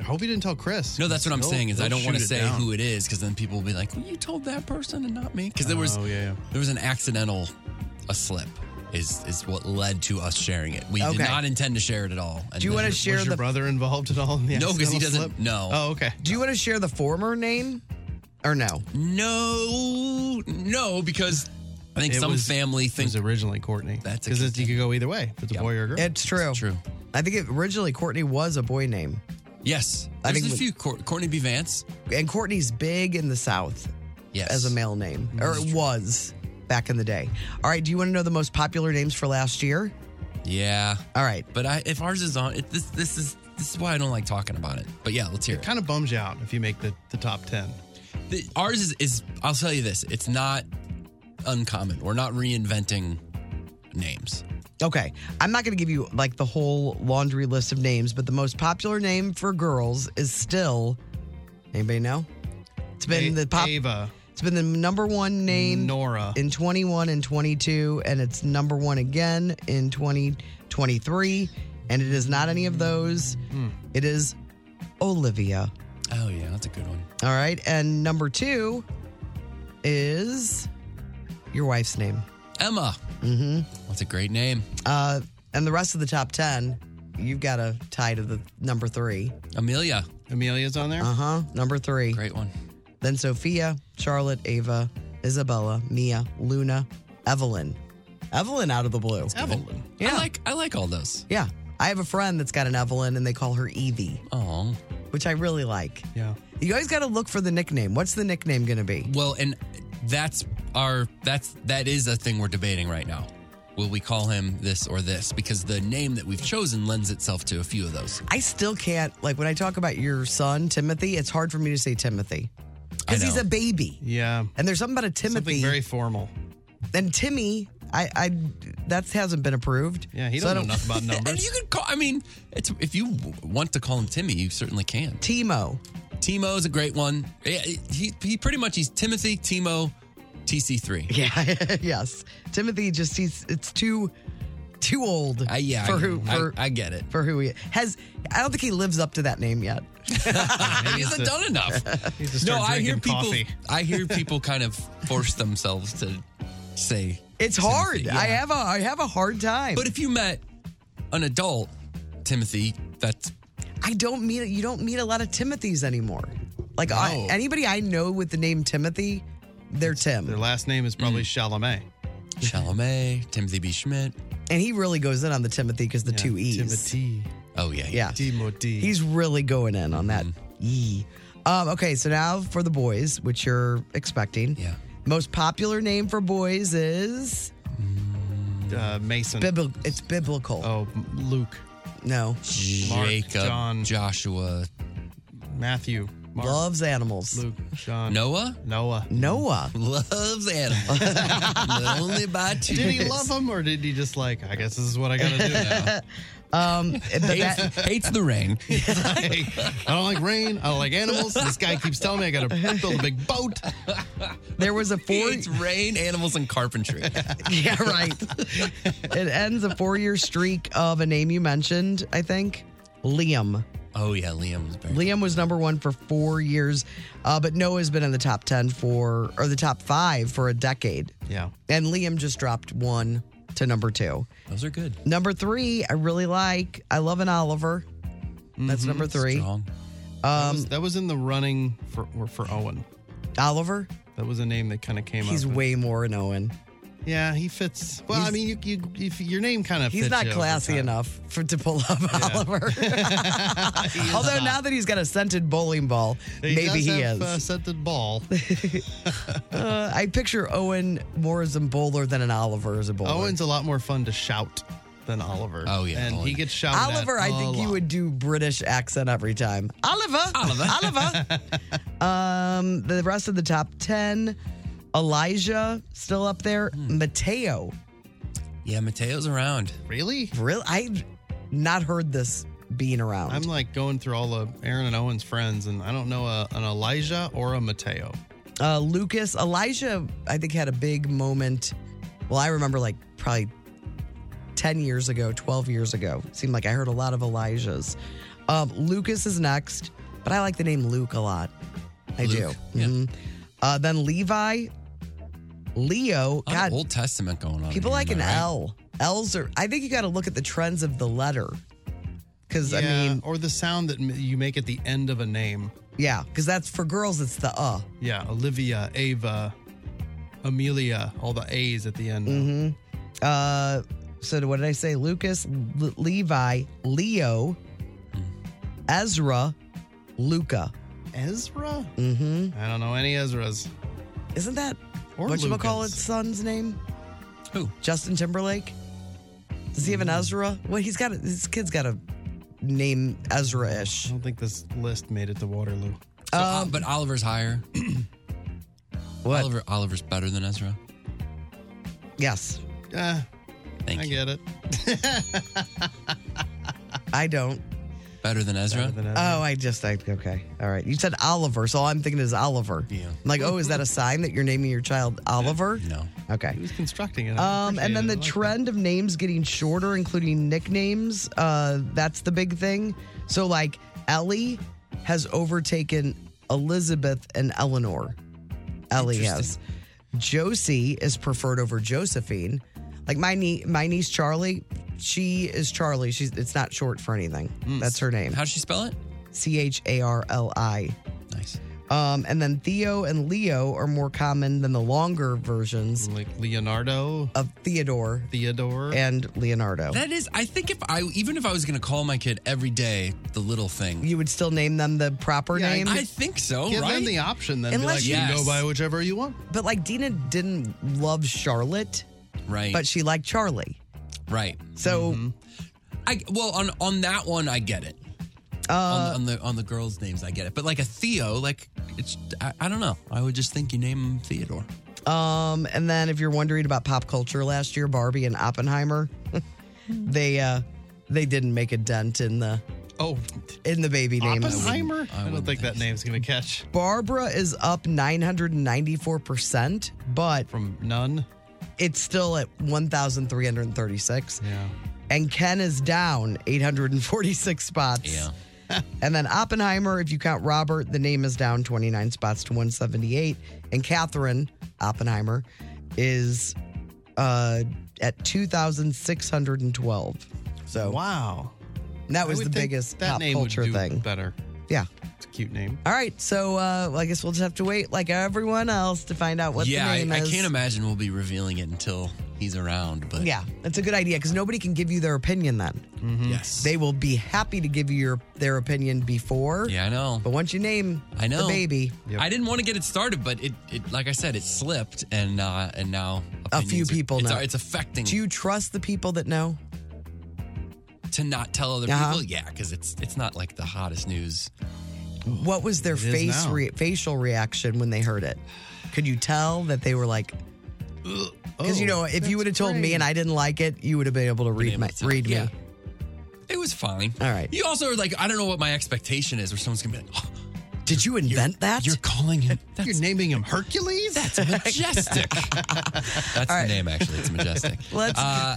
[SPEAKER 4] I hope you didn't tell Chris.
[SPEAKER 5] No, that's what I'm
[SPEAKER 4] He'll-
[SPEAKER 5] saying is I
[SPEAKER 4] he'll
[SPEAKER 5] don't want to
[SPEAKER 4] shoot it
[SPEAKER 5] say
[SPEAKER 4] down.
[SPEAKER 5] who it is because then people will be like, well, "You told that person and not me," because there was
[SPEAKER 4] Oh yeah.
[SPEAKER 5] there was an accidental a slip. Is, is what led to us sharing it. We
[SPEAKER 3] Okay.
[SPEAKER 5] did not intend to share it at all. And
[SPEAKER 3] Do you
[SPEAKER 5] then-
[SPEAKER 3] want to share
[SPEAKER 4] was your
[SPEAKER 3] the
[SPEAKER 4] brother involved at all? in the
[SPEAKER 5] No, because he
[SPEAKER 4] accidental
[SPEAKER 5] doesn't.
[SPEAKER 4] slip?
[SPEAKER 5] No.
[SPEAKER 4] Oh, okay.
[SPEAKER 3] Do you want to share the former name or no?
[SPEAKER 5] No, no, because I think
[SPEAKER 4] It
[SPEAKER 5] some
[SPEAKER 4] was-
[SPEAKER 5] family thinks
[SPEAKER 4] originally Courtney.
[SPEAKER 5] That's a
[SPEAKER 4] Because you could go either way. If it's a boy or a girl.
[SPEAKER 3] It's true.
[SPEAKER 5] true.
[SPEAKER 3] I think it, originally Courtney was a boy name.
[SPEAKER 5] Yes.
[SPEAKER 3] I
[SPEAKER 5] There's
[SPEAKER 3] think
[SPEAKER 5] a
[SPEAKER 3] we-
[SPEAKER 5] few Cour- Courtney B. Vance.
[SPEAKER 3] And Courtney's big in the South.
[SPEAKER 5] Yes.
[SPEAKER 3] As a male name. Or it was back in the day. All right. Do you want to know the most popular names for last year?
[SPEAKER 5] Yeah.
[SPEAKER 3] All right.
[SPEAKER 5] But I, if ours is on, it, this this is this is why I don't like talking about it. But yeah, let's hear it.
[SPEAKER 4] Kind of bums you out if you make the, the top 10.
[SPEAKER 5] The, ours is, is I'll tell you this, it's not uncommon. We're not reinventing names.
[SPEAKER 3] Okay. I'm not going to give you like the whole laundry list of names, but the most popular name for girls is still anybody know? It's been
[SPEAKER 4] A-
[SPEAKER 3] the pop
[SPEAKER 4] Ava.
[SPEAKER 3] It's been the number one name
[SPEAKER 4] Nora.
[SPEAKER 3] in 21 and 22 and it's number 1 again in 2023 and it is not any of those. It is Olivia.
[SPEAKER 5] Oh yeah, that's a good one.
[SPEAKER 3] All right. And number 2 is your wife's name.
[SPEAKER 5] Emma.
[SPEAKER 3] Mhm.
[SPEAKER 5] That's a great name.
[SPEAKER 3] Uh, and the rest of the top 10, you've got a tie to the number three.
[SPEAKER 5] Amelia.
[SPEAKER 4] Amelia's on there?
[SPEAKER 5] Uh-huh.
[SPEAKER 3] Uh huh. Number three.
[SPEAKER 5] Great one.
[SPEAKER 3] Then Sophia, Charlotte, Ava, Isabella, Mia, Luna, Evelyn. Evelyn out of the blue.
[SPEAKER 5] Evelyn. I like I like all those.
[SPEAKER 3] Yeah. I have a friend that's got an Evelyn and they call her Evie,
[SPEAKER 5] Oh.
[SPEAKER 3] which I really like.
[SPEAKER 4] Yeah.
[SPEAKER 3] You always got to look for the nickname. What's the nickname going to be?
[SPEAKER 5] Well, and that's our that's that is a thing we're debating right now. Will we call him this or this? Because the name that we've chosen lends itself to a few of those.
[SPEAKER 3] I still can't, like, when I talk about your son, Timothy, it's hard for me to say Timothy because
[SPEAKER 5] I
[SPEAKER 3] he's
[SPEAKER 5] know.
[SPEAKER 3] a baby.
[SPEAKER 4] Yeah.
[SPEAKER 3] And there's something about a Timothy.
[SPEAKER 4] Something very formal.
[SPEAKER 3] And Timmy, I, I that hasn't been approved.
[SPEAKER 4] Yeah, he
[SPEAKER 3] So I
[SPEAKER 4] don't know enough about
[SPEAKER 5] And you
[SPEAKER 4] numbers.
[SPEAKER 5] can call. I mean, it's if you w- want to call him Timmy, you certainly can.
[SPEAKER 3] Timo.
[SPEAKER 5] Timo's a great one. Yeah, He, he pretty much he's Timothy Timo TC3.
[SPEAKER 3] Yeah, yes. Timothy just he's it's too too old
[SPEAKER 5] I, yeah,
[SPEAKER 3] for
[SPEAKER 5] I,
[SPEAKER 3] who
[SPEAKER 5] I-
[SPEAKER 3] for
[SPEAKER 5] I, get it.
[SPEAKER 3] for who he has. I don't think he lives up to that name yet.
[SPEAKER 5] he hasn't done enough.
[SPEAKER 4] You just
[SPEAKER 5] no,
[SPEAKER 4] start
[SPEAKER 5] I hear
[SPEAKER 4] drinking
[SPEAKER 5] people.
[SPEAKER 4] coffee.
[SPEAKER 5] I hear people kind of force themselves to say.
[SPEAKER 3] It's hard.
[SPEAKER 5] Timothy,
[SPEAKER 3] I
[SPEAKER 5] yeah.
[SPEAKER 3] have a I have a hard time.
[SPEAKER 5] But if you met an adult Timothy, that's
[SPEAKER 3] I don't meet you don't meet a lot of Timothys anymore. Like I,
[SPEAKER 5] No.
[SPEAKER 3] anybody I know with the name Timothy, they're Tim.
[SPEAKER 4] Their last name is probably
[SPEAKER 5] Mm.
[SPEAKER 4] Chalamet.
[SPEAKER 5] Chalamet, Timothy B. Schmidt.
[SPEAKER 3] and he really goes in on the Timothy because the two E's.
[SPEAKER 4] Timothy.
[SPEAKER 5] Oh yeah,
[SPEAKER 3] Yeah.
[SPEAKER 4] Timothy.
[SPEAKER 3] He's really going in on that E. Um, okay, so now for the boys, which you're expecting.
[SPEAKER 5] Yeah.
[SPEAKER 3] Most popular name for boys is
[SPEAKER 4] uh, Mason.
[SPEAKER 3] bibl- it's biblical.
[SPEAKER 4] oh, Luke.
[SPEAKER 3] No.
[SPEAKER 4] Mark,
[SPEAKER 5] Jacob,
[SPEAKER 4] John.
[SPEAKER 5] Joshua,
[SPEAKER 4] Matthew. Mark.
[SPEAKER 3] Loves animals.
[SPEAKER 4] Luke. John.
[SPEAKER 5] Noah.
[SPEAKER 4] Noah.
[SPEAKER 3] Noah.
[SPEAKER 5] Loves animals, but only by two.
[SPEAKER 4] Did he love him or did he just like, I guess this is what I got to do now?
[SPEAKER 3] Um, but that,
[SPEAKER 5] Hates the rain.
[SPEAKER 4] Like, I don't like rain. I don't like animals. This guy keeps telling me I got to build a big boat.
[SPEAKER 3] there was a
[SPEAKER 5] He
[SPEAKER 3] four.
[SPEAKER 5] hates rain, animals, and carpentry.
[SPEAKER 3] yeah, right. it ends a four-year streak of a name you mentioned. I think Liam.
[SPEAKER 5] oh yeah, Liam was very.
[SPEAKER 3] Liam was number one for four years, uh, but Noah's been in the top ten for or the top five for a decade.
[SPEAKER 4] Yeah.
[SPEAKER 3] And Liam just dropped one to number two.
[SPEAKER 5] Those are good.
[SPEAKER 3] Number three, I really like. I love an Oliver. That's
[SPEAKER 4] Mm-hmm.
[SPEAKER 3] number three.
[SPEAKER 5] Strong.
[SPEAKER 4] That
[SPEAKER 3] Um,
[SPEAKER 4] was- that was in the running for or for Owen.
[SPEAKER 3] Oliver,
[SPEAKER 4] That was a name that kind of came
[SPEAKER 3] he's
[SPEAKER 4] up.
[SPEAKER 3] way more an Owen.
[SPEAKER 4] yeah, he fits. Well, I
[SPEAKER 3] He's-
[SPEAKER 4] mean, you, you, if your name kind of
[SPEAKER 3] He's
[SPEAKER 4] fits
[SPEAKER 3] not
[SPEAKER 4] you over
[SPEAKER 3] classy
[SPEAKER 4] time.
[SPEAKER 3] enough for to pull up Oliver. Although now that he's got a scented bowling ball, maybe
[SPEAKER 4] does
[SPEAKER 3] he
[SPEAKER 4] have,
[SPEAKER 3] is.
[SPEAKER 4] Uh, scented ball.
[SPEAKER 3] Uh, I picture Owen more as a bowler than an Oliver as a bowler.
[SPEAKER 4] Owen's a lot more fun to shout than Oliver.
[SPEAKER 5] Oh, yeah,
[SPEAKER 4] and he
[SPEAKER 5] Owen.
[SPEAKER 4] gets shouted. at
[SPEAKER 3] Oliver, I
[SPEAKER 4] a
[SPEAKER 3] think you
[SPEAKER 4] lot.
[SPEAKER 3] would do British accent every time. Oliver,
[SPEAKER 4] Ah,
[SPEAKER 5] Oliver.
[SPEAKER 3] Oliver. um, the rest of the top ten, Elijah still up there.
[SPEAKER 5] Hmm.
[SPEAKER 3] Mateo,
[SPEAKER 5] Yeah, Mateo's around.
[SPEAKER 4] really.
[SPEAKER 3] really, I not heard this being around.
[SPEAKER 4] I'm like going through all of Aaron and Owen's friends, and I don't know a, an Elijah or a Mateo.
[SPEAKER 3] uh, Lucas, Elijah, I think had a big moment. Well, I remember like probably ten years ago, twelve years ago. Seemed like I heard a lot of Elijahs. Um, Lucas is next, but I like the name Luke a lot. I
[SPEAKER 5] Luke,
[SPEAKER 3] do.
[SPEAKER 5] yeah.
[SPEAKER 3] Mhm. Uh, then Levi, Leo.
[SPEAKER 5] A lot of
[SPEAKER 3] God,
[SPEAKER 5] Old Testament going on.
[SPEAKER 3] people
[SPEAKER 5] here,
[SPEAKER 3] like
[SPEAKER 5] am
[SPEAKER 3] an
[SPEAKER 5] I right?
[SPEAKER 3] L. L's are. I think you got to look at the trends of the letter. Because I
[SPEAKER 4] Yeah,
[SPEAKER 3] mean,
[SPEAKER 4] or the sound that m- you make at the end of a name.
[SPEAKER 3] yeah. Because that's for girls, it's the uh.
[SPEAKER 4] Yeah, Olivia, Ava, Amelia, all the A's at the end.
[SPEAKER 3] Mm-hmm. Uh, so what did I say? Lucas, L- Levi, Leo, Ezra, Luca.
[SPEAKER 4] Ezra?
[SPEAKER 3] Mm-hmm.
[SPEAKER 4] I don't know any Ezras.
[SPEAKER 3] Isn't that
[SPEAKER 4] Or
[SPEAKER 3] what you call it?
[SPEAKER 4] Lucas.
[SPEAKER 3] Son's name?
[SPEAKER 5] Who?
[SPEAKER 3] Justin Timberlake. Does he have an Ezra? Well, he's got a, his kid's got a name Ezra-ish.
[SPEAKER 4] I don't think this list made it to Waterloo.
[SPEAKER 5] So, uh, but Oliver's higher.
[SPEAKER 3] what?
[SPEAKER 5] Oliver, Oliver's better than Ezra.
[SPEAKER 3] Yes,
[SPEAKER 4] Ah,
[SPEAKER 5] Thank
[SPEAKER 4] I
[SPEAKER 5] you.
[SPEAKER 4] get it.
[SPEAKER 3] I don't.
[SPEAKER 5] Better than Ezra.
[SPEAKER 4] Better than Ezra.
[SPEAKER 3] Oh, I just I, okay. All right, you said Oliver, so all I'm thinking is Oliver.
[SPEAKER 5] Yeah.
[SPEAKER 3] I'm like, oh, is that a sign that you're naming your child Oliver?
[SPEAKER 5] No.
[SPEAKER 3] Okay.
[SPEAKER 4] He was constructing it. I
[SPEAKER 3] Um, and then
[SPEAKER 4] appreciate it. I
[SPEAKER 3] the
[SPEAKER 4] like
[SPEAKER 3] trend of names getting shorter, including nicknames. Uh, that's the big thing. So, like, Ellie has overtaken Elizabeth and Eleanor. Ellie has. Josie is preferred over Josephine. Like my nie- my niece Charlie, she is Charlie. She's it's not short for anything.
[SPEAKER 4] Hmm.
[SPEAKER 3] That's her name.
[SPEAKER 5] How'd she spell it?
[SPEAKER 3] C H A R L I.
[SPEAKER 5] Nice.
[SPEAKER 3] Um, and then Theo and Leo are more common than the longer versions
[SPEAKER 4] that. Like Leonardo,
[SPEAKER 3] of Theodore
[SPEAKER 4] Theodore.
[SPEAKER 3] and Leonardo.
[SPEAKER 5] That is, I think if I, even if I was going to call my kid every day the little thing,
[SPEAKER 3] you would still name them the proper
[SPEAKER 4] Yeah, I
[SPEAKER 3] name.
[SPEAKER 5] I think so,
[SPEAKER 4] Give
[SPEAKER 5] right?
[SPEAKER 4] them the option then. Be
[SPEAKER 3] Oh, Unless
[SPEAKER 4] like,
[SPEAKER 3] you-
[SPEAKER 4] you can
[SPEAKER 5] Yes.
[SPEAKER 4] go by whichever you want.
[SPEAKER 3] but like Dina didn't love Charlotte,
[SPEAKER 5] right.
[SPEAKER 3] but she liked Charlie.
[SPEAKER 5] right.
[SPEAKER 3] So
[SPEAKER 4] Mm-hmm.
[SPEAKER 5] I well on on that one I get it. on, on the on the girls' names I get it, but like a Theo, like it's I, I don't know. I would just think you name him Theodore.
[SPEAKER 3] Um, and then if you're wondering about pop culture last year, Barbie and Oppenheimer, they uh they didn't make a dent in the
[SPEAKER 4] Oh,
[SPEAKER 3] in the baby names.
[SPEAKER 4] Oppenheimer?
[SPEAKER 5] I
[SPEAKER 4] I don't
[SPEAKER 5] wouldn't
[SPEAKER 4] think that
[SPEAKER 5] think so.
[SPEAKER 4] name's going to catch
[SPEAKER 3] Barbara is up 994%, but
[SPEAKER 4] from none.
[SPEAKER 3] it's still at 1,336.
[SPEAKER 4] Yeah.
[SPEAKER 3] And Ken is down 846 spots.
[SPEAKER 5] Yeah.
[SPEAKER 3] and then Oppenheimer, if you count Robert, the name is down 29 spots to 178. And Catherine Oppenheimer is uh, at 2,612. So
[SPEAKER 4] Wow.
[SPEAKER 3] that was
[SPEAKER 4] I
[SPEAKER 3] the
[SPEAKER 4] would think
[SPEAKER 3] biggest
[SPEAKER 4] that
[SPEAKER 3] pop
[SPEAKER 4] name
[SPEAKER 3] culture
[SPEAKER 4] would do
[SPEAKER 3] thing.
[SPEAKER 4] Better.
[SPEAKER 3] Yeah.
[SPEAKER 4] It's a cute name.
[SPEAKER 3] All right. So uh, I guess we'll just have to wait, like everyone else, to find out what
[SPEAKER 5] yeah,
[SPEAKER 3] the
[SPEAKER 5] I,
[SPEAKER 3] name
[SPEAKER 5] I
[SPEAKER 3] is.
[SPEAKER 5] can't imagine we'll be revealing it until he's around. But
[SPEAKER 3] Yeah, that's a good idea because nobody can give you their opinion then.
[SPEAKER 5] yes,
[SPEAKER 3] They will be happy to give you your, their opinion before.
[SPEAKER 5] yeah, I know.
[SPEAKER 3] But once you name
[SPEAKER 5] I know.
[SPEAKER 3] the baby,
[SPEAKER 4] Yep.
[SPEAKER 5] I didn't want to get it started, but it, it like I said, it slipped, and uh, and now
[SPEAKER 3] A few
[SPEAKER 5] opinions are-
[SPEAKER 3] people
[SPEAKER 5] it's,
[SPEAKER 3] know.
[SPEAKER 5] it's affecting
[SPEAKER 3] do you trust the people that know?
[SPEAKER 5] to not tell other
[SPEAKER 3] Uh-huh.
[SPEAKER 5] people. Yeah, because it's it's not like the hottest news.
[SPEAKER 3] What was their
[SPEAKER 4] It is
[SPEAKER 3] face
[SPEAKER 4] now.
[SPEAKER 3] re- facial reaction when they heard it? Could you tell that they were like, because you know, if you
[SPEAKER 4] Oh,
[SPEAKER 3] would have told me and I didn't like it, you would have been able to read
[SPEAKER 5] able
[SPEAKER 3] my
[SPEAKER 5] to tell.
[SPEAKER 3] read me.
[SPEAKER 5] Yeah. It was fine.
[SPEAKER 3] All right.
[SPEAKER 5] You also are like, I don't know what my expectation is, or someone's gonna be like, oh,
[SPEAKER 3] Did you invent that?
[SPEAKER 5] "You're calling him."
[SPEAKER 4] You're
[SPEAKER 5] That's
[SPEAKER 4] naming him Hercules?
[SPEAKER 5] That's majestic. That's the name, actually. It's majestic.
[SPEAKER 3] Let's-
[SPEAKER 5] Uh,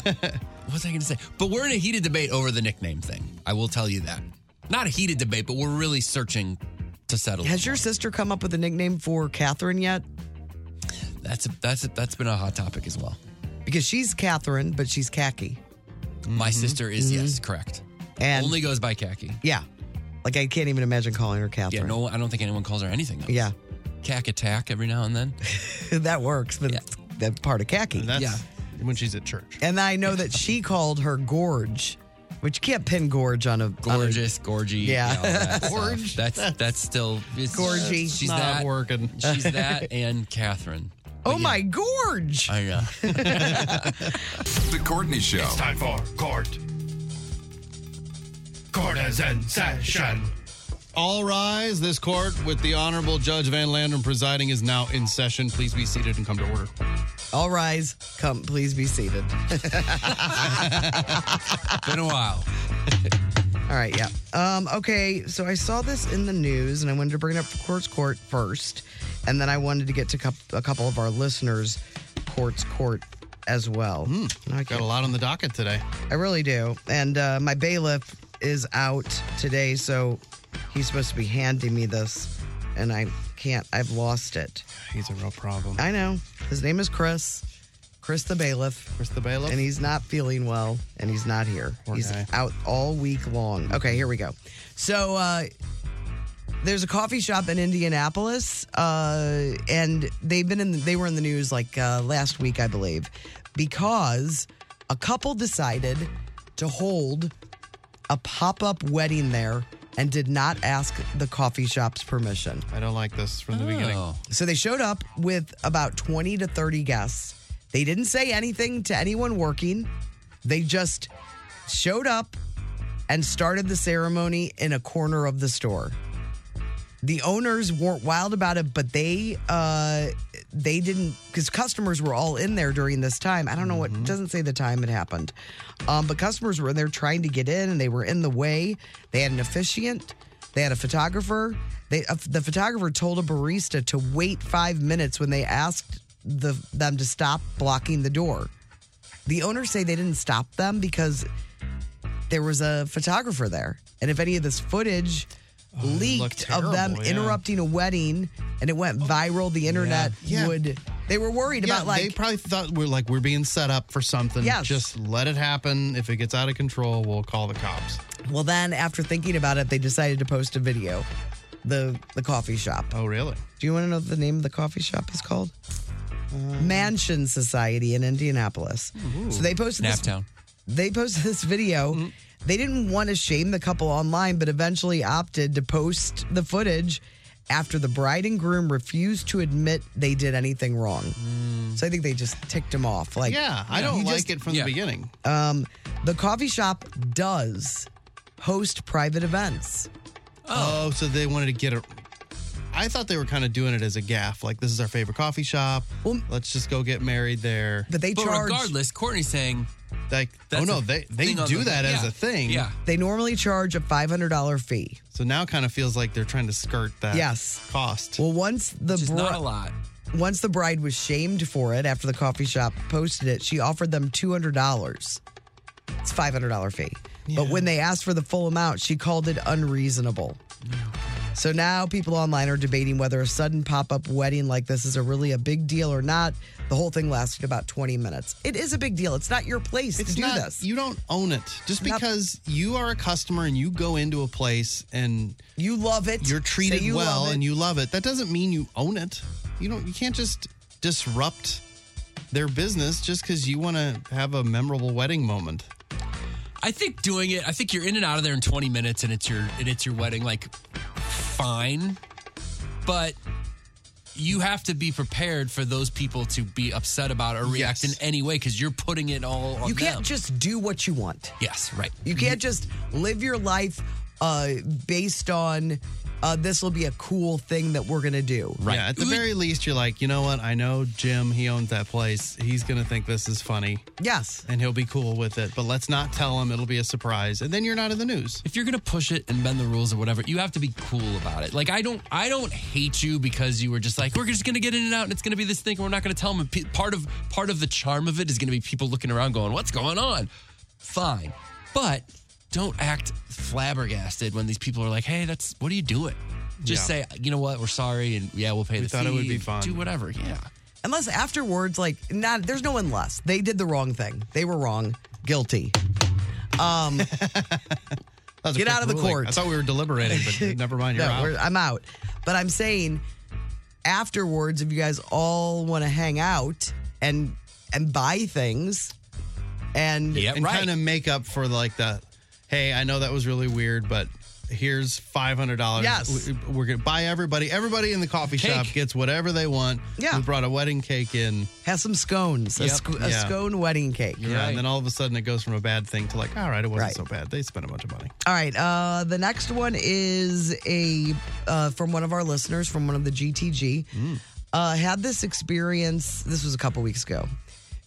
[SPEAKER 5] what was I going to say? But we're in a heated debate over the nickname thing. I will tell you that. Not a heated debate, but we're really searching to settle.
[SPEAKER 3] Has your sister come up with a nickname for Catherine yet?
[SPEAKER 5] That's a, that's a, that's been a hot topic as well.
[SPEAKER 3] Because she's Catherine, but she's khaki.
[SPEAKER 5] My sister is yes, correct.
[SPEAKER 3] Mm-hmm. And
[SPEAKER 5] Only goes by khaki.
[SPEAKER 3] yeah, like I can't even imagine calling her Catherine.
[SPEAKER 5] Yeah, no, I don't think anyone calls her anything. Though.
[SPEAKER 3] Yeah,
[SPEAKER 5] cack attack every now and then.
[SPEAKER 3] that works, but that's that's part of khaki.
[SPEAKER 4] That's
[SPEAKER 5] Yeah.
[SPEAKER 4] when she's at church.
[SPEAKER 3] And I know that she called her Gorge, which you can't pin Gorge on a On
[SPEAKER 5] Gorgeous, gorgy.
[SPEAKER 3] Yeah.
[SPEAKER 5] all that stuff.
[SPEAKER 4] Gorge.
[SPEAKER 5] That's that's still it's,
[SPEAKER 3] Gorgy.
[SPEAKER 5] She's
[SPEAKER 4] Not
[SPEAKER 5] that.
[SPEAKER 4] working.
[SPEAKER 5] She's that and Catherine.
[SPEAKER 3] a, oh my Gorge!
[SPEAKER 5] I uh, know.
[SPEAKER 6] The Courtney Show.
[SPEAKER 2] Time for court. Courtesan session.
[SPEAKER 4] All rise. This court, with the Honorable Judge Van Landon presiding, is now in session. Please be seated and come to order.
[SPEAKER 3] All rise. Come, please be seated.
[SPEAKER 5] Been a while.
[SPEAKER 3] All right, yeah. Um, okay, so I saw this in the news, and I wanted to bring it up for Courts Court first, and then I wanted to get to coup a couple of our listeners' Courts Court as well. Hmm, Now I,
[SPEAKER 4] Got
[SPEAKER 3] can't-
[SPEAKER 4] a lot on the docket today.
[SPEAKER 3] I really do. And uh, my bailiff is out today, so he's supposed to be handing me this, and I can't. I've lost it.
[SPEAKER 4] He's a real problem.
[SPEAKER 3] I know. His name is Chris. Chris the bailiff.
[SPEAKER 4] Where's the bailiff?
[SPEAKER 3] and he's not feeling well and he's not here.
[SPEAKER 4] Poor
[SPEAKER 3] he's
[SPEAKER 4] guy.
[SPEAKER 3] out all week long. Okay, here we go. So uh There's a coffee shop in Indianapolis, uh, and they've been in. They were in the news like uh, last week, I believe, because a couple decided to hold a pop-up wedding there and did not ask the coffee shop's permission.
[SPEAKER 4] I don't like this
[SPEAKER 3] Oh.
[SPEAKER 4] from the beginning.
[SPEAKER 3] So they showed up with about 20 to 30 guests. They didn't say anything to anyone working. They just showed up and started the ceremony in a corner of the store. The owners weren't wild about it, but they uh, they didn't because customers were all in there during this time. I don't know what it doesn't say the time it happened, um, but customers were in there trying to get in, and they were in the way. They had an officiant, they had a photographer. They uh, the photographer told a barista to wait five minutes when they asked the them to stop blocking the door. The owners say they didn't stop them because there was a photographer there. And if any of this footage leaked of them
[SPEAKER 4] Oh, terrible, yeah.
[SPEAKER 3] interrupting a wedding and it went viral, the internet
[SPEAKER 4] Yeah.
[SPEAKER 3] would. They were worried
[SPEAKER 4] Yeah,
[SPEAKER 3] about like.
[SPEAKER 4] they probably thought we're like we're being set up for something.
[SPEAKER 3] Yes.
[SPEAKER 4] Just let it happen. If it gets out of control, we'll call the cops.
[SPEAKER 3] well, then after thinking about it, they decided to post a video. The the coffee shop.
[SPEAKER 4] Oh, really?
[SPEAKER 3] Do you want to know what the name of the coffee shop is called?
[SPEAKER 4] Um,
[SPEAKER 3] Mansion Society in Indianapolis. So they posted this
[SPEAKER 5] Naptown.
[SPEAKER 3] they posted this video.
[SPEAKER 5] Mm-hmm.
[SPEAKER 3] They didn't want to shame the couple online, but eventually opted to post the footage after the bride and groom refused to admit they did anything wrong.
[SPEAKER 5] Mm.
[SPEAKER 3] So I think they just ticked him off. Like,
[SPEAKER 4] yeah, I don't like it from
[SPEAKER 3] beginning.
[SPEAKER 4] the beginning.
[SPEAKER 3] Um, the coffee shop does host private events.
[SPEAKER 4] Oh. so they wanted to get it. I thought they were kind of doing it as a gaff. Like this is our favorite coffee shop. Let's just go get married there.
[SPEAKER 3] But they
[SPEAKER 5] But
[SPEAKER 3] charge.
[SPEAKER 5] regardless, Courtney's saying
[SPEAKER 4] like,
[SPEAKER 5] that's
[SPEAKER 4] oh no,
[SPEAKER 5] a
[SPEAKER 4] they they
[SPEAKER 5] thing on
[SPEAKER 4] do
[SPEAKER 5] the-
[SPEAKER 4] that as
[SPEAKER 5] yeah.
[SPEAKER 4] a thing.
[SPEAKER 5] Yeah.
[SPEAKER 3] They normally charge a five hundred dollar fee.
[SPEAKER 4] So now kind of feels like they're trying to skirt that.
[SPEAKER 3] Yes.
[SPEAKER 4] Cost.
[SPEAKER 3] Well, once the
[SPEAKER 5] Which is not
[SPEAKER 3] bri-
[SPEAKER 5] a lot.
[SPEAKER 3] once the bride was shamed for it after the coffee shop posted it, she offered them two hundred dollars. It's five hundred dollar fee, but when they asked for the full amount, she called it unreasonable. So now people online are debating whether a sudden pop up wedding like this is a really a big deal or not. The whole thing lasted about twenty minutes. It is a big deal. It's not your place to do
[SPEAKER 4] not,
[SPEAKER 3] this.
[SPEAKER 4] You don't own it. Just because you are a customer and you go into a place and
[SPEAKER 3] You love it.
[SPEAKER 4] you're treated
[SPEAKER 3] Say you
[SPEAKER 4] well
[SPEAKER 3] love it.
[SPEAKER 4] and you love it, that doesn't mean you own it. You don't you can't just disrupt their business just because you want to have a memorable wedding moment.
[SPEAKER 5] I think doing it. I think you're in and out of there in 20 minutes, and it's your and it's your wedding. Like, fine, but you have to be prepared for those people to be upset about it or react
[SPEAKER 4] Yes.
[SPEAKER 5] in any way because you're putting it all on
[SPEAKER 3] You can't
[SPEAKER 5] them.
[SPEAKER 3] just do what you want.
[SPEAKER 5] yes, right.
[SPEAKER 3] You
[SPEAKER 4] Mm-hmm.
[SPEAKER 3] can't just live your life uh, based on uh, this will be a cool thing that we're going to do.
[SPEAKER 5] Right.
[SPEAKER 4] Yeah, at the very least, you're like, you know what? I know Jim, he owns that place. He's going to think this is funny
[SPEAKER 3] Yes.
[SPEAKER 4] and he'll be cool with it, but let's not tell him. It'll be a surprise. And then you're not in the news.
[SPEAKER 5] if you're gonna push it and bend the rules or whatever, you have to be cool about it. Like I don't, I don't hate you because you were just like we're just gonna get in and out, and it's gonna be this thing. And we're not gonna tell them. And pe- Part of part of the charm of it is gonna be people looking around, going, "What's going on?" Fine, but don't act flabbergasted when these people are like, "Hey, that's what are you doing?" Just
[SPEAKER 4] Yeah.
[SPEAKER 5] say, "You know what? We're sorry, and yeah, we'll pay the
[SPEAKER 4] thought it
[SPEAKER 5] fee
[SPEAKER 4] would be
[SPEAKER 5] and
[SPEAKER 4] fun."
[SPEAKER 5] Do whatever. Yeah,
[SPEAKER 3] Unless afterwards, like, not, there's no unless. They did the wrong thing. They were wrong. Guilty. Um,
[SPEAKER 4] That was a
[SPEAKER 3] Get
[SPEAKER 4] quick
[SPEAKER 3] out of the
[SPEAKER 4] ruling.
[SPEAKER 3] court.
[SPEAKER 4] I thought we were deliberating, but never mind. You're
[SPEAKER 3] no,
[SPEAKER 4] out.
[SPEAKER 3] we're- I'm out. But I'm saying afterwards, if you guys all want to hang out and and buy things and
[SPEAKER 5] yeah,
[SPEAKER 4] and kind of make up for like the hey i know that was really weird but here's $500
[SPEAKER 3] Yes.
[SPEAKER 4] We- we're gonna buy everybody everybody in the coffee
[SPEAKER 5] Cake.
[SPEAKER 4] shop gets whatever they want
[SPEAKER 3] Yeah.
[SPEAKER 4] we brought a wedding cake in
[SPEAKER 3] have some scones, a,
[SPEAKER 5] Yep.
[SPEAKER 3] sc- a
[SPEAKER 4] Yeah.
[SPEAKER 3] scone wedding cake.
[SPEAKER 4] you know,
[SPEAKER 5] Right.
[SPEAKER 4] and then all of a sudden it goes from a bad thing to like all right it wasn't
[SPEAKER 3] Right.
[SPEAKER 4] so bad they spent a bunch of money
[SPEAKER 3] All right. Uh, the next one is a uh, from one of our listeners from one of the GTG.
[SPEAKER 4] Mm.
[SPEAKER 3] Uh, had this experience. This was a couple weeks ago.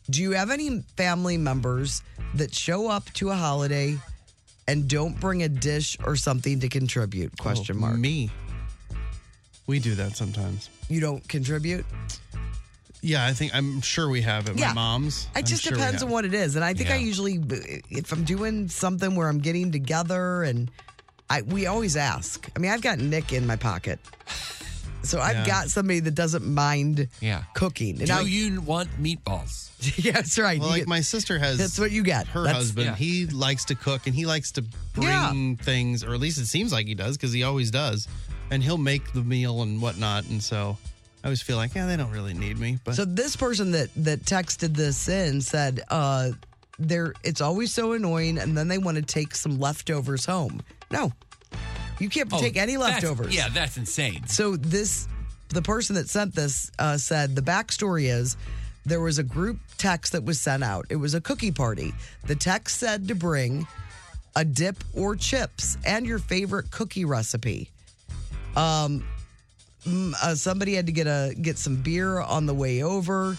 [SPEAKER 3] Do you have any family members that show up to a holiday and don't bring a dish or something to contribute? Question
[SPEAKER 4] Oh,
[SPEAKER 3] mark.
[SPEAKER 4] me we do that sometimes
[SPEAKER 3] You don't contribute.
[SPEAKER 4] yeah i think i'm sure we have at
[SPEAKER 3] Yeah.
[SPEAKER 4] my mom's
[SPEAKER 3] It
[SPEAKER 4] I'm
[SPEAKER 3] just
[SPEAKER 4] sure we
[SPEAKER 3] depends
[SPEAKER 4] have.
[SPEAKER 3] on what it is, and I think I
[SPEAKER 5] Yeah.
[SPEAKER 3] usually, if I'm doing something where I'm getting together, and I we always ask. I mean, I've got Nick in my pocket, so I've
[SPEAKER 4] Yeah.
[SPEAKER 3] got somebody that doesn't mind
[SPEAKER 5] Yeah.
[SPEAKER 3] cooking. And
[SPEAKER 5] Do
[SPEAKER 3] I,
[SPEAKER 5] you want meatballs?
[SPEAKER 3] yeah, that's right.
[SPEAKER 4] well,
[SPEAKER 3] You
[SPEAKER 4] like
[SPEAKER 3] get-
[SPEAKER 4] my sister has
[SPEAKER 3] that's what you get.
[SPEAKER 4] her
[SPEAKER 3] That's-
[SPEAKER 4] husband
[SPEAKER 5] yeah.
[SPEAKER 4] he likes to cook and he likes to bring
[SPEAKER 3] Yeah.
[SPEAKER 4] things or at least it seems like he does because he always does and he'll make the meal and whatnot. And so I always feel like, yeah, they don't really need me. But
[SPEAKER 3] So this person that that texted this in said, uh, "There, it's always so annoying," and then they want to take some leftovers home. No, you can't
[SPEAKER 5] Oh,
[SPEAKER 3] take any
[SPEAKER 5] that's-
[SPEAKER 3] leftovers.
[SPEAKER 5] Yeah, that's insane.
[SPEAKER 3] So this, the person that sent this uh, said the backstory is there was a group text that was sent out. It was a cookie party. The text said to bring a dip or chips and your favorite cookie recipe. Um, mm, uh, somebody had to get a get some beer on the way over,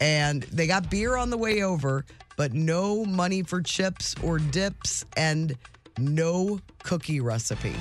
[SPEAKER 3] and they got beer on the way over, but no money for chips or dips and no cookie recipe.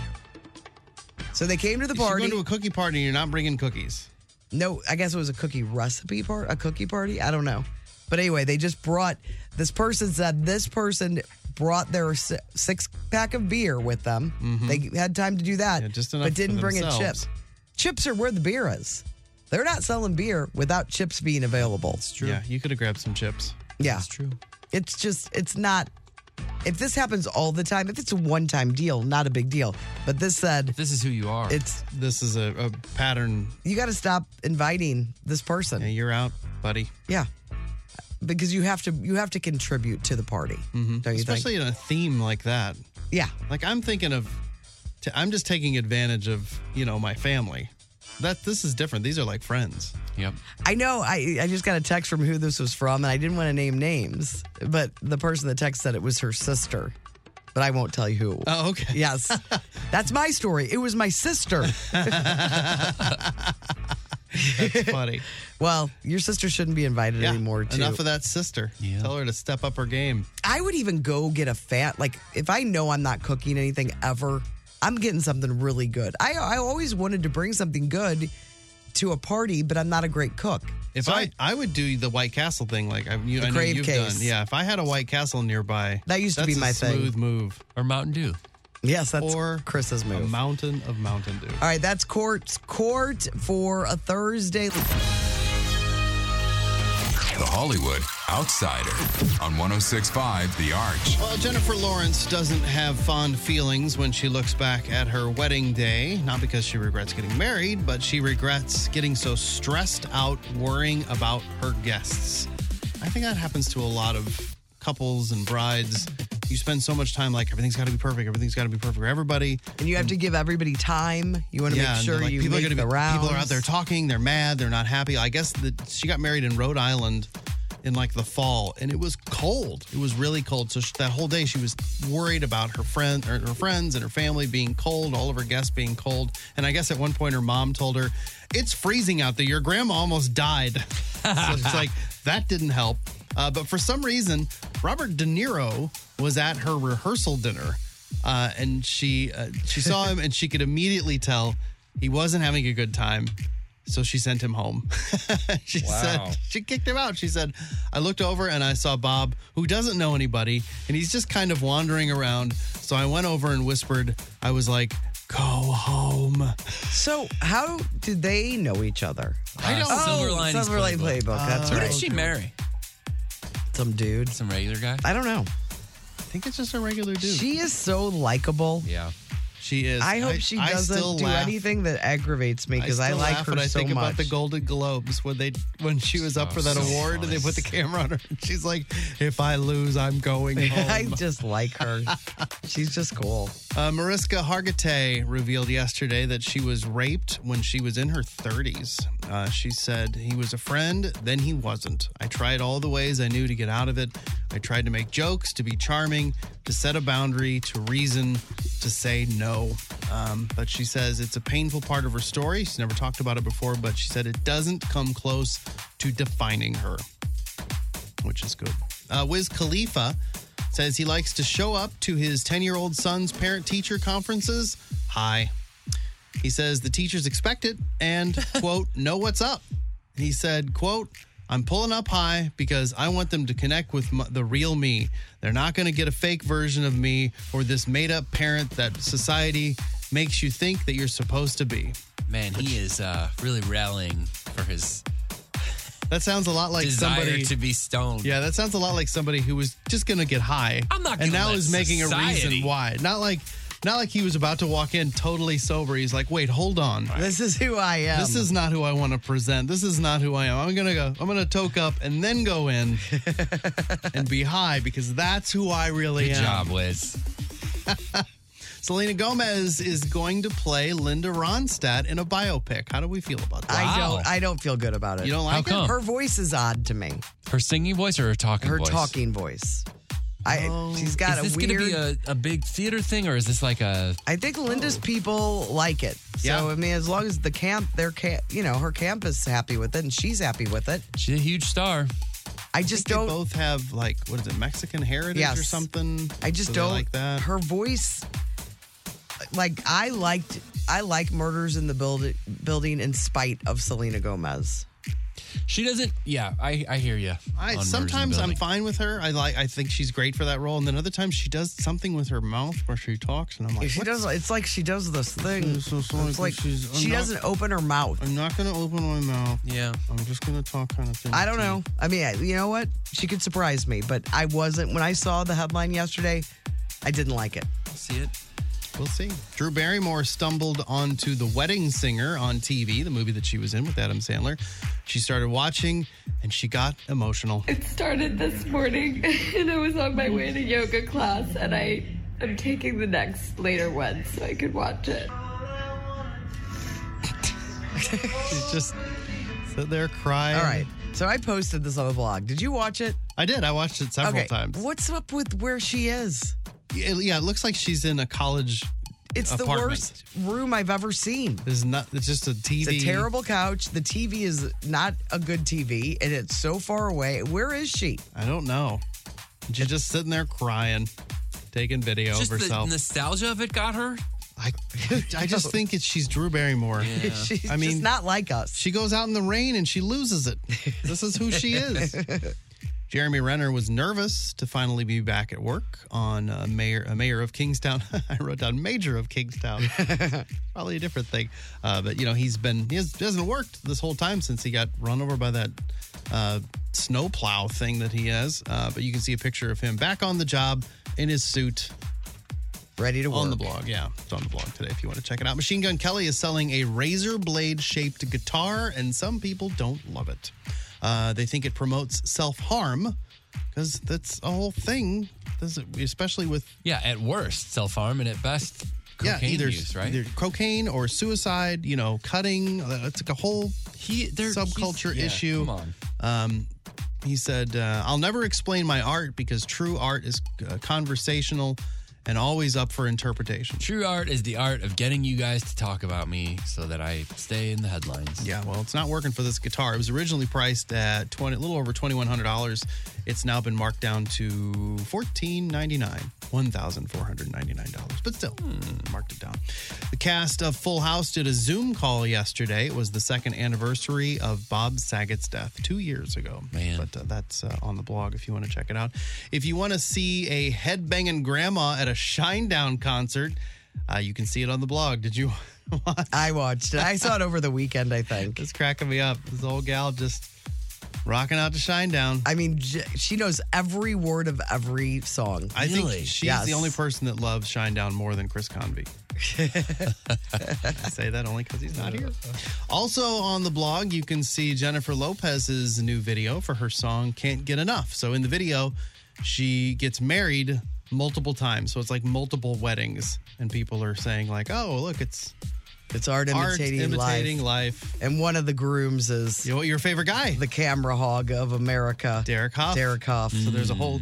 [SPEAKER 3] So they came to the party.
[SPEAKER 4] to a cookie party, you're not bringing cookies.
[SPEAKER 3] No, I guess it was a cookie recipe part, a cookie party. I don't know, but anyway, they just brought this person said this person brought their si- six pack of beer with them. They had time to do that,
[SPEAKER 4] Mm-hmm. just enough
[SPEAKER 3] but didn't
[SPEAKER 4] for
[SPEAKER 3] bring in
[SPEAKER 4] themselves.
[SPEAKER 3] chips. Chips are where the beer is. They're not selling beer without chips being available. It's
[SPEAKER 4] true. Yeah, you could have grabbed some chips.
[SPEAKER 3] Yeah, it's
[SPEAKER 5] true.
[SPEAKER 3] It's just it's not. If this happens all the time, if it's a one-time deal, not a big deal. But this said,
[SPEAKER 5] this is who you are.
[SPEAKER 3] It's
[SPEAKER 4] this is a, a pattern.
[SPEAKER 3] You got to stop inviting this person. Yeah,
[SPEAKER 4] you're out, buddy.
[SPEAKER 3] Yeah, because you have to you have to contribute to the party, don't you
[SPEAKER 4] Mm-hmm. Especially
[SPEAKER 3] think?
[SPEAKER 4] in a theme like that.
[SPEAKER 3] Yeah.
[SPEAKER 4] Like I'm thinking of, t- I'm just taking advantage of you know my family. That this is different. These are like friends.
[SPEAKER 5] Yep.
[SPEAKER 3] I know. I I just got a text from who this was from, and I didn't want to name names, but the person that text said it was her sister, but I won't tell you who.
[SPEAKER 4] Oh, okay.
[SPEAKER 3] Yes, that's my story. It was my sister.
[SPEAKER 4] That's funny.
[SPEAKER 3] well, your sister shouldn't be invited anymore. Too.
[SPEAKER 4] Enough of that sister. Tell her to step up her game.
[SPEAKER 3] I would even go get a fat like if I know I'm not cooking anything ever, I'm getting something really good. I I always wanted to bring something good to a party, but I'm not a great cook.
[SPEAKER 4] If I, I would do the White Castle thing, like I, you,
[SPEAKER 3] The
[SPEAKER 4] I know
[SPEAKER 3] crave
[SPEAKER 4] you've
[SPEAKER 3] case.
[SPEAKER 4] done. Yeah, if I had a White Castle nearby,
[SPEAKER 3] That used to
[SPEAKER 4] that's a
[SPEAKER 3] be my thing.
[SPEAKER 4] Smooth move
[SPEAKER 5] or Mountain Dew.
[SPEAKER 3] Yes, that's
[SPEAKER 4] or
[SPEAKER 3] Chris's move.
[SPEAKER 4] A mountain of Mountain Dew.
[SPEAKER 3] All right, that's court's court for a Thursday.
[SPEAKER 6] The Hollywood Outsider on 1065 The Arch.
[SPEAKER 4] Well, Jennifer Lawrence doesn't have fond feelings when she looks back at her wedding day. Not because she regrets getting married, but she regrets getting so stressed out worrying about her guests. I think that happens to a lot of couples and brides. You spend so much time like everything's got to be perfect, everything's got to be perfect for everybody.
[SPEAKER 3] And you have to give everybody time. You want to
[SPEAKER 4] Yeah,
[SPEAKER 3] make
[SPEAKER 4] and
[SPEAKER 3] sure
[SPEAKER 4] they're like,
[SPEAKER 3] you
[SPEAKER 4] people
[SPEAKER 3] make
[SPEAKER 4] are gonna
[SPEAKER 3] the
[SPEAKER 4] be,
[SPEAKER 3] rounds.
[SPEAKER 4] People are out there talking. They're mad. They're not happy. I guess that she got married in Rhode Island in like the fall, and it was cold. It was really cold. So she, that whole day, she was worried about her friend, or her friends, and her family being cold. All of her guests being cold. And I guess at one point, her mom told her, "It's freezing out there. Your grandma almost died." so it's like that didn't help. Uh, but for some reason, Robert De Niro was at her rehearsal dinner, uh, and she uh, she saw him, and she could immediately tell he wasn't having a good time. So she sent him home. she
[SPEAKER 2] Wow.
[SPEAKER 4] said she kicked him out. She said, "I looked over and I saw Bob, who doesn't know anybody, and he's just kind of wandering around. So I went over and whispered. I was like." Go home.
[SPEAKER 3] So, how do they know each other?
[SPEAKER 5] I don't- Silver
[SPEAKER 3] oh,
[SPEAKER 5] Linings
[SPEAKER 3] Silver Lining
[SPEAKER 5] Playbook.
[SPEAKER 3] Playbook. That's
[SPEAKER 4] Uh,
[SPEAKER 5] Who
[SPEAKER 3] right.
[SPEAKER 5] did
[SPEAKER 4] Oh,
[SPEAKER 5] she marry?
[SPEAKER 3] Some dude.
[SPEAKER 5] Some regular guy?
[SPEAKER 3] I don't know.
[SPEAKER 4] I think it's just a regular dude.
[SPEAKER 3] She is so likable.
[SPEAKER 5] Yeah.
[SPEAKER 4] She is.
[SPEAKER 3] I hope she
[SPEAKER 4] still
[SPEAKER 3] doesn't do
[SPEAKER 4] laugh.
[SPEAKER 3] anything that aggravates me because I,
[SPEAKER 4] still
[SPEAKER 3] like
[SPEAKER 4] laugh
[SPEAKER 3] her
[SPEAKER 4] when I
[SPEAKER 3] so
[SPEAKER 4] think
[SPEAKER 3] much.
[SPEAKER 4] about the Golden Globes when they when she was up
[SPEAKER 3] Oh,
[SPEAKER 4] for that
[SPEAKER 3] so
[SPEAKER 4] award and they put the camera on her. And she's like, "If I lose, I'm going home."
[SPEAKER 3] I just like her. She's just cool.
[SPEAKER 4] Uh, Mariska Hargitay revealed yesterday that she was raped when she was in her 30s. Uh, she said, He was a friend, then he wasn't. I tried all the ways I knew to get out of it. I tried to make jokes, to be charming, to set a boundary, to reason, to say no. Um, but she says it's a painful part of her story. She's never talked about it before, but she said it doesn't come close to defining her which is good. Uh, Wiz Khalifa says he likes to show up to his 10 year old son's parent teacher conferences. Hi. He says the teachers expect it and, quote, know what's up. He said, quote, I'm pulling up high because I want them to connect with m- the real me. They're not going to get a fake version of me or this made up parent that society makes you think that you're supposed to be.
[SPEAKER 5] Man, he is uh, really rallying for his
[SPEAKER 4] That sounds a lot like
[SPEAKER 5] desire
[SPEAKER 4] somebody
[SPEAKER 5] to be stoned.
[SPEAKER 4] Yeah, that sounds a lot like somebody who was just gonna get high.
[SPEAKER 5] I'm not
[SPEAKER 4] And
[SPEAKER 5] gonna
[SPEAKER 4] now
[SPEAKER 5] let
[SPEAKER 4] is making a
[SPEAKER 5] society-
[SPEAKER 4] reason why. Not like Not like he was about to walk in totally sober. He's like, wait, hold on.
[SPEAKER 3] This is who I am.
[SPEAKER 4] This is not who I want to present. This is not who I am. I'm gonna go. I'm gonna toke up and then go in and be high because that's who I really
[SPEAKER 5] Good
[SPEAKER 4] am.
[SPEAKER 5] job, Liz.
[SPEAKER 4] Selena Gomez is going to play Linda Ronstadt in a biopic. How do we feel about that?
[SPEAKER 3] I don't. I don't feel good about it.
[SPEAKER 4] You don't like How it? come?
[SPEAKER 3] Her voice is odd to me.
[SPEAKER 5] Her singing voice or her talking
[SPEAKER 3] Her
[SPEAKER 5] voice?
[SPEAKER 3] talking voice. I. she's got
[SPEAKER 5] is this
[SPEAKER 3] a weird.
[SPEAKER 5] gonna be a, a big theater thing or is this like a
[SPEAKER 3] I think Linda's people like it. So
[SPEAKER 5] Yeah.
[SPEAKER 3] I mean, as long as the camp, their camp, you know, her camp is happy with it, and she's happy with it.
[SPEAKER 5] She's a huge star.
[SPEAKER 3] I just
[SPEAKER 4] think
[SPEAKER 3] don't.
[SPEAKER 4] They both have like what is it, Mexican heritage
[SPEAKER 3] Yes.
[SPEAKER 4] or something?
[SPEAKER 3] I just
[SPEAKER 4] So they
[SPEAKER 3] don't
[SPEAKER 4] like that.
[SPEAKER 3] Her voice, like I liked, I like murders in the build, building in spite of Selena Gomez.
[SPEAKER 5] She doesn't. Yeah, I I hear you.
[SPEAKER 4] I sometimes I'm fine with her. I like I think she's great for that role, and then other times she does something with her mouth where she talks, and I'm like,
[SPEAKER 3] she
[SPEAKER 4] what?
[SPEAKER 3] does. It's like she does this thing.
[SPEAKER 4] It's just like
[SPEAKER 3] It's like
[SPEAKER 4] she's- I'm
[SPEAKER 3] she
[SPEAKER 4] not-
[SPEAKER 3] doesn't open her mouth.
[SPEAKER 4] I'm not gonna open my mouth.
[SPEAKER 5] Yeah,
[SPEAKER 4] I'm just gonna talk kind of thing.
[SPEAKER 3] I don't know. I mean, I- you know what? She could surprise me, but I wasn't when I saw the headline yesterday. I didn't like it.
[SPEAKER 5] See it.
[SPEAKER 4] We'll see. Drew Barrymore stumbled onto The Wedding Singer on TV, the movie that she was in with Adam Sandler. She started watching, and she got emotional.
[SPEAKER 12] It started this morning, and I was on my way to yoga class, and I am taking the next later one so I could watch it.
[SPEAKER 4] She's just sit there crying.
[SPEAKER 3] All right. So I posted this on the blog. Did you watch it?
[SPEAKER 4] I did. I watched it several times.
[SPEAKER 3] What's up with where she is?
[SPEAKER 4] Yeah, yeah, it looks like she's in a college.
[SPEAKER 3] It's the
[SPEAKER 4] apartment.
[SPEAKER 3] worst room I've ever seen.
[SPEAKER 4] There's not. It's just a TV.
[SPEAKER 3] It's a terrible couch. The TV is not a good TV, and it's so far away. Where is she?
[SPEAKER 4] I don't know. She's just sitting there crying, taking video
[SPEAKER 5] Just
[SPEAKER 4] of herself.
[SPEAKER 5] the nostalgia of it got her.
[SPEAKER 4] I just think it's she's Drew Barrymore.
[SPEAKER 5] Yeah.
[SPEAKER 3] She's
[SPEAKER 4] I mean,
[SPEAKER 3] just not like us.
[SPEAKER 4] She goes out in the rain and she loses it. This is who she is. Jeremy Renner was nervous to finally be back at work on uh, mayor uh, mayor of Kingstown. I wrote down major of Kingstown. Probably a different thing, uh, but you know he's been he, has, he hasn't worked this whole time since he got run over by that uh, snowplow thing that he has. Uh, but you can see a picture of him back on the job in his suit,
[SPEAKER 3] ready to
[SPEAKER 4] work. On the blog, yeah, it's on the blog today if you want to check it out. Machine Gun Kelly is selling a razor blade shaped guitar, and some people don't love it. Uh, they think it promotes self harm because that's a whole thing, This is- especially with
[SPEAKER 5] Yeah, at worst self harm and at best cocaine
[SPEAKER 4] yeah, either,
[SPEAKER 5] use. Right?
[SPEAKER 4] either cocaine or suicide, you know, cutting. Uh, it's like a whole subculture
[SPEAKER 5] yeah,
[SPEAKER 4] issue.
[SPEAKER 5] come on.
[SPEAKER 4] Um, he said, uh, I'll never explain my art because true art is uh, conversational and always up for interpretation.
[SPEAKER 5] True art is the art of getting you guys to talk about me so that I stay in the headlines.
[SPEAKER 4] Yeah, well, it's not working for this guitar. It was originally priced at twenty, a little over twenty one hundred dollars. It's now been marked down to fourteen ninety nine, one thousand four hundred ninety nine dollars. But still, marked it down. The cast of Full House did a Zoom call yesterday. It was the second anniversary of Bob Saget's death two years ago. Man, but uh, that's uh, on the blog if you want to check it out. If you want to see a headbanging grandma at a Shinedown concert, uh, you can see it on the blog. Did you?
[SPEAKER 3] I watched it. I saw it over the weekend, I think.
[SPEAKER 4] It's cracking me up. This old gal just rocking out to Shinedown.
[SPEAKER 3] I mean, j- she knows every word of every song.
[SPEAKER 4] I think she's
[SPEAKER 3] Yes.
[SPEAKER 4] the only person that loves Shinedown more than Chris Convey. I say that only because he's not here. Also on the blog, you can see Jennifer Lopez's new video for her song Can't Get Enough. So in the video, she gets married multiple times. So it's like multiple weddings. And people are saying, like, oh, look, it's
[SPEAKER 3] It's art imitating,
[SPEAKER 4] imitating life.
[SPEAKER 3] And one of the grooms is
[SPEAKER 4] your favorite guy,
[SPEAKER 3] the camera hog of America,
[SPEAKER 4] Derek Hough.
[SPEAKER 3] Derek Hough.
[SPEAKER 4] So there's a whole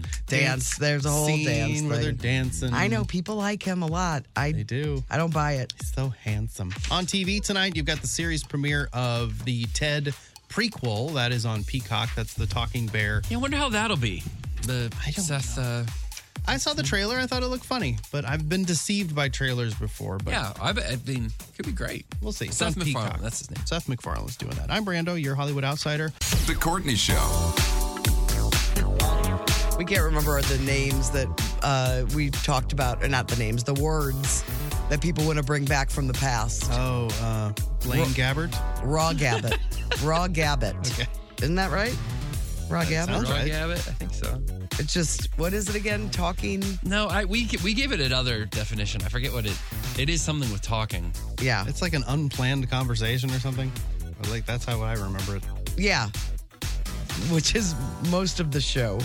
[SPEAKER 4] dance
[SPEAKER 3] dance. There's a whole
[SPEAKER 4] scene
[SPEAKER 3] dance
[SPEAKER 4] where they're
[SPEAKER 3] thing.
[SPEAKER 4] dancing.
[SPEAKER 3] I know people like him a lot. I they
[SPEAKER 4] do.
[SPEAKER 3] I don't buy it.
[SPEAKER 4] He's so handsome. On TV tonight, you've got the series premiere of the Ted prequel. That is on Peacock. That's the Talking Bear.
[SPEAKER 5] Yeah, I wonder how that'll be. The I Seth. Uh,
[SPEAKER 4] I saw the trailer. I thought it looked funny, but I've been deceived by trailers before. But
[SPEAKER 5] yeah, I, bet- I mean, could be great.
[SPEAKER 4] We'll see. It's
[SPEAKER 5] Seth
[SPEAKER 4] on
[SPEAKER 5] MacFarlane.
[SPEAKER 4] Peacock.
[SPEAKER 5] That's his name.
[SPEAKER 4] Seth MacFarlane's doing that. I'm Brando, your Hollywood outsider.
[SPEAKER 6] The Courtney Show.
[SPEAKER 3] We can't remember the names that uh, we talked about, or not the names, the words that people want to bring back from the past.
[SPEAKER 4] Oh, uh, Blaine Gabbert?
[SPEAKER 3] Raw Gabbit. raw Gabbit. Isn't that right? Raw
[SPEAKER 4] That
[SPEAKER 3] Gabbit?
[SPEAKER 4] sounds right.
[SPEAKER 5] Gabbit? I think so.
[SPEAKER 3] It's just what is it again? Talking.
[SPEAKER 5] No, I we we gave it another definition. I forget what it. It is something with talking.
[SPEAKER 3] Yeah.
[SPEAKER 4] It's like an unplanned conversation or something. Or, Like that's how I remember it.
[SPEAKER 3] Yeah. Which is most of the show.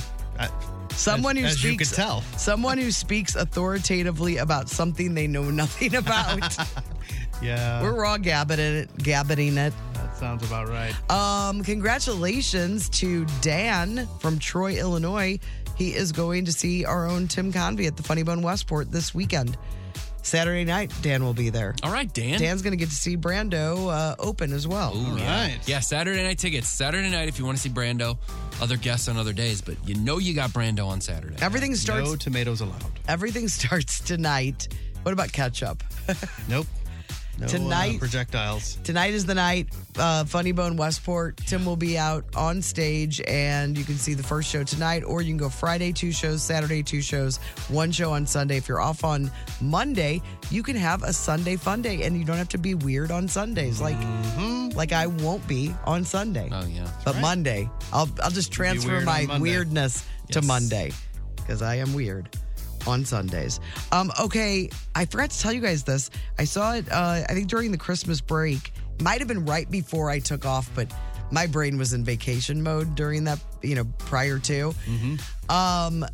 [SPEAKER 3] someone who
[SPEAKER 4] as- as you
[SPEAKER 3] speaks
[SPEAKER 4] could tell.
[SPEAKER 3] someone who speaks authoritatively about something they know nothing about.
[SPEAKER 4] Yeah.
[SPEAKER 3] We're raw gabbiting it, gabbiting it.
[SPEAKER 4] That sounds about right.
[SPEAKER 3] Um, congratulations to Dan from Troy, Illinois. He is going to see our own Tim Convey at the Funny Bone Westport this weekend. Saturday night, Dan will be there.
[SPEAKER 5] All right, Dan.
[SPEAKER 3] Dan's going to get to see Brando uh, open as well.
[SPEAKER 5] All right. Yeah, Saturday night tickets. Saturday night if you want to see Brando. Other guests on other days, but you know you got Brando on Saturday.
[SPEAKER 3] Everything starts- No
[SPEAKER 4] tomatoes allowed.
[SPEAKER 3] Everything starts tonight. What about ketchup?
[SPEAKER 4] nope. No, uh,
[SPEAKER 3] tonight,
[SPEAKER 4] projectiles.
[SPEAKER 3] Tonight is the night. Uh, Funny Bone Westport. Tim will be out on stage, and you can see the first show tonight, or you can go Friday two shows, Saturday two shows, one show on Sunday. If you're off on Monday, you can have a Sunday fun day, and you don't have to be weird on Sundays, like like I won't be on Sunday.
[SPEAKER 5] Mm-hmm. Oh yeah,
[SPEAKER 3] but Monday, I'll I'll just transfer
[SPEAKER 5] weird
[SPEAKER 3] my
[SPEAKER 5] on Monday.
[SPEAKER 3] weirdness to
[SPEAKER 5] Yes.
[SPEAKER 3] Monday because I am weird on Sundays. Um, okay, I forgot to tell you guys this. I saw it. Uh, I think during the Christmas break, might have been right before I took off, but my brain was in vacation mode during that. You know, prior to.
[SPEAKER 4] Mm-hmm.
[SPEAKER 3] Um,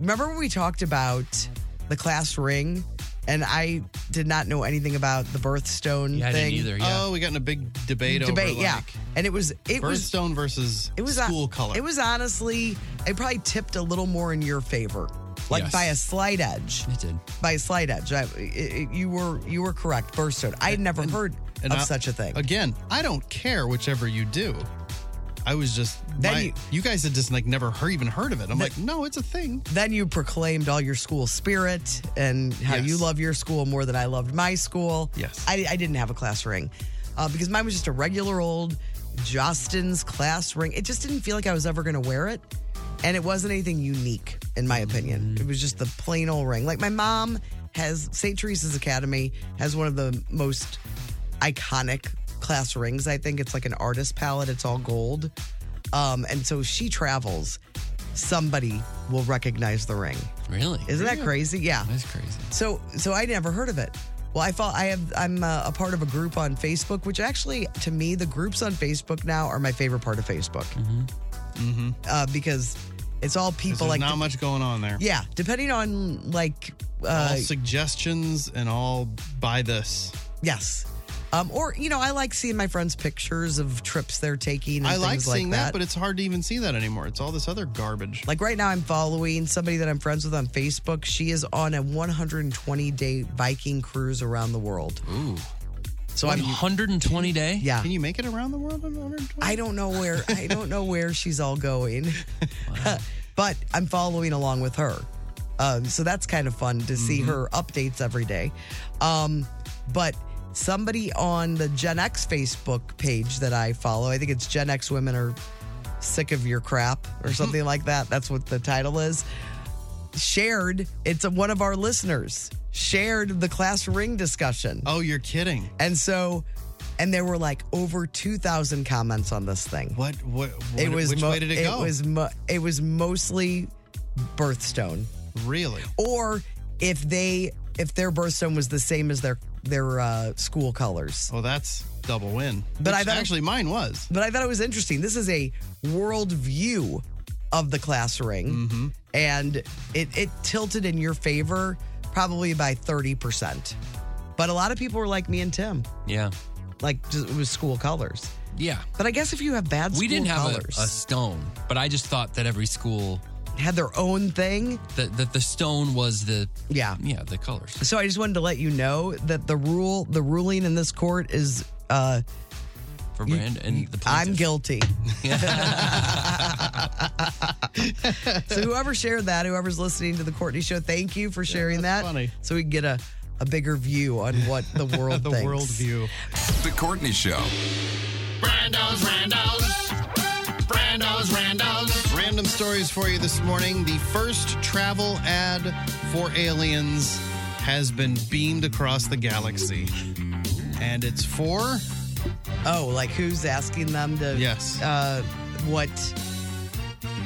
[SPEAKER 3] remember when we talked about the class ring? And I did not know anything about the birthstone
[SPEAKER 4] Yeah, I
[SPEAKER 3] thing.
[SPEAKER 4] didn't either, yeah. Oh, we got in a big debate over,
[SPEAKER 3] yeah,
[SPEAKER 4] like,
[SPEAKER 3] and it was it was
[SPEAKER 4] Birthstone versus
[SPEAKER 3] it was uh,
[SPEAKER 4] school color.
[SPEAKER 3] It was honestly, it probably tipped a little more in your favor, like
[SPEAKER 4] Yes.
[SPEAKER 3] by a slight edge.
[SPEAKER 5] It did
[SPEAKER 3] by a slight edge. I, it, it- you were you were correct. Birthstone. I had never heard
[SPEAKER 4] and
[SPEAKER 3] of
[SPEAKER 4] I-
[SPEAKER 3] such a thing.
[SPEAKER 4] Again, I don't care whichever you do. I was just
[SPEAKER 3] Then
[SPEAKER 4] my-
[SPEAKER 3] you-
[SPEAKER 4] you, guys had just like never heard, even heard of it. I'm like, no, it's a thing.
[SPEAKER 3] Then you proclaimed all your school spirit and how you love your school more than I loved my school.
[SPEAKER 4] Yes.
[SPEAKER 3] I, I didn't have a class ring uh, because mine was just a regular old Justin's class ring. It just didn't feel like I was ever going to wear it. And it wasn't anything unique, in my opinion. It was just the plain old ring. Like my mom has, St. Teresa's Academy has one of the most iconic class rings. I think it's like an artist palette, it's all gold. Um, and so she travels, somebody will recognize the ring.
[SPEAKER 5] Really?
[SPEAKER 3] Isn't that crazy? Yeah.
[SPEAKER 5] That's crazy.
[SPEAKER 3] So so I never heard of it. Well, I fall, I have I'm uh, a, a part of a group on Facebook, which actually to me the groups on Facebook now are my favorite part of Facebook
[SPEAKER 4] Mm-hmm.
[SPEAKER 3] uh, because it's all people
[SPEAKER 4] There's
[SPEAKER 3] like
[SPEAKER 4] not much going on there.
[SPEAKER 3] yeah, depending on like
[SPEAKER 4] all
[SPEAKER 3] uh,
[SPEAKER 4] suggestions and all buy this.
[SPEAKER 3] yes. Um, or you know, I like seeing my friends' pictures of trips they're taking. And
[SPEAKER 4] I like
[SPEAKER 3] things
[SPEAKER 4] seeing
[SPEAKER 3] like
[SPEAKER 4] that, but it's hard to even see that anymore. It's all this other garbage.
[SPEAKER 3] Like right now, I'm following somebody that I'm friends with on Facebook. She is on a 120 day Viking cruise around the world.
[SPEAKER 5] Ooh.
[SPEAKER 3] So I'm
[SPEAKER 5] 120 day.
[SPEAKER 3] Yeah.
[SPEAKER 4] Can you make it around the world in 120?
[SPEAKER 3] I don't know where I don't know where she's all going, but I'm following along with her. Um, so that's kind of fun to see her updates every day. Um, but somebody on the Gen X Facebook page that I follow, I think it's Gen X Women Are Sick of Your Crap or something like that. That's what the title is. Shared, it's a, one of our listeners shared the class ring discussion.
[SPEAKER 4] Oh, you're kidding.
[SPEAKER 3] And so, and there were like over 2,000 comments on this thing.
[SPEAKER 4] What, what, what
[SPEAKER 3] it was
[SPEAKER 4] which
[SPEAKER 3] mo-
[SPEAKER 4] way did it, go?
[SPEAKER 3] was mo- it was mostly birthstone.
[SPEAKER 4] Really?
[SPEAKER 3] Or if they if their birthstone was the same as their their uh, school colors.
[SPEAKER 4] Oh, that's double win.
[SPEAKER 3] But I
[SPEAKER 4] Which
[SPEAKER 3] thought-
[SPEAKER 4] actually mine was.
[SPEAKER 3] But I thought it was interesting. This is a world view of the class ring, and it it tilted in your favor probably by thirty percent. But a lot of people were like me and Tim,
[SPEAKER 5] Yeah.
[SPEAKER 3] like just, it was school colors.
[SPEAKER 5] Yeah.
[SPEAKER 3] But I guess if you have bad school
[SPEAKER 5] we didn't have a,
[SPEAKER 3] colors,
[SPEAKER 5] a stone, but I just thought that every school
[SPEAKER 3] had their own thing.
[SPEAKER 5] That that the stone was the
[SPEAKER 3] yeah
[SPEAKER 5] yeah the colors.
[SPEAKER 3] So I just wanted to let you know that the rule, the ruling in this court is uh,
[SPEAKER 5] For
[SPEAKER 3] you-
[SPEAKER 5] Brand and the
[SPEAKER 3] I'm guilty. so whoever shared that, whoever's listening to the Courtney Show, thank you for sharing that. So we can get a, a bigger view on what the world
[SPEAKER 6] The
[SPEAKER 3] thinks.
[SPEAKER 6] world
[SPEAKER 4] view.
[SPEAKER 6] The Courtney Show.
[SPEAKER 4] Brandos, Randos. Brandos, Randos. Random stories for you this morning. The first travel ad for aliens has been beamed across the galaxy. And it's for
[SPEAKER 3] Oh, like who's asking them to?
[SPEAKER 4] Yes.
[SPEAKER 3] Uh, what?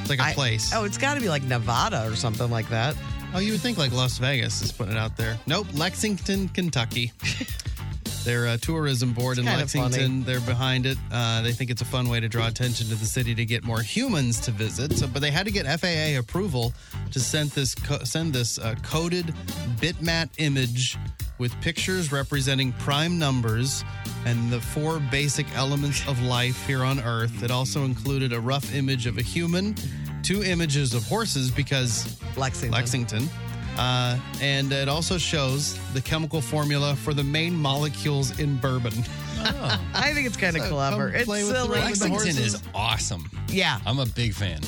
[SPEAKER 4] like a place.
[SPEAKER 3] Oh, it's got to be like Nevada or something like that.
[SPEAKER 4] Oh, you would think like Las Vegas is putting it out there. Nope, Lexington, Kentucky. Their uh, tourism board in
[SPEAKER 3] kinda funny.
[SPEAKER 4] Lexington, they're behind it. Uh, they think it's a fun way to draw attention to the city to get more humans to visit. So, but they had to get FAA approval to send this co- send this uh, coded bitmap image with pictures representing prime numbers and the four basic elements of life here on Earth. It also included a rough image of a human, two images of horses because
[SPEAKER 3] Lexington.
[SPEAKER 4] Lexington. Uh, and it also shows the chemical formula for the main molecules in bourbon.
[SPEAKER 3] I think it's kind of
[SPEAKER 4] So
[SPEAKER 3] clever.
[SPEAKER 4] come
[SPEAKER 3] It's
[SPEAKER 4] play with the
[SPEAKER 3] silly.
[SPEAKER 4] rabbit
[SPEAKER 5] Lexington
[SPEAKER 4] horses.
[SPEAKER 5] is awesome.
[SPEAKER 3] Yeah.
[SPEAKER 5] I'm a big fan.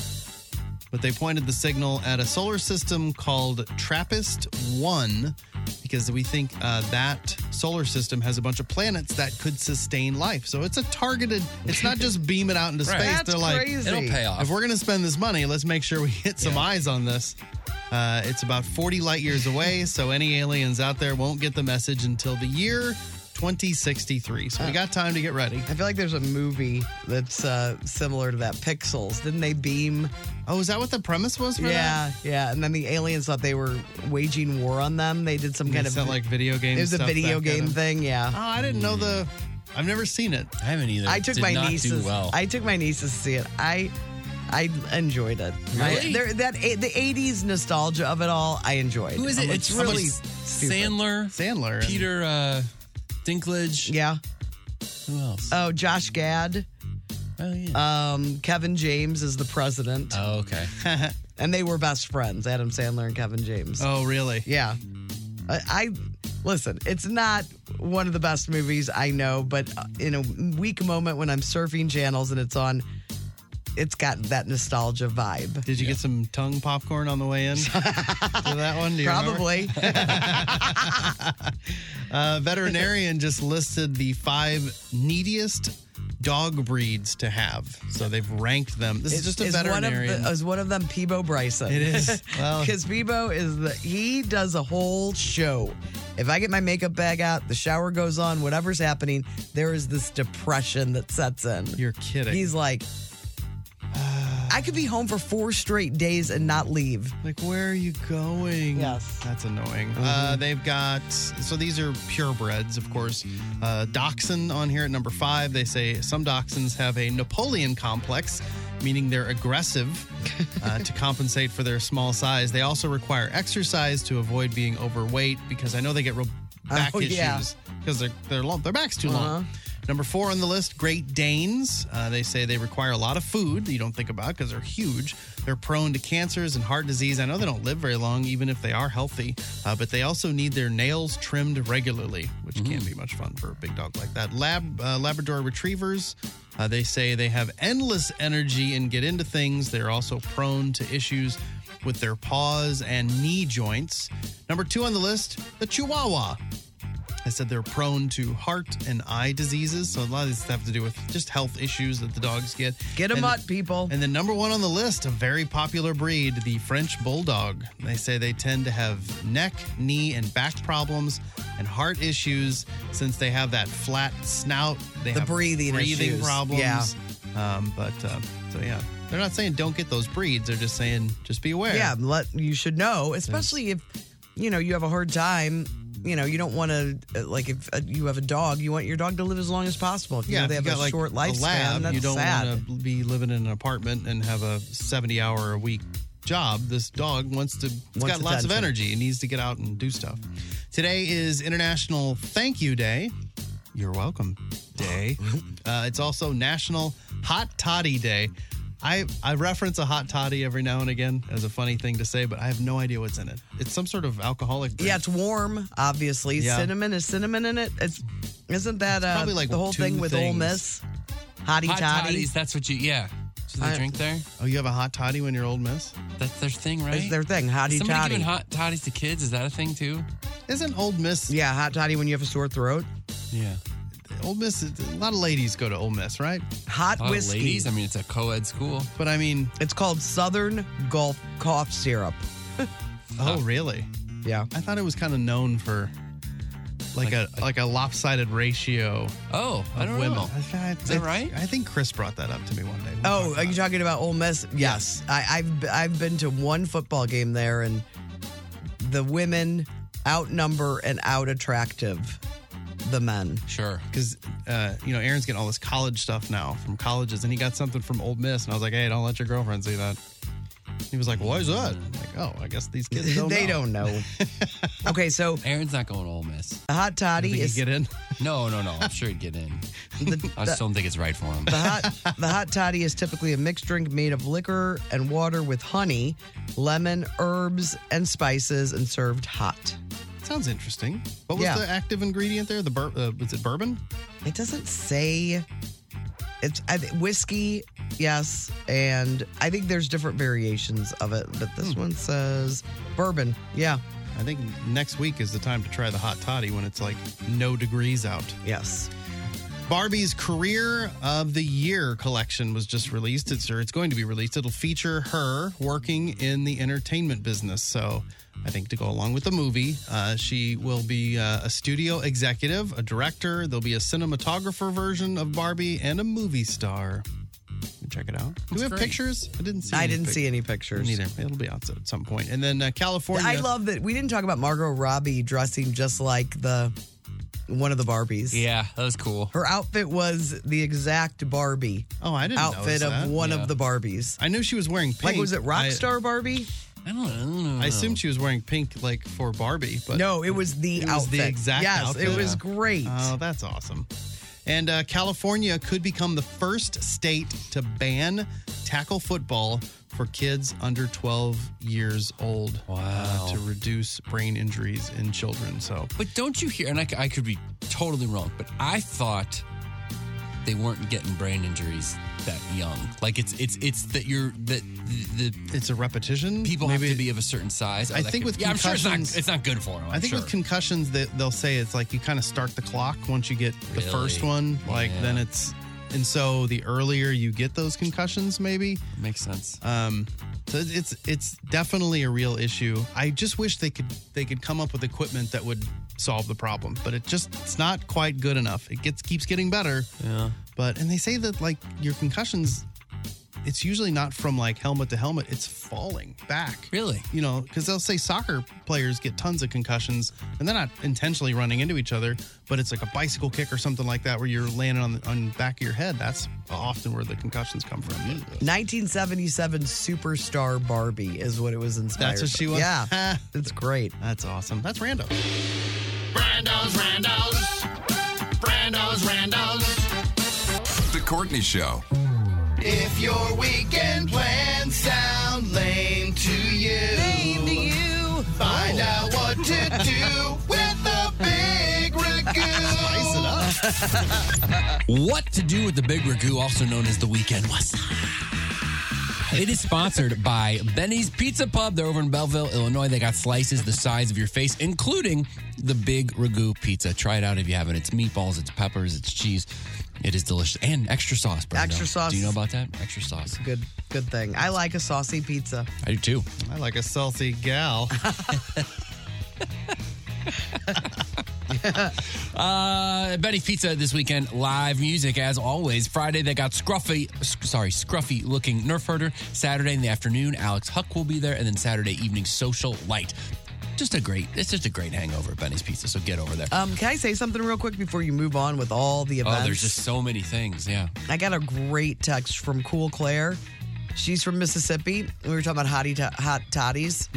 [SPEAKER 4] But they pointed the signal at a solar system called TRAPPIST 1 because we think uh, that solar system has a bunch of planets that could sustain life. So it's a targeted, it's not just beam it out into
[SPEAKER 5] Right.
[SPEAKER 4] space.
[SPEAKER 5] That's
[SPEAKER 4] They're like,
[SPEAKER 5] crazy. It'll pay off.
[SPEAKER 4] If we're going to spend this money, let's make sure we hit some eyes on this. Uh, it's about 40 light years away, so any aliens out there won't get the message until the year 2063. So we got time to get ready.
[SPEAKER 3] I feel like there's a movie that's uh, similar to that, Pixels. Didn't they beam?
[SPEAKER 4] Oh, is that what the premise was? for
[SPEAKER 3] yeah, yeah. And then the aliens thought they were waging war on them. They did some
[SPEAKER 4] They
[SPEAKER 3] kind of
[SPEAKER 4] sent, like, video game
[SPEAKER 3] It was a
[SPEAKER 4] stuff
[SPEAKER 3] video
[SPEAKER 4] back at
[SPEAKER 3] game
[SPEAKER 4] them.
[SPEAKER 3] thing. Yeah.
[SPEAKER 4] Oh, I didn't know the. I've never seen it.
[SPEAKER 5] I haven't either.
[SPEAKER 3] I took
[SPEAKER 5] Did
[SPEAKER 3] my
[SPEAKER 5] not do
[SPEAKER 3] nieces.
[SPEAKER 5] well.
[SPEAKER 3] I took my nieces to see it. I I enjoyed it. I-
[SPEAKER 5] Really?
[SPEAKER 3] there- that the '80s nostalgia of it all, I enjoyed.
[SPEAKER 5] Who is
[SPEAKER 3] I'm
[SPEAKER 5] it?
[SPEAKER 3] like,
[SPEAKER 5] It's really
[SPEAKER 3] stupid.
[SPEAKER 5] Sandler,
[SPEAKER 4] Sandler, and-
[SPEAKER 5] Peter uh, Dinklage.
[SPEAKER 3] Yeah.
[SPEAKER 5] Who else?
[SPEAKER 3] Oh, Josh Gad.
[SPEAKER 5] Oh
[SPEAKER 3] yeah. Um, Kevin James is the president.
[SPEAKER 5] Oh okay.
[SPEAKER 3] and they were best friends, Adam Sandler and Kevin James.
[SPEAKER 4] Oh really?
[SPEAKER 3] Yeah. I, I listen. It's not one of the best movies I know, but uh, in a weak moment when I'm surfing channels and it's on, it's got that nostalgia vibe.
[SPEAKER 4] Did you get some tongue popcorn on the way in to that one? Do you remember?
[SPEAKER 3] Probably.
[SPEAKER 4] Uh, veterinarian just listed the five neediest dog breeds to have. So they've ranked them. This is just a
[SPEAKER 3] One
[SPEAKER 4] veterinarian.
[SPEAKER 3] of the, oh, is one of them Peebo Bryson?
[SPEAKER 4] It is. Well-
[SPEAKER 3] because Peebo is the he does a whole show. If I get my makeup bag out, the shower goes on, whatever's happening, there is this depression that sets in.
[SPEAKER 4] You're kidding.
[SPEAKER 3] He's like, I could be home for four straight days and not leave.
[SPEAKER 4] Like, where are you going?
[SPEAKER 3] Yes. Mm-hmm.
[SPEAKER 4] That's annoying. Uh, they've got, so these are purebreds, of course. Uh, dachshund on here at number five. They say some dachshunds have a Napoleon complex, meaning they're aggressive uh, to compensate for their small size. They also require exercise to avoid being overweight because I know they get real back
[SPEAKER 3] Oh,
[SPEAKER 4] issues
[SPEAKER 3] yeah. Uh-huh.
[SPEAKER 4] because their their long, their back's too long. Number four on the list, Great Danes. Uh, they say they require a lot of food that you don't think about because they're huge. They're prone to cancers and heart disease. I know they don't live very long, even if they are healthy, uh, but they also need their nails trimmed regularly, which
[SPEAKER 3] Mm-hmm.
[SPEAKER 4] can be much fun for a big dog like that. Lab uh, Labrador Retrievers. Uh, they say they have endless energy and get into things. They're also prone to issues with their paws and knee joints. Number two on the list, the Chihuahua. I said they're prone to heart and eye diseases. So a lot of these have to do with just health issues that the dogs get.
[SPEAKER 3] Get 'em
[SPEAKER 4] And-
[SPEAKER 3] up, people.
[SPEAKER 4] And the number one on the list, a very popular breed, the French Bulldog. They say they tend to have neck, knee, and back problems and heart issues since they have that flat snout. They
[SPEAKER 3] The
[SPEAKER 4] have
[SPEAKER 3] breathing issues.
[SPEAKER 4] problems.
[SPEAKER 3] Yeah.
[SPEAKER 4] Um, but uh, so yeah, they're not saying don't get those breeds. They're just saying just be aware.
[SPEAKER 3] Yeah, let you should know, especially if you know you have a hard time. You know, you don't want to like if uh, you have a dog, you want your dog to live as long as possible. If you know
[SPEAKER 4] if
[SPEAKER 3] they
[SPEAKER 4] you
[SPEAKER 3] have
[SPEAKER 4] got,
[SPEAKER 3] a
[SPEAKER 4] like,
[SPEAKER 3] short
[SPEAKER 4] a
[SPEAKER 3] lifespan,
[SPEAKER 4] lab,
[SPEAKER 3] that's
[SPEAKER 4] you don't
[SPEAKER 3] sad.
[SPEAKER 4] want to be living in an apartment and have a 70 hour a week job. This dog wants to, It's
[SPEAKER 3] Wants
[SPEAKER 4] got lots of
[SPEAKER 3] attention.
[SPEAKER 4] energy. It needs to get out and do stuff. Today is International Thank You Day. You're welcome Day. uh, it's also National Hot Toddy Day. I, I reference a hot toddy every now and again as a funny thing to say, but I have no idea what's in it. It's some sort of alcoholic drink.
[SPEAKER 3] Yeah, it's warm, obviously.
[SPEAKER 4] Yeah.
[SPEAKER 3] Cinnamon is cinnamon in it. It's isn't that uh,
[SPEAKER 4] probably like
[SPEAKER 3] the whole
[SPEAKER 4] two
[SPEAKER 3] thing with Ole
[SPEAKER 4] things.
[SPEAKER 3] Miss? Hottie
[SPEAKER 5] Hot
[SPEAKER 3] toddy.
[SPEAKER 5] toddies. That's what you. Yeah. So they
[SPEAKER 3] I-
[SPEAKER 5] drink there.
[SPEAKER 4] Oh, you have a hot toddy when you're Old Miss?
[SPEAKER 5] That's their thing, right?
[SPEAKER 3] It's their thing, hottie
[SPEAKER 5] Somebody
[SPEAKER 3] toddy.
[SPEAKER 5] giving hot toddies to kids. Is that a thing too?
[SPEAKER 4] Isn't Old Miss
[SPEAKER 3] yeah, hot toddy when you have a sore throat.
[SPEAKER 5] Yeah.
[SPEAKER 4] Ole Miss, a lot of ladies go to Ole Miss, right?
[SPEAKER 3] Hot
[SPEAKER 5] A
[SPEAKER 4] Oh,
[SPEAKER 5] lot
[SPEAKER 3] whiskey.
[SPEAKER 5] of ladies. I mean, it's a co-ed school.
[SPEAKER 4] But I mean,
[SPEAKER 3] It's called Southern Gulf Cough Syrup. Uh-huh.
[SPEAKER 4] oh, really?
[SPEAKER 3] Yeah.
[SPEAKER 4] I thought it was kind of known for like, a like a lopsided ratio.
[SPEAKER 5] Oh,
[SPEAKER 3] I don't know.
[SPEAKER 4] Is that right? I think Chris brought that up to me one day.
[SPEAKER 3] Oh, are you talking about Ole Miss? Yes, I, I've I've been to one football game there, and the women outnumber and out attractive the men.
[SPEAKER 5] Sure.
[SPEAKER 4] Because, uh, you know, Aaron's getting all this college stuff now from colleges, and he got something from Old Miss, and I was like, hey, don't let your girlfriend see that. He was like, why is that? I'm like, oh, I guess these kids don't
[SPEAKER 3] They
[SPEAKER 4] know.
[SPEAKER 3] don't know. okay, so
[SPEAKER 5] Aaron's not going to Ole Miss.
[SPEAKER 3] The hot toddy
[SPEAKER 5] You think
[SPEAKER 3] is
[SPEAKER 5] he'd get in. No, no, no. I'm sure he'd get in. I just don't think it's right for him.
[SPEAKER 3] The hot, the hot toddy is typically a mixed drink made of liquor and water with honey, lemon, herbs, and spices, and served hot.
[SPEAKER 4] Sounds interesting. What was
[SPEAKER 3] Yeah.
[SPEAKER 4] the active ingredient there? The bur- uh, Was it bourbon?
[SPEAKER 3] It doesn't say. It's I, thi- whiskey, yes, and I think there's different variations of it, but this
[SPEAKER 4] Hmm.
[SPEAKER 3] one says bourbon. Yeah.
[SPEAKER 4] I think next week is the time to try the hot toddy when it's like no degrees out.
[SPEAKER 3] Yes.
[SPEAKER 4] Barbie's Career of the Year collection was just released. It's or it's going to be released. It'll feature her working in the entertainment business. So I think to go along with the movie, uh, she will be uh, a studio executive, a director. There'll be a cinematographer version of Barbie and a movie star. Check it out. Do we have pictures? I didn't see.
[SPEAKER 3] I
[SPEAKER 4] any
[SPEAKER 3] didn't
[SPEAKER 4] pic-
[SPEAKER 3] see any pictures.
[SPEAKER 4] Neither. It'll be out at some point. And then uh, California.
[SPEAKER 3] I love that we didn't talk about Margot Robbie dressing just like the one of the Barbies.
[SPEAKER 5] Yeah, that was cool.
[SPEAKER 3] Her outfit was the exact Barbie.
[SPEAKER 4] Oh, I didn't
[SPEAKER 3] outfit
[SPEAKER 4] notice
[SPEAKER 3] of
[SPEAKER 4] that.
[SPEAKER 3] one
[SPEAKER 4] Yeah.
[SPEAKER 3] of the Barbies.
[SPEAKER 4] I knew she was wearing pink.
[SPEAKER 3] Like was it Rockstar Barbie?
[SPEAKER 5] I don't, know.
[SPEAKER 4] I assumed she was wearing pink, like for Barbie, but
[SPEAKER 3] No, it was the
[SPEAKER 4] it was
[SPEAKER 3] outfit.
[SPEAKER 4] the exact
[SPEAKER 3] yes, it
[SPEAKER 4] outfit.
[SPEAKER 3] was great.
[SPEAKER 4] Oh, that's awesome. And uh, California could become the first state to ban tackle football for kids under 12 years old wow. to reduce brain injuries in children. So
[SPEAKER 5] But don't you hear? And I, c- I could be totally wrong, but I thought they weren't getting brain injuries that young. Like it's it's it's that you're that the, the
[SPEAKER 4] it's a repetition.
[SPEAKER 5] People have to be of a certain size. Oh,
[SPEAKER 4] I
[SPEAKER 5] that
[SPEAKER 4] think with
[SPEAKER 5] yeah, I'm sure it's not
[SPEAKER 4] concussions-
[SPEAKER 5] it's not good for them.
[SPEAKER 4] I think with concussions, they, they'll say it's like you kind of start the clock once you get the
[SPEAKER 5] Really?
[SPEAKER 4] first one. Like
[SPEAKER 5] Yeah.
[SPEAKER 4] then it's, and so the earlier you get those concussions, maybe
[SPEAKER 5] makes sense.
[SPEAKER 4] Um, so it- it's it's definitely a real issue. I just wish they could they could come up with equipment that would solve the problem, but it just it's not quite good enough. It gets keeps getting better.
[SPEAKER 5] Yeah.
[SPEAKER 4] But and they say that like your concussions, it's usually not from like helmet to helmet. It's falling back.
[SPEAKER 5] Really?
[SPEAKER 4] You know, because they'll say soccer players get tons of concussions, and they're not intentionally running into each other, but it's like a bicycle kick or something like that where you're landing on the on the back of your head. That's often where the concussions come from.
[SPEAKER 3] 1977 superstar Barbie is what it was inspired.
[SPEAKER 4] That's what she
[SPEAKER 3] by.
[SPEAKER 4] was?
[SPEAKER 3] Yeah, it's great.
[SPEAKER 4] That's awesome. That's random.
[SPEAKER 2] Brandos, Randos. Brandos, Randos.
[SPEAKER 6] The Courtney Show.
[SPEAKER 2] If your weekend plans sound lame to you, lame to you. find out what to do with the big ragu.
[SPEAKER 5] What to do with the big ragu, also known as the weekend? What's up? It is sponsored by Benny's Pizza Pub. They're over in Belleville, Illinois. They got slices the size of your face, including the big ragu pizza. Try it out if you haven't. It's meatballs, it's peppers, it's cheese. It is delicious and extra sauce. Brando.
[SPEAKER 3] Extra sauce.
[SPEAKER 5] Do you know about that? Extra sauce.
[SPEAKER 3] Good, good thing. I like a saucy pizza.
[SPEAKER 5] I do too.
[SPEAKER 4] I like a salty gal.
[SPEAKER 5] Uh, Benny's Pizza this weekend, live music as always. Friday they got Scruffy, sc- sorry, Scruffy looking Nerf herder. Saturday in the afternoon, Alex Huck will be there, and then Saturday evening, Social Light. Just a great, it's just a great hangover at Benny's Pizza. So get over there.
[SPEAKER 4] Uh,
[SPEAKER 3] Um, can I say something real quick before you move on with all the events?
[SPEAKER 5] oh, there's just so many things. Yeah,
[SPEAKER 3] I got a great text from Cool Claire. She's from Mississippi. We were talking about hottie to- hot toddies,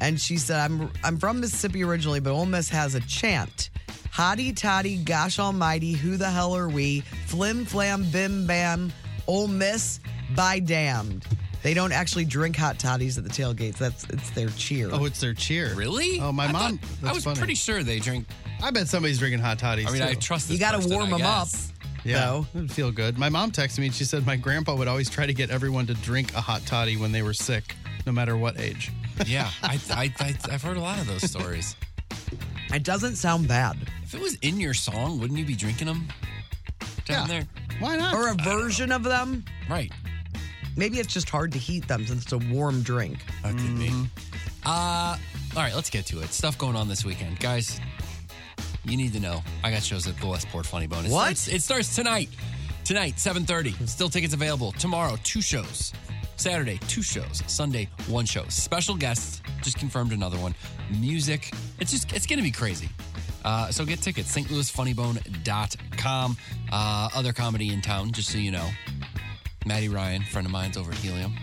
[SPEAKER 3] and she said, "I'm I'm from Mississippi originally, but Ole Miss has a chant: Hottie toddy, gosh almighty, who the hell are we? Flim flam, bim bam, Ole Miss by damned." They don't actually drink hot toddies at the tailgates. That's it's their cheer.
[SPEAKER 4] Oh, it's their cheer.
[SPEAKER 5] really?
[SPEAKER 4] Oh, my
[SPEAKER 5] I
[SPEAKER 4] mom.
[SPEAKER 5] thought-
[SPEAKER 4] that's
[SPEAKER 5] I was
[SPEAKER 4] funny.
[SPEAKER 5] pretty sure they drink.
[SPEAKER 4] I bet somebody's drinking hot toddies.
[SPEAKER 5] I mean, I
[SPEAKER 4] too.
[SPEAKER 5] trust this
[SPEAKER 3] you got to
[SPEAKER 5] person,
[SPEAKER 3] warm
[SPEAKER 5] I
[SPEAKER 3] them up.
[SPEAKER 5] guess.
[SPEAKER 4] Yeah,
[SPEAKER 3] though.
[SPEAKER 4] it'd feel good. My mom texted me and she said my grandpa would always try to get everyone to drink a hot toddy when they were sick, no matter what age.
[SPEAKER 5] Yeah, I, I, I, I've heard a lot of those stories.
[SPEAKER 3] It doesn't sound bad.
[SPEAKER 5] if it was in your song, wouldn't you be drinking them down there?
[SPEAKER 4] Why not?
[SPEAKER 3] Or a version of them.
[SPEAKER 5] Right.
[SPEAKER 3] Maybe it's just hard to heat them since it's a warm drink.
[SPEAKER 5] That could be. Uh, all right, let's get to it. Stuff going on this weekend, guys. You need to know. I got shows at the Westport Funny Bone. It
[SPEAKER 13] What?
[SPEAKER 5] Starts, it starts tonight. Tonight, 7.30. Still tickets available. Tomorrow, two shows. Saturday, two shows. Sunday, one show. Special guests. Just confirmed another one. Music. It's just, it's going to be crazy. Uh, so get tickets. stlouisfunnybone.com. Uh, other comedy in town, just so you know. Maddie Ryan, friend of mine's over at Helium.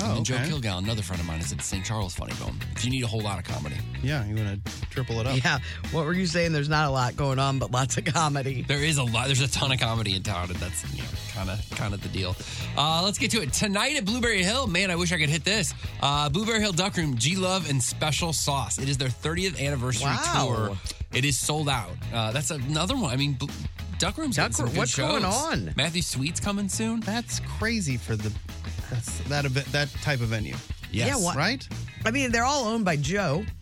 [SPEAKER 4] Oh,
[SPEAKER 5] and then
[SPEAKER 4] okay.
[SPEAKER 5] Joe Kilgallen, another friend of mine, is at the St. Charles Funny Bone. If you need a whole lot of comedy.
[SPEAKER 4] Yeah, you want to triple it up.
[SPEAKER 3] Yeah. What were you saying? There's not a lot going on, but lots of comedy.
[SPEAKER 5] There is a lot. There's a ton of comedy in town, and that's kind of kind of the deal. Uh, let's get to it tonight at Blueberry Hill. Man, I wish I could hit this. Uh, Blueberry Hill Duck Room, G Love and Special Sauce. It is their 30th anniversary
[SPEAKER 3] Wow.
[SPEAKER 5] tour. It is sold out. Uh, that's another one. I mean, Bl- Duck Room's
[SPEAKER 3] Duck
[SPEAKER 5] got some
[SPEAKER 3] Room,
[SPEAKER 5] good
[SPEAKER 3] what's going
[SPEAKER 5] shows.
[SPEAKER 3] on?
[SPEAKER 5] Matthew Sweet's coming soon.
[SPEAKER 4] That's crazy for the that's that event, that type of venue.
[SPEAKER 3] Yeah, what?
[SPEAKER 4] Right?
[SPEAKER 3] I mean, they're all owned by Joe. Uh,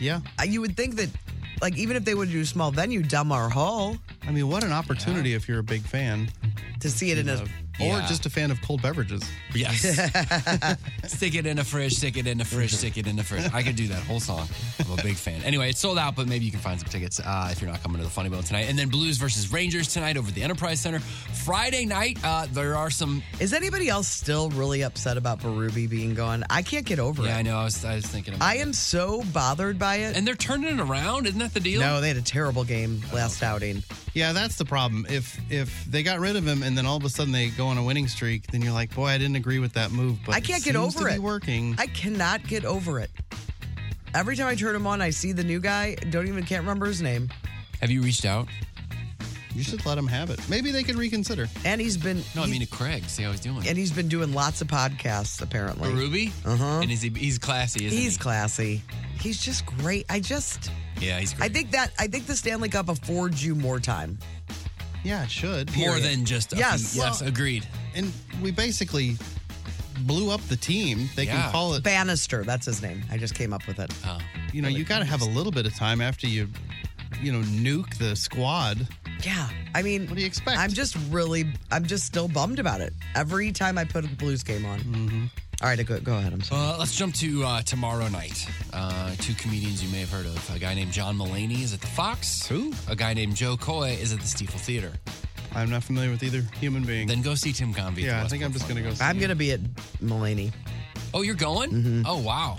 [SPEAKER 4] Yeah.
[SPEAKER 3] You would think that, like, even if they would do a small venue, Delmar Hall.
[SPEAKER 4] I mean, what an opportunity if you're a big fan
[SPEAKER 3] to see it in a.
[SPEAKER 4] or just a fan of cold beverages.
[SPEAKER 5] Yes. stick it in the fridge, stick it in the fridge, stick it in the fridge. I could do that whole song. I'm a big fan. Anyway, it's sold out, but maybe you can find some tickets uh, if you're not coming to the Funny Bone tonight. And then Blues versus Rangers tonight over at the Enterprise Center. Friday night, uh, there are some.
[SPEAKER 3] Is anybody else still really upset about Baruby being gone? I can't get over it.
[SPEAKER 5] Yeah, I know. I was, I was thinking about
[SPEAKER 3] I am so bothered by it.
[SPEAKER 5] And they're turning it around. Isn't that the deal?
[SPEAKER 3] No, they had a terrible game last outing.
[SPEAKER 4] Yeah, that's the problem. If if they got rid of him and then all of a sudden they go on a winning streak, then you're like, boy, I didn't agree with that move. But
[SPEAKER 3] I can't
[SPEAKER 4] it
[SPEAKER 3] get
[SPEAKER 4] seems to
[SPEAKER 3] over
[SPEAKER 4] be
[SPEAKER 3] it.
[SPEAKER 4] Working.
[SPEAKER 3] I cannot get over it. Every time I turn him on, I see the new guy. Don't even can't remember his name.
[SPEAKER 5] Have you reached out?
[SPEAKER 4] You should let him have it. Maybe they could reconsider.
[SPEAKER 3] And he's been.
[SPEAKER 5] No, I mean to Craig. See how he's doing.
[SPEAKER 3] And he's been doing lots of podcasts apparently.
[SPEAKER 5] Ruby?
[SPEAKER 3] Uh huh.
[SPEAKER 5] And is he, he's classy, isn't
[SPEAKER 3] He's classy. He's just great. I just.
[SPEAKER 5] he? Yeah, he's
[SPEAKER 3] I
[SPEAKER 5] great.
[SPEAKER 3] think that I think the Stanley Cup affords you more time.
[SPEAKER 4] Yeah, it should.
[SPEAKER 5] More than just a
[SPEAKER 3] Yes.
[SPEAKER 5] few- yes,
[SPEAKER 3] Well-
[SPEAKER 5] agreed.
[SPEAKER 4] And we basically blew up the team. They
[SPEAKER 3] Yeah.
[SPEAKER 4] can call it
[SPEAKER 3] Bannister. That's his name. I just came up with it.
[SPEAKER 5] Um,
[SPEAKER 4] You know, you got to have a little bit of time after you, you know, nuke the squad.
[SPEAKER 3] Yeah. I mean, what do
[SPEAKER 4] you expect?
[SPEAKER 3] I'm just really, I'm just still bummed about it. Every time I put the Blues game on. Mm-hmm. All right, go, go ahead. I'm sorry.
[SPEAKER 5] Uh, let's jump to uh, tomorrow night. Uh, two comedians you may have heard of. A guy named John Mullaney is at the Fox. Who? A guy named Joe Coy is at the Stiefel Theater.
[SPEAKER 4] I'm not familiar with either human being.
[SPEAKER 5] Then go see Tim Convey.
[SPEAKER 4] Yeah, I think I'm just going to go. See
[SPEAKER 3] I'm going to be at Mulaney.
[SPEAKER 5] Oh, you're going? Oh, wow.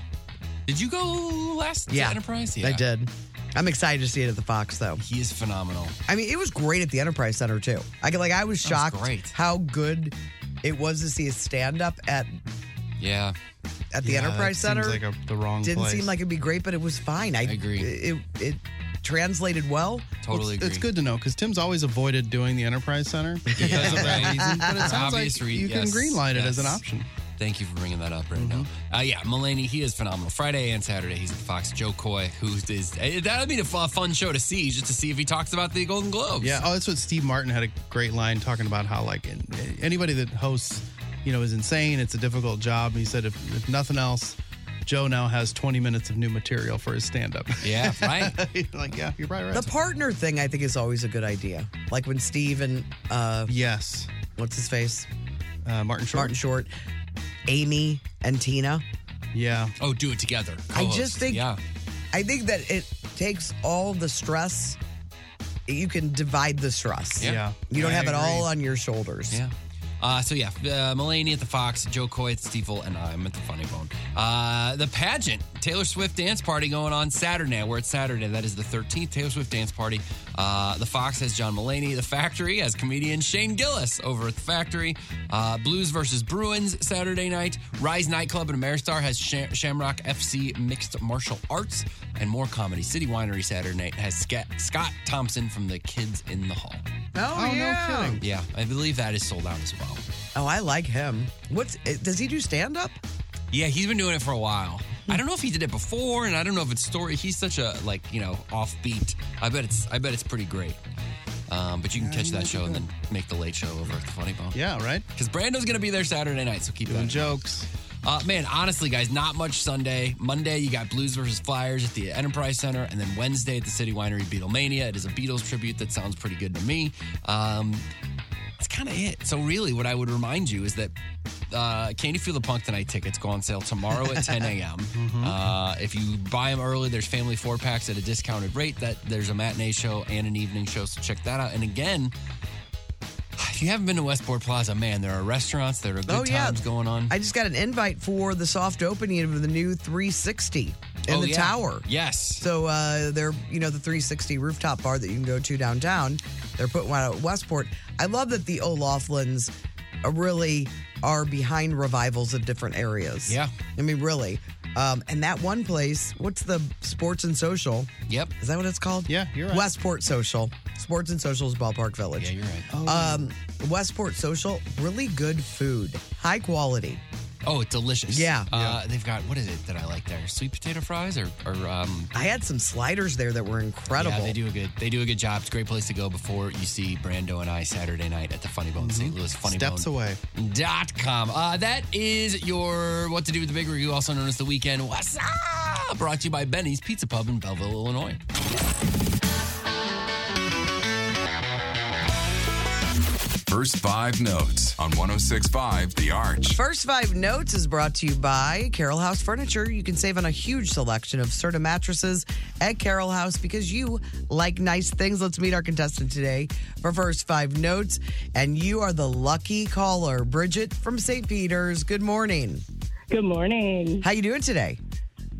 [SPEAKER 5] Did you go last
[SPEAKER 3] Yeah.
[SPEAKER 5] Enterprise?
[SPEAKER 3] I did. I'm excited to see it at the Fox, though.
[SPEAKER 5] He is phenomenal.
[SPEAKER 3] I mean, it was great at the Enterprise Center too. I could- like, I was
[SPEAKER 5] That was
[SPEAKER 3] shocked
[SPEAKER 5] great.
[SPEAKER 3] how good it was to see a stand up at
[SPEAKER 5] Yeah.
[SPEAKER 3] at the Enterprise Center.
[SPEAKER 4] Seems like a, the wrong
[SPEAKER 3] Didn't
[SPEAKER 4] place.
[SPEAKER 3] seem like it'd be great, but it was fine. I, agree. It, it translated well.
[SPEAKER 4] Well, it's, it's good to know because Tim's always avoided doing the Enterprise Center because of that reason. But it
[SPEAKER 5] For
[SPEAKER 4] sounds
[SPEAKER 5] obvious
[SPEAKER 4] like
[SPEAKER 5] rea-
[SPEAKER 4] you can
[SPEAKER 5] yes,
[SPEAKER 4] greenlight it as an
[SPEAKER 5] yes.
[SPEAKER 4] option.
[SPEAKER 5] Thank you for bringing that up right now. Uh, yeah, Mulaney, he is phenomenal. Friday and Saturday, he's at the Fox. Joe Coy, who is eh, that'll be a fu- fun show to see, just to see if he talks about the Golden Globes.
[SPEAKER 4] Yeah. Oh, that's what Steve Martin had a great line talking about how like an- anybody that hosts, you know, is insane. It's a difficult job. He said, if, if nothing else, Joe now has 20 minutes of new material for his stand-up.
[SPEAKER 5] Yeah, right.
[SPEAKER 4] like, yeah, you're probably right.
[SPEAKER 3] The partner thing, I think, is always a good idea. Like when Steve and uh,
[SPEAKER 4] yes,
[SPEAKER 3] what's his face,
[SPEAKER 4] uh, Martin Short,
[SPEAKER 3] Martin Short, Amy and Tina.
[SPEAKER 4] Yeah.
[SPEAKER 5] Oh, do it together.
[SPEAKER 3] I
[SPEAKER 5] Co-host.
[SPEAKER 3] just think-
[SPEAKER 5] Yeah.
[SPEAKER 3] I think that it takes all the stress. You can divide the stress.
[SPEAKER 5] Yeah. Yeah.
[SPEAKER 3] You don't
[SPEAKER 5] I
[SPEAKER 3] have it all
[SPEAKER 5] agree.
[SPEAKER 3] on your shoulders.
[SPEAKER 5] Yeah. Uh, so yeah, uh, Mulaney at the Fox, Joe Coy at Stiefel, and I'm at the Funny Bone. Uh, the pageant, Taylor Swift dance party going on Saturday. We're at Saturday. That is the 13th Taylor Swift dance party. Uh, the Fox has John Mulaney. The Factory has comedian Shane Gillis over at the Factory. Uh, Blues versus Bruins Saturday night. Rise Nightclub and Ameristar has Sham- Shamrock FC Mixed Martial Arts and more comedy. City Winery Saturday night has Sca- Scott Thompson from the Kids in the Hall.
[SPEAKER 3] Oh, yeah.
[SPEAKER 5] Yeah, I believe that is sold out as well.
[SPEAKER 3] Oh, I like him. What's does he do stand up?
[SPEAKER 5] Yeah, he's been doing it for a while. I don't know if he did it before, and I don't know if it's story. He's such a like you know offbeat. I bet it's I bet it's pretty great. Um, but you can catch that show and then make the late show over at the Funny Bone.
[SPEAKER 4] Yeah, right.
[SPEAKER 5] Because Brando's gonna be there Saturday night, so keep
[SPEAKER 4] Doing
[SPEAKER 5] that.
[SPEAKER 4] jokes.
[SPEAKER 5] Uh, man, honestly, guys, not much Sunday. Monday, you got Blues versus Flyers at the Enterprise Center, and then Wednesday at the City Winery Beatlemania. It is a Beatles tribute that sounds pretty good to me. Um, that's kind of it. So, really, what I would remind you is that uh, Candy Feel the Punk Tonight tickets go on sale tomorrow at 10 a.m.
[SPEAKER 3] Mm-hmm.
[SPEAKER 5] uh, if you buy them early, there's family four packs at a discounted rate. That There's a matinee show and an evening show, so check that out. And again, if you haven't been to Westport Plaza, man, there are restaurants, there are good
[SPEAKER 3] Oh, yeah.
[SPEAKER 5] times going on.
[SPEAKER 3] I just got an invite for the soft opening of the new 360 in
[SPEAKER 5] Oh,
[SPEAKER 3] the
[SPEAKER 5] yeah.
[SPEAKER 3] tower.
[SPEAKER 5] Yes.
[SPEAKER 3] So uh, they're, you know, the 360 rooftop bar that you can go to downtown. They're putting one out at Westport. I love that the O'Laughlins uh, really are behind revivals of different areas.
[SPEAKER 5] Yeah.
[SPEAKER 3] I mean, really. Um, and that one place, what's the sports and social?
[SPEAKER 5] Yep.
[SPEAKER 3] Is that what it's called? Yeah,
[SPEAKER 4] you're right.
[SPEAKER 3] Westport Social. Sports and Social is Ballpark Village. Yeah,
[SPEAKER 5] you're right.
[SPEAKER 3] Um, Westport Social, really good food, high quality.
[SPEAKER 5] Oh, it's delicious.
[SPEAKER 3] Yeah.
[SPEAKER 5] Uh, They've got, what is it that I like there? Sweet potato fries or, or um,
[SPEAKER 3] I had some sliders there that were incredible.
[SPEAKER 5] Yeah, they do a good they do a good job. It's a great place to go before you see Brando and I Saturday night at the Funny Bone in
[SPEAKER 3] Mm-hmm.
[SPEAKER 5] St. Louis. Funny
[SPEAKER 4] Steps away.
[SPEAKER 5] Dot com. Uh, that is your what to do with the big review, also known as the weekend. What's up? Brought to you by Benny's Pizza Pub in Belleville, Illinois.
[SPEAKER 6] First five notes on 1065 The Arch.
[SPEAKER 3] First Five Notes is brought to you by Carroll House Furniture. You can save on a huge selection of Serta mattresses at Carroll House because you like nice things. Let's meet our contestant today for First Five Notes. And you are the lucky caller, Bridget from St. Peter's. Good morning.
[SPEAKER 13] Good morning.
[SPEAKER 3] How you doing today?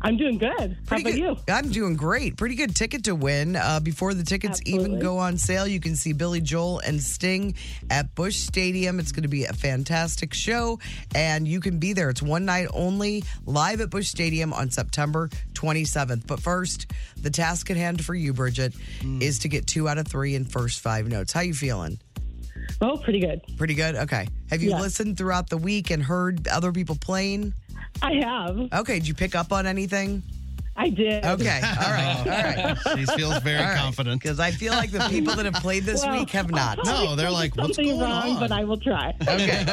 [SPEAKER 13] I'm doing good. How
[SPEAKER 3] Pretty
[SPEAKER 13] about you?
[SPEAKER 3] I'm doing great. Pretty good ticket to win. Uh, before the tickets even go on sale, you can see Billy Joel and Sting at Bush Stadium. It's going to be a fantastic show, and you can be there. It's one night only, live at Bush Stadium on September 27th. But first, the task at hand for you, Bridget,
[SPEAKER 13] Hmm.
[SPEAKER 3] is to get two out of three in first five notes. How you feeling?
[SPEAKER 13] Oh, pretty good.
[SPEAKER 3] Pretty good. Okay. Have you
[SPEAKER 13] Yeah.
[SPEAKER 3] listened throughout the week and heard other people playing?
[SPEAKER 13] I have.
[SPEAKER 3] Okay. Did you pick up on anything?
[SPEAKER 13] I did.
[SPEAKER 3] Okay. All right. All right.
[SPEAKER 4] She feels very confident.
[SPEAKER 3] Because I feel like the people that have played this
[SPEAKER 13] Well,
[SPEAKER 3] week have not.
[SPEAKER 4] No, they're like, what's
[SPEAKER 13] Something
[SPEAKER 4] going
[SPEAKER 13] wrong,
[SPEAKER 4] on?
[SPEAKER 13] but I will try.
[SPEAKER 3] Okay.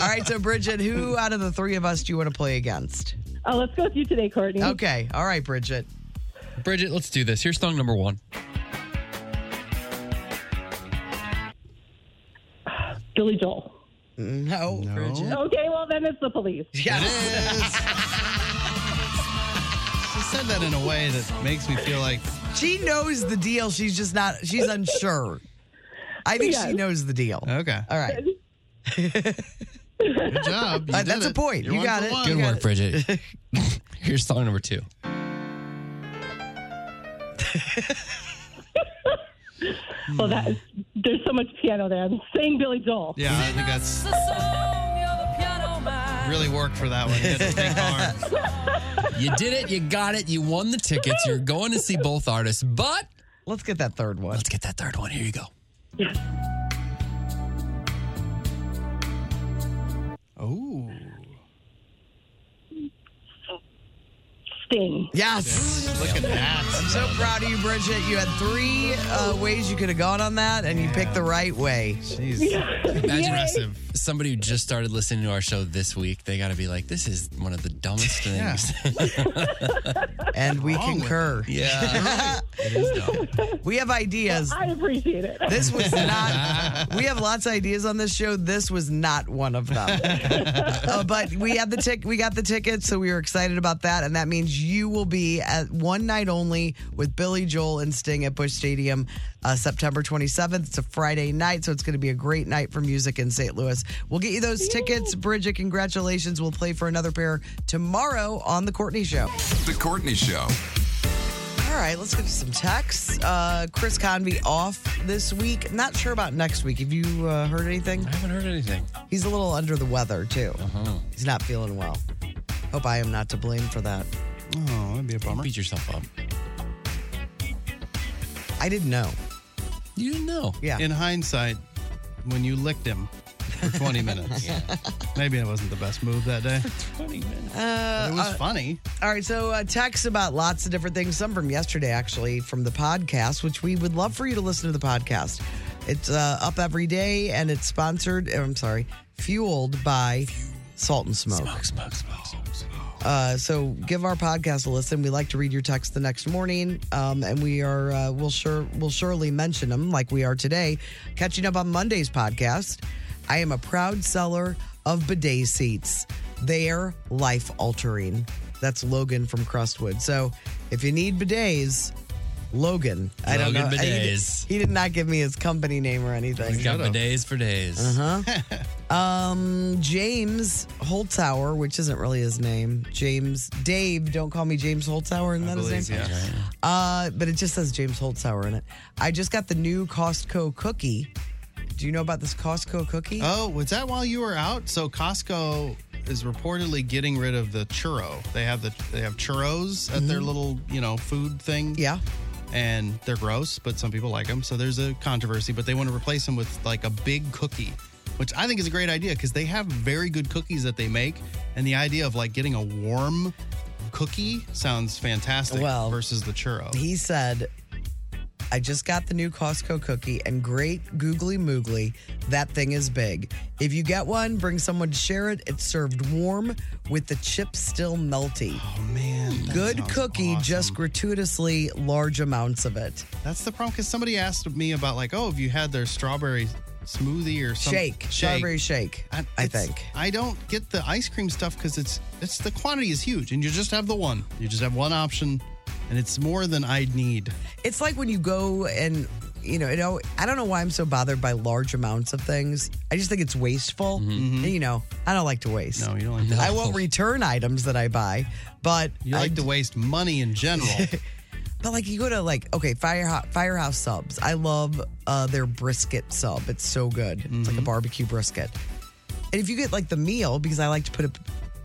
[SPEAKER 3] All right. So, Bridget, who out of the three of us do you want to play against?
[SPEAKER 13] Oh, let's go with you today, Courtney.
[SPEAKER 3] Okay. All right, Bridget.
[SPEAKER 5] Bridget, let's do this. Here's song number one.
[SPEAKER 13] Billy Joel.
[SPEAKER 3] No, Bridget.
[SPEAKER 13] Okay, well then it's the police.
[SPEAKER 3] Yeah,
[SPEAKER 4] She said that in a way that makes me feel like
[SPEAKER 3] She knows the deal. She's just not, she's unsure. I think she
[SPEAKER 4] Yes.
[SPEAKER 3] knows the deal.
[SPEAKER 4] Okay.
[SPEAKER 3] All right.
[SPEAKER 4] Good job. You
[SPEAKER 3] Uh,
[SPEAKER 4] did
[SPEAKER 3] that's
[SPEAKER 4] it.
[SPEAKER 3] a point.
[SPEAKER 4] You're
[SPEAKER 3] You
[SPEAKER 4] one
[SPEAKER 3] got
[SPEAKER 4] for
[SPEAKER 3] it.
[SPEAKER 4] one.
[SPEAKER 5] Good
[SPEAKER 3] You got
[SPEAKER 5] work,
[SPEAKER 3] it.
[SPEAKER 5] Bridget. Here's song number two.
[SPEAKER 13] Well, that there's so much piano there. I'm saying Billy Joel.
[SPEAKER 4] Yeah, I think that's really worked for that one. You had to think hard.
[SPEAKER 5] You did it. You got it. You won the tickets. You're going to see both artists, but
[SPEAKER 3] let's get that third one. Let's
[SPEAKER 5] get that third one. Here you go.
[SPEAKER 4] Oh.
[SPEAKER 13] Sting.
[SPEAKER 3] Yes.
[SPEAKER 4] Look at that.
[SPEAKER 3] I'm so proud of you, Bridget. You had three uh, ways you could have gone on that, and you picked the right way.
[SPEAKER 5] Imagine somebody who just started listening to our show this week, they got to be like, this is one of the dumbest things.
[SPEAKER 3] and we
[SPEAKER 5] Wrong with
[SPEAKER 3] concur.
[SPEAKER 5] it. Yeah.
[SPEAKER 3] we have ideas.
[SPEAKER 13] I appreciate it.
[SPEAKER 3] This was not. we have lots of ideas on this show. This was not one of them. Uh, but we had the tick. We got the tickets, so we were excited about that, and that means you will be at one night only with Billy Joel and Sting at Bush Stadium, uh, September 27th. It's a Friday night, so it's going to be a great night for music in St. Louis. We'll get you those tickets, Bridget. Congratulations. We'll play for another pair tomorrow on the Courtney Show.
[SPEAKER 6] The Courtney Show.
[SPEAKER 3] All right, let's get to some texts. Uh, Chris Convey off this week. Not sure about next week. Have you uh, heard anything? I
[SPEAKER 5] haven't heard anything.
[SPEAKER 3] He's a little under the weather, too. He's not feeling well. Hope I am not to blame for that.
[SPEAKER 4] Oh, that'd be a bummer.
[SPEAKER 5] Beat yourself up.
[SPEAKER 3] I didn't know.
[SPEAKER 5] You didn't know.
[SPEAKER 3] Yeah.
[SPEAKER 4] In hindsight, when you licked him for 20 minutes, maybe it wasn't the best move that day.
[SPEAKER 3] Uh,
[SPEAKER 4] It was
[SPEAKER 3] uh,
[SPEAKER 4] funny.
[SPEAKER 3] All right, so uh, texts about lots of different things. Some from yesterday, actually, from the podcast, which we would love for you to listen to the podcast. It's uh, up every day, and it's sponsored. I'm sorry, fueled by Salt and Smoke. Smoke,
[SPEAKER 5] smoke, smoke, smoke,
[SPEAKER 3] smoke. Uh, so give our podcast a listen. We like to read your texts the next morning, um, and we are uh, we'll sure we'll surely mention them like we are today. Catching up on Monday's podcast. I am a proud seller of bidet seats. They're life altering. That's Logan from Crustwood. So if you need bidets, Logan. I don't know.
[SPEAKER 5] Logan
[SPEAKER 3] I- he did-
[SPEAKER 5] Bidets.
[SPEAKER 3] He, did not give me his company name or anything.
[SPEAKER 5] He's got bidets for days.
[SPEAKER 3] Uh huh. um, James Holtzauer, which isn't really his name. James Dave. Don't call me James Holtzauer. Isn't that his name? Uh, but it just says James Holtzauer in it. I just got the new Costco cookie. Do you know about this Costco cookie?
[SPEAKER 4] Oh, was that while you were out? So Costco is reportedly getting rid of the churro. They have the they have churros at their
[SPEAKER 3] Mhm.
[SPEAKER 4] little you know food thing.
[SPEAKER 3] Yeah.
[SPEAKER 4] And they're gross, but some people like them. So there's a controversy, but they want to replace them with like a big cookie, which I think is a great idea because they have very good cookies that they make. And the idea of like getting a warm cookie sounds fantastic
[SPEAKER 3] Well,
[SPEAKER 4] versus the churro.
[SPEAKER 3] He said, I just got the new Costco cookie and great googly moogly. That thing is big. If you get one, bring someone to share it. It's served warm with the chips still melty. Oh,
[SPEAKER 4] man.
[SPEAKER 3] Good cookie, just gratuitously large amounts of it.
[SPEAKER 4] That's the problem because somebody asked me about like, oh, have you had their strawberry smoothie or some,
[SPEAKER 3] Shake, strawberry shake, I
[SPEAKER 4] it's-
[SPEAKER 3] think.
[SPEAKER 4] I don't get the ice cream stuff because it's it's the quantity is huge, and you just have the one. You just have one option, and it's more than I'd need.
[SPEAKER 3] It's like when you go and you know, you know, I don't know why I'm so bothered by large amounts of things. I just think it's wasteful. And, you know, I don't like to waste. No,
[SPEAKER 4] Mm-hmm. you don't like to
[SPEAKER 3] I won't return items that I buy, but
[SPEAKER 4] You
[SPEAKER 3] I
[SPEAKER 4] like to waste money in general.
[SPEAKER 3] But like you go to like okay Firehouse Firehouse subs. I love uh, their brisket sub. It's so good. It's
[SPEAKER 4] Mm-hmm.
[SPEAKER 3] like a barbecue brisket. And if you get like the meal, because I like to put a,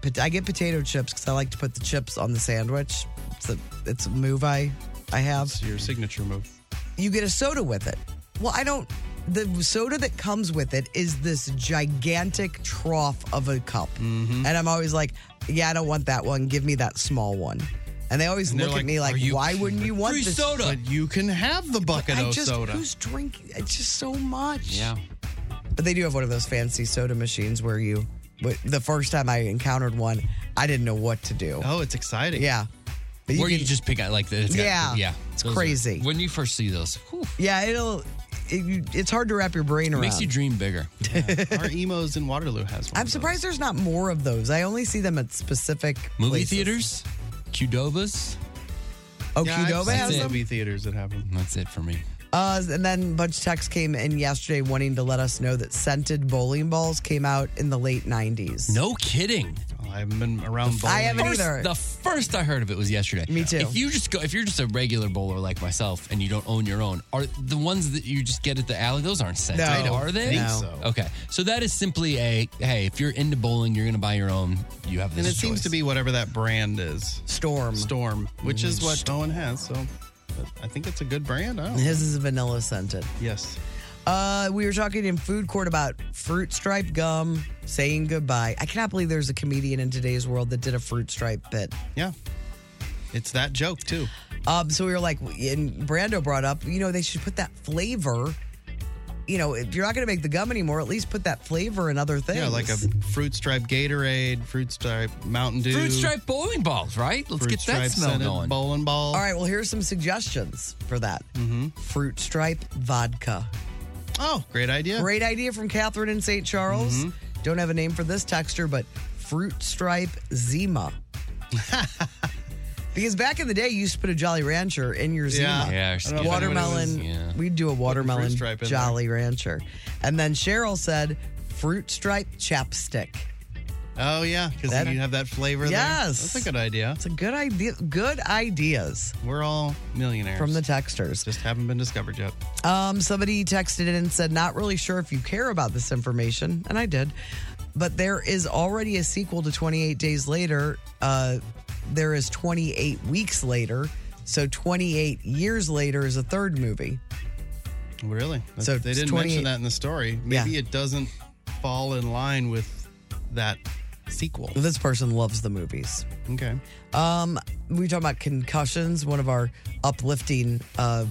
[SPEAKER 3] pot- I get potato chips because I like to put the chips on the sandwich. It's a it's a move I I have.
[SPEAKER 4] It's your signature move.
[SPEAKER 3] You get a soda with it. Well, I don't. The soda that comes with it is this gigantic trough of a cup,
[SPEAKER 4] Mm-hmm.
[SPEAKER 3] and I'm always like, yeah, I don't want that one. Give me that small one. And they always
[SPEAKER 4] And they're
[SPEAKER 3] look
[SPEAKER 4] like,
[SPEAKER 3] at me
[SPEAKER 4] "Are
[SPEAKER 3] like,
[SPEAKER 4] you
[SPEAKER 3] why wouldn't you want
[SPEAKER 4] Free
[SPEAKER 3] this
[SPEAKER 4] soda. But you can have the bucket
[SPEAKER 3] I
[SPEAKER 4] of
[SPEAKER 3] just,
[SPEAKER 4] soda.
[SPEAKER 3] Who's drinking? It's just so much. Yeah. But they do have one of those fancy soda machines where you. But the first time I encountered one, I didn't know what to do.
[SPEAKER 4] Oh, it's exciting.
[SPEAKER 3] Yeah. But
[SPEAKER 5] Where you
[SPEAKER 3] can-
[SPEAKER 5] just pick out like the
[SPEAKER 3] Yeah.
[SPEAKER 5] yeah,
[SPEAKER 3] It's
[SPEAKER 5] Those are-
[SPEAKER 3] crazy.
[SPEAKER 5] when you first see those, whew,
[SPEAKER 3] Yeah, it'll. It, you- it's hard to wrap your brain
[SPEAKER 5] it
[SPEAKER 3] around.
[SPEAKER 5] makes you dream bigger.
[SPEAKER 4] Our emos in Waterloo has one.
[SPEAKER 3] I'm surprised there's not more of those. I only see them at specific
[SPEAKER 5] Movie
[SPEAKER 3] places.
[SPEAKER 5] theaters, Qdobas.
[SPEAKER 3] Oh, Qdoba has
[SPEAKER 5] That's it.
[SPEAKER 3] them?
[SPEAKER 4] movie theaters that have them.
[SPEAKER 5] That's it for me.
[SPEAKER 3] Uh, and then a bunch of texts came in yesterday wanting to let us know that scented bowling balls came out in the late 90s.
[SPEAKER 5] No kidding.
[SPEAKER 4] Oh, I haven't been around
[SPEAKER 3] I haven't
[SPEAKER 5] First-
[SPEAKER 3] either.
[SPEAKER 5] The first I heard of it was yesterday.
[SPEAKER 3] Me too.
[SPEAKER 5] If you just go, if you're just a regular bowler like myself and you don't own your own, are the ones that you just get at the alley? Those aren't scented,
[SPEAKER 3] No, I don't
[SPEAKER 5] are they?
[SPEAKER 3] think No. so.
[SPEAKER 5] Okay, so that is simply a hey. If you're into bowling, you're going to buy your own. You have this
[SPEAKER 4] And it seems
[SPEAKER 5] choice.
[SPEAKER 4] to be whatever that brand is.
[SPEAKER 3] Storm.
[SPEAKER 4] Storm, which is
[SPEAKER 3] Mhm.
[SPEAKER 4] what Owen has. So but I think it's a good brand. I don't know.
[SPEAKER 3] His is vanilla scented.
[SPEAKER 4] Yes.
[SPEAKER 3] Uh, we were talking in food court about fruit stripe gum, saying goodbye. I cannot believe there's a comedian in today's world that did a fruit stripe bit.
[SPEAKER 4] Yeah. It's that joke, too.
[SPEAKER 3] Um, so we were like, and Brando brought up, you know, they should put that flavor. You know, if you're not going to make the gum anymore, at least put that flavor in other things.
[SPEAKER 4] Yeah, like a fruit stripe Gatorade, fruit stripe Mountain Dew.
[SPEAKER 5] fruit stripe bowling balls, right? Let's
[SPEAKER 4] Fruit
[SPEAKER 5] get that
[SPEAKER 4] stripe
[SPEAKER 5] smell
[SPEAKER 4] scented
[SPEAKER 5] going.
[SPEAKER 4] Bowling ball.
[SPEAKER 3] All right, well, here's some suggestions for that
[SPEAKER 4] Mm-hmm.
[SPEAKER 3] fruit stripe vodka.
[SPEAKER 4] Oh, great idea.
[SPEAKER 3] Great idea from Catherine in St. Charles.
[SPEAKER 5] Mm-hmm.
[SPEAKER 3] Don't have a name for this texture, but fruit stripe Zima. because back in the day, you used to put a Jolly Rancher in your Zima.
[SPEAKER 5] Yeah. Yeah, or skin. I don't know what it
[SPEAKER 3] watermelon.
[SPEAKER 5] was. Yeah.
[SPEAKER 3] We'd do a watermelon
[SPEAKER 4] stripe in
[SPEAKER 3] Jolly Rancher. And then Cheryl said fruit stripe chapstick.
[SPEAKER 4] Oh, yeah, because
[SPEAKER 3] That-
[SPEAKER 4] you have that flavor there.
[SPEAKER 3] Yes.
[SPEAKER 4] That's a good idea.
[SPEAKER 3] It's a good idea. Good ideas
[SPEAKER 4] We're all millionaires.
[SPEAKER 3] from the texters.
[SPEAKER 4] Just haven't been discovered yet.
[SPEAKER 3] Um, somebody texted in and said, Not really sure if you care about this information. And I did. But there is already a sequel to 28 Days Later. Uh, there is 28 Weeks Later. So 28 Years Later is a third movie.
[SPEAKER 4] Really? That's-
[SPEAKER 3] So
[SPEAKER 4] they
[SPEAKER 3] it's
[SPEAKER 4] didn't
[SPEAKER 3] 28
[SPEAKER 4] mention that in the story. Maybe it doesn't fall in line with that sequel.
[SPEAKER 3] This person loves the movies.
[SPEAKER 4] Okay.
[SPEAKER 3] Um, we were talking about concussions, one of our uplifting uh,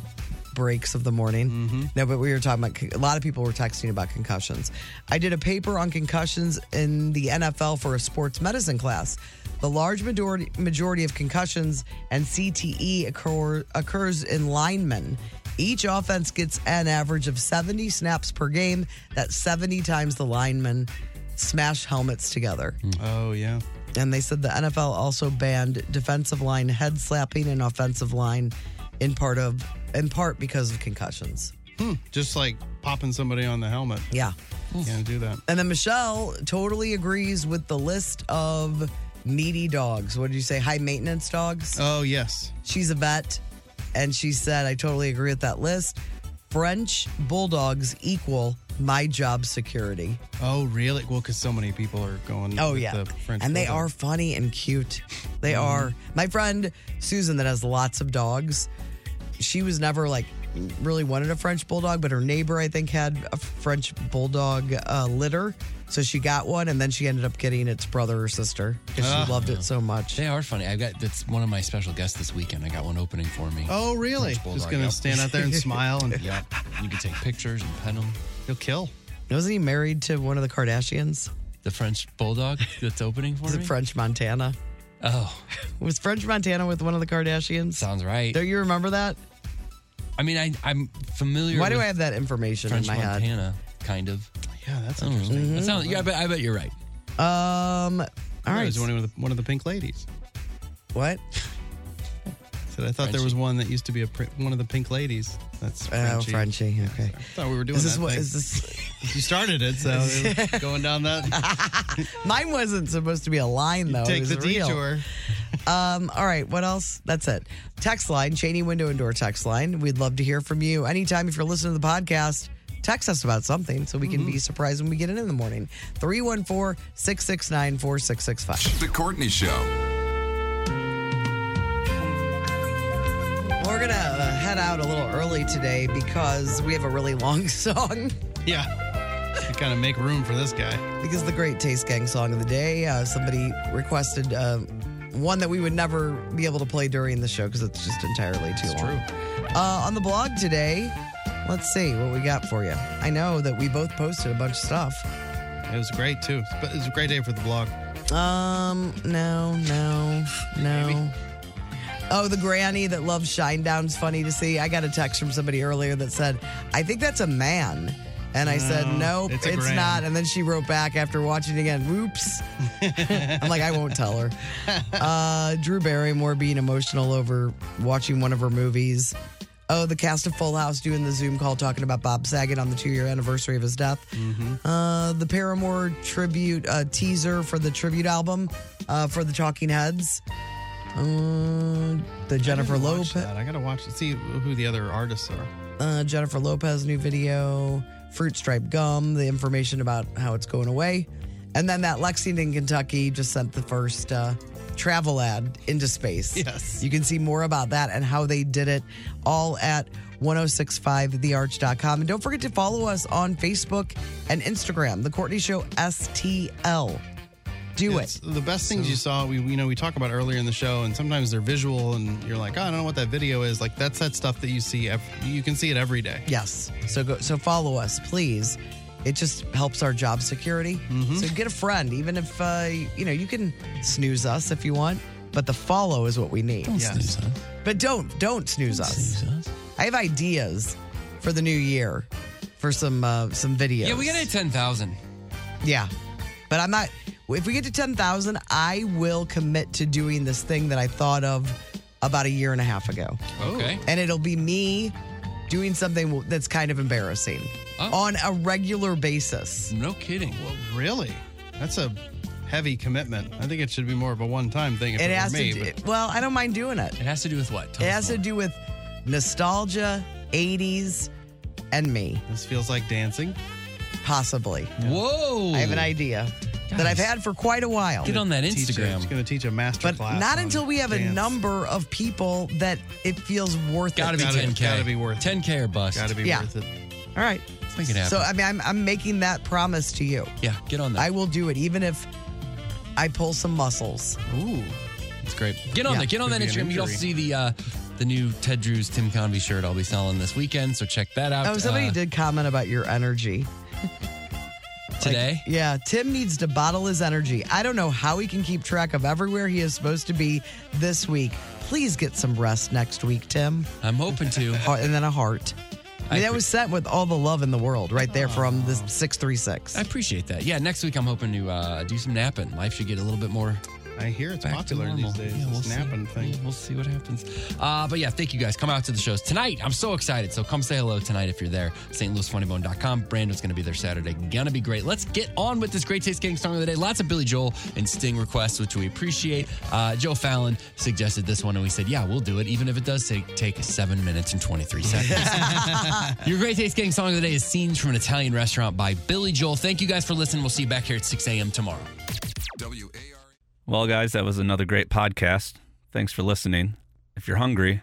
[SPEAKER 3] breaks of the morning. No, but we were talking about, a lot of people were texting about concussions. I did a paper on concussions in the NFL for a sports medicine class. The large majority, majority of concussions and CTE occur, occurs in linemen. Each offense gets an average of 70 snaps per game. That's 70 times the lineman. smash helmets together.
[SPEAKER 4] Oh, yeah.
[SPEAKER 3] And they said the NFL also banned defensive line head slapping and offensive line in part of in part because of concussions.
[SPEAKER 4] Hmm. Just like popping somebody on the helmet.
[SPEAKER 3] Yeah.
[SPEAKER 4] Can't do that.
[SPEAKER 3] And then Michelle totally agrees with the list of needy dogs. What did you say? High maintenance dogs?
[SPEAKER 4] Oh, yes.
[SPEAKER 3] She's a vet. And she said, I totally agree with that list. French bulldogs equal my job security.
[SPEAKER 4] Oh, really? Well, because so many people are going.
[SPEAKER 3] Oh,
[SPEAKER 4] with
[SPEAKER 3] yeah.
[SPEAKER 4] The French
[SPEAKER 3] and they
[SPEAKER 4] Bulldog. Mm-hmm.
[SPEAKER 3] are funny and cute. They are. My friend Susan, that has lots of dogs, she was never like really wanted a French bulldog, but her neighbor, I think, had a French bulldog uh, litter. So she got one and then she ended up getting its brother or sister because
[SPEAKER 5] Ah.
[SPEAKER 3] she loved it so much.
[SPEAKER 5] They are funny. I got that's one of my special guests this weekend. I got one opening for me.
[SPEAKER 4] Oh, really?
[SPEAKER 5] French
[SPEAKER 4] Just
[SPEAKER 5] Bulldog,
[SPEAKER 4] going to
[SPEAKER 5] yep.
[SPEAKER 4] stand out there and smile. And
[SPEAKER 5] yep. You can take pictures and pet them.
[SPEAKER 4] He'll kill.
[SPEAKER 3] Wasn't he married to one of the Kardashians?
[SPEAKER 5] The French bulldog that's opening for
[SPEAKER 3] Is it
[SPEAKER 5] me.
[SPEAKER 3] French Montana?
[SPEAKER 5] Oh,
[SPEAKER 3] Was French Montana with one of the Kardashians?
[SPEAKER 5] Sounds right.
[SPEAKER 3] Don't you remember that?
[SPEAKER 5] I mean, I I'm familiar.
[SPEAKER 3] Why do
[SPEAKER 5] with
[SPEAKER 3] I have that information
[SPEAKER 5] French
[SPEAKER 3] in my head?
[SPEAKER 5] Montana, kind of.
[SPEAKER 4] Yeah, that's
[SPEAKER 5] interesting.
[SPEAKER 3] Mhm.
[SPEAKER 5] sounds, yeah, I bet, I bet you're right.
[SPEAKER 3] Um, all
[SPEAKER 4] It
[SPEAKER 3] right.
[SPEAKER 4] was one of the, one of the pink ladies.
[SPEAKER 3] What?
[SPEAKER 4] Said I thought there was one that used to be a pri- one of the pink ladies. That's
[SPEAKER 3] Oh,
[SPEAKER 4] Frenchie.
[SPEAKER 3] Frenchie. Okay.
[SPEAKER 4] I thought we were doing
[SPEAKER 3] Is this
[SPEAKER 4] that
[SPEAKER 3] what-
[SPEAKER 4] thing.
[SPEAKER 3] is
[SPEAKER 4] You started it, so it was going down that.
[SPEAKER 3] Mine wasn't supposed to be a line though.
[SPEAKER 4] take
[SPEAKER 3] Oh, it was
[SPEAKER 4] the
[SPEAKER 3] real.
[SPEAKER 4] detour.
[SPEAKER 3] Um, all right, what else? That's it. Text line, Cheney Window and Door text line. We'd love to hear from you. Anytime if you're listening to the podcast, text us about something so we can
[SPEAKER 4] Mm-hmm.
[SPEAKER 3] be surprised when we get in in the morning. 314-669-4665.
[SPEAKER 6] The Courtney Show.
[SPEAKER 3] We're going to head out a little early today because we have a really long song.
[SPEAKER 4] Yeah. To kind of make room for this guy.
[SPEAKER 3] because the great taste gang song of the day uh, somebody requested uh, one that we would never be able to play during the show because it's just entirely too long Uh, on the blog today let's see what we got for you i know that we both posted a bunch of stuff
[SPEAKER 4] It was great too. But it was a great day for the blog.
[SPEAKER 3] um no no no Oh, the granny that loves Shinedown's funny to see. I got a text from somebody earlier that said, I think that's a man. And I said,
[SPEAKER 4] No,
[SPEAKER 3] nope,
[SPEAKER 4] it's
[SPEAKER 3] it's,
[SPEAKER 4] a gran.
[SPEAKER 3] not. And then she wrote back after watching it again, whoops. I'm like, I won't tell her. Uh, Drew Barrymore being emotional over watching one of her movies. Oh, the cast of Full House doing the Zoom call talking about Bob Saget on the two year anniversary of his death. Uh, the Paramore tribute uh, teaser for the tribute album uh, for the Talking Heads. Uh, the Jennifer Lopez.
[SPEAKER 4] That. I gotta watch it. See who the other artists are.
[SPEAKER 3] uh, Jennifer Lopez new video, fruit stripe gum, the information about how it's going away, and then that Lexington, Kentucky, just sent the first uh, travel ad into space.
[SPEAKER 4] Yes.
[SPEAKER 3] you can see more about that and how they did it all at 1065thearch.com. And don't forget to follow us on Facebook and Instagram, The Courtney Show STL. Do
[SPEAKER 4] It's
[SPEAKER 3] it.
[SPEAKER 4] The best things you saw, we you know we talk about earlier in the show, and sometimes they're visual, and you're like, oh, I don't know what that video is. Like that's that stuff that you see. ev- you can see it every day.
[SPEAKER 3] Yes. So go. So follow us, please. It just helps our job security. So get a friend, even if uh, you know you can snooze us if you want, but the follow is what we need.
[SPEAKER 4] Yes.
[SPEAKER 3] But don't don't snooze us. I have ideas for the new year for some uh, some videos.
[SPEAKER 5] Yeah, we got to hit 10,000.
[SPEAKER 3] Yeah, but I'm not. If we get to ten thousand, I will commit to doing this thing that I thought of about a year and a half ago
[SPEAKER 5] Okay.
[SPEAKER 3] and it'll be me doing something that's kind of embarrassing
[SPEAKER 5] Oh.
[SPEAKER 3] on a regular basis.
[SPEAKER 5] No kidding.
[SPEAKER 4] Well, really, that's a heavy commitment. I think it should be more of a one-time thing. If
[SPEAKER 3] It
[SPEAKER 4] it,
[SPEAKER 3] has
[SPEAKER 4] were me,
[SPEAKER 3] to.
[SPEAKER 4] but-
[SPEAKER 3] Do, well, I don't mind doing it.
[SPEAKER 5] It has to do with what? Tell
[SPEAKER 3] It
[SPEAKER 5] us
[SPEAKER 3] has to
[SPEAKER 5] more.
[SPEAKER 3] do with nostalgia, '80s, and me,
[SPEAKER 4] This feels like dancing.
[SPEAKER 3] possibly.
[SPEAKER 5] Whoa.
[SPEAKER 3] I have an idea that I've had for quite a while.
[SPEAKER 5] Get on that
[SPEAKER 4] Teach a-
[SPEAKER 5] Instagram.
[SPEAKER 4] It's going to teach a master
[SPEAKER 3] But
[SPEAKER 4] class.
[SPEAKER 3] not
[SPEAKER 4] on
[SPEAKER 3] until we have a
[SPEAKER 4] dance.
[SPEAKER 3] number of people that it feels worth
[SPEAKER 5] Gotta
[SPEAKER 3] it.
[SPEAKER 5] be
[SPEAKER 4] Gotta-
[SPEAKER 5] 10K.
[SPEAKER 4] gotta be worth it.
[SPEAKER 5] 10K or bust.
[SPEAKER 4] Got to be
[SPEAKER 3] Yeah.
[SPEAKER 4] worth it.
[SPEAKER 3] All right.
[SPEAKER 5] Let's make it happen.
[SPEAKER 3] So I mean, I'm, I'm making that promise to you.
[SPEAKER 5] yeah, get on that.
[SPEAKER 3] I will do it, even if I pull some muscles.
[SPEAKER 4] Ooh, it's great.
[SPEAKER 5] Get on
[SPEAKER 3] Yeah.
[SPEAKER 5] that. Get on
[SPEAKER 4] Could
[SPEAKER 5] that
[SPEAKER 4] be an
[SPEAKER 5] Instagram. You can also
[SPEAKER 4] injury.
[SPEAKER 5] see the uh, the new Ted Drew's Tim Convey shirt I'll be selling this weekend. So check that out.
[SPEAKER 3] Oh, somebody
[SPEAKER 5] uh,
[SPEAKER 3] did comment about your energy.
[SPEAKER 5] today.
[SPEAKER 3] Yeah, Tim needs to bottle his energy. I don't know how he can keep track of everywhere he is supposed to be this week. Please get some rest next week, Tim,
[SPEAKER 5] I'm hoping to.
[SPEAKER 3] Heart- and then a heart. I mean, that was sent with all the love in the world right there from the 636.
[SPEAKER 5] I appreciate that. Yeah, next week I'm hoping to uh, do some napping. Life should get a little bit more.
[SPEAKER 4] I hear it's
[SPEAKER 5] popular
[SPEAKER 4] these days,
[SPEAKER 5] Yeah,
[SPEAKER 4] this
[SPEAKER 5] we'll see.
[SPEAKER 4] napping thing.
[SPEAKER 5] Yeah, we'll see what happens. Uh, but yeah, thank you guys. Come out to the shows tonight. I'm so excited. So come say hello tonight if you're there. stlouisfunnybone.com. Brandon's going to be there Saturday. Going to be great. Let's get on with this great taste getting song of the day. Lots of Billy Joel and Sting requests, which we appreciate. Uh, Joe Fallon suggested this one, and we said, yeah, we'll do it, even if it does take, take seven minutes and 23 seconds. Your Great Taste Gang song of the day is Scenes from an Italian Restaurant by Billy Joel. Thank you guys for listening. We'll see you back here at 6 a.m. tomorrow.
[SPEAKER 6] E.
[SPEAKER 1] Well, guys, that was another great podcast. Thanks for listening. If you're hungry,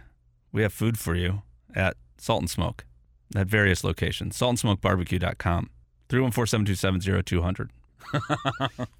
[SPEAKER 1] we have food for you at Salt and Smoke at various locations. Saltandsmokebarbecue.com. 314 727 0200.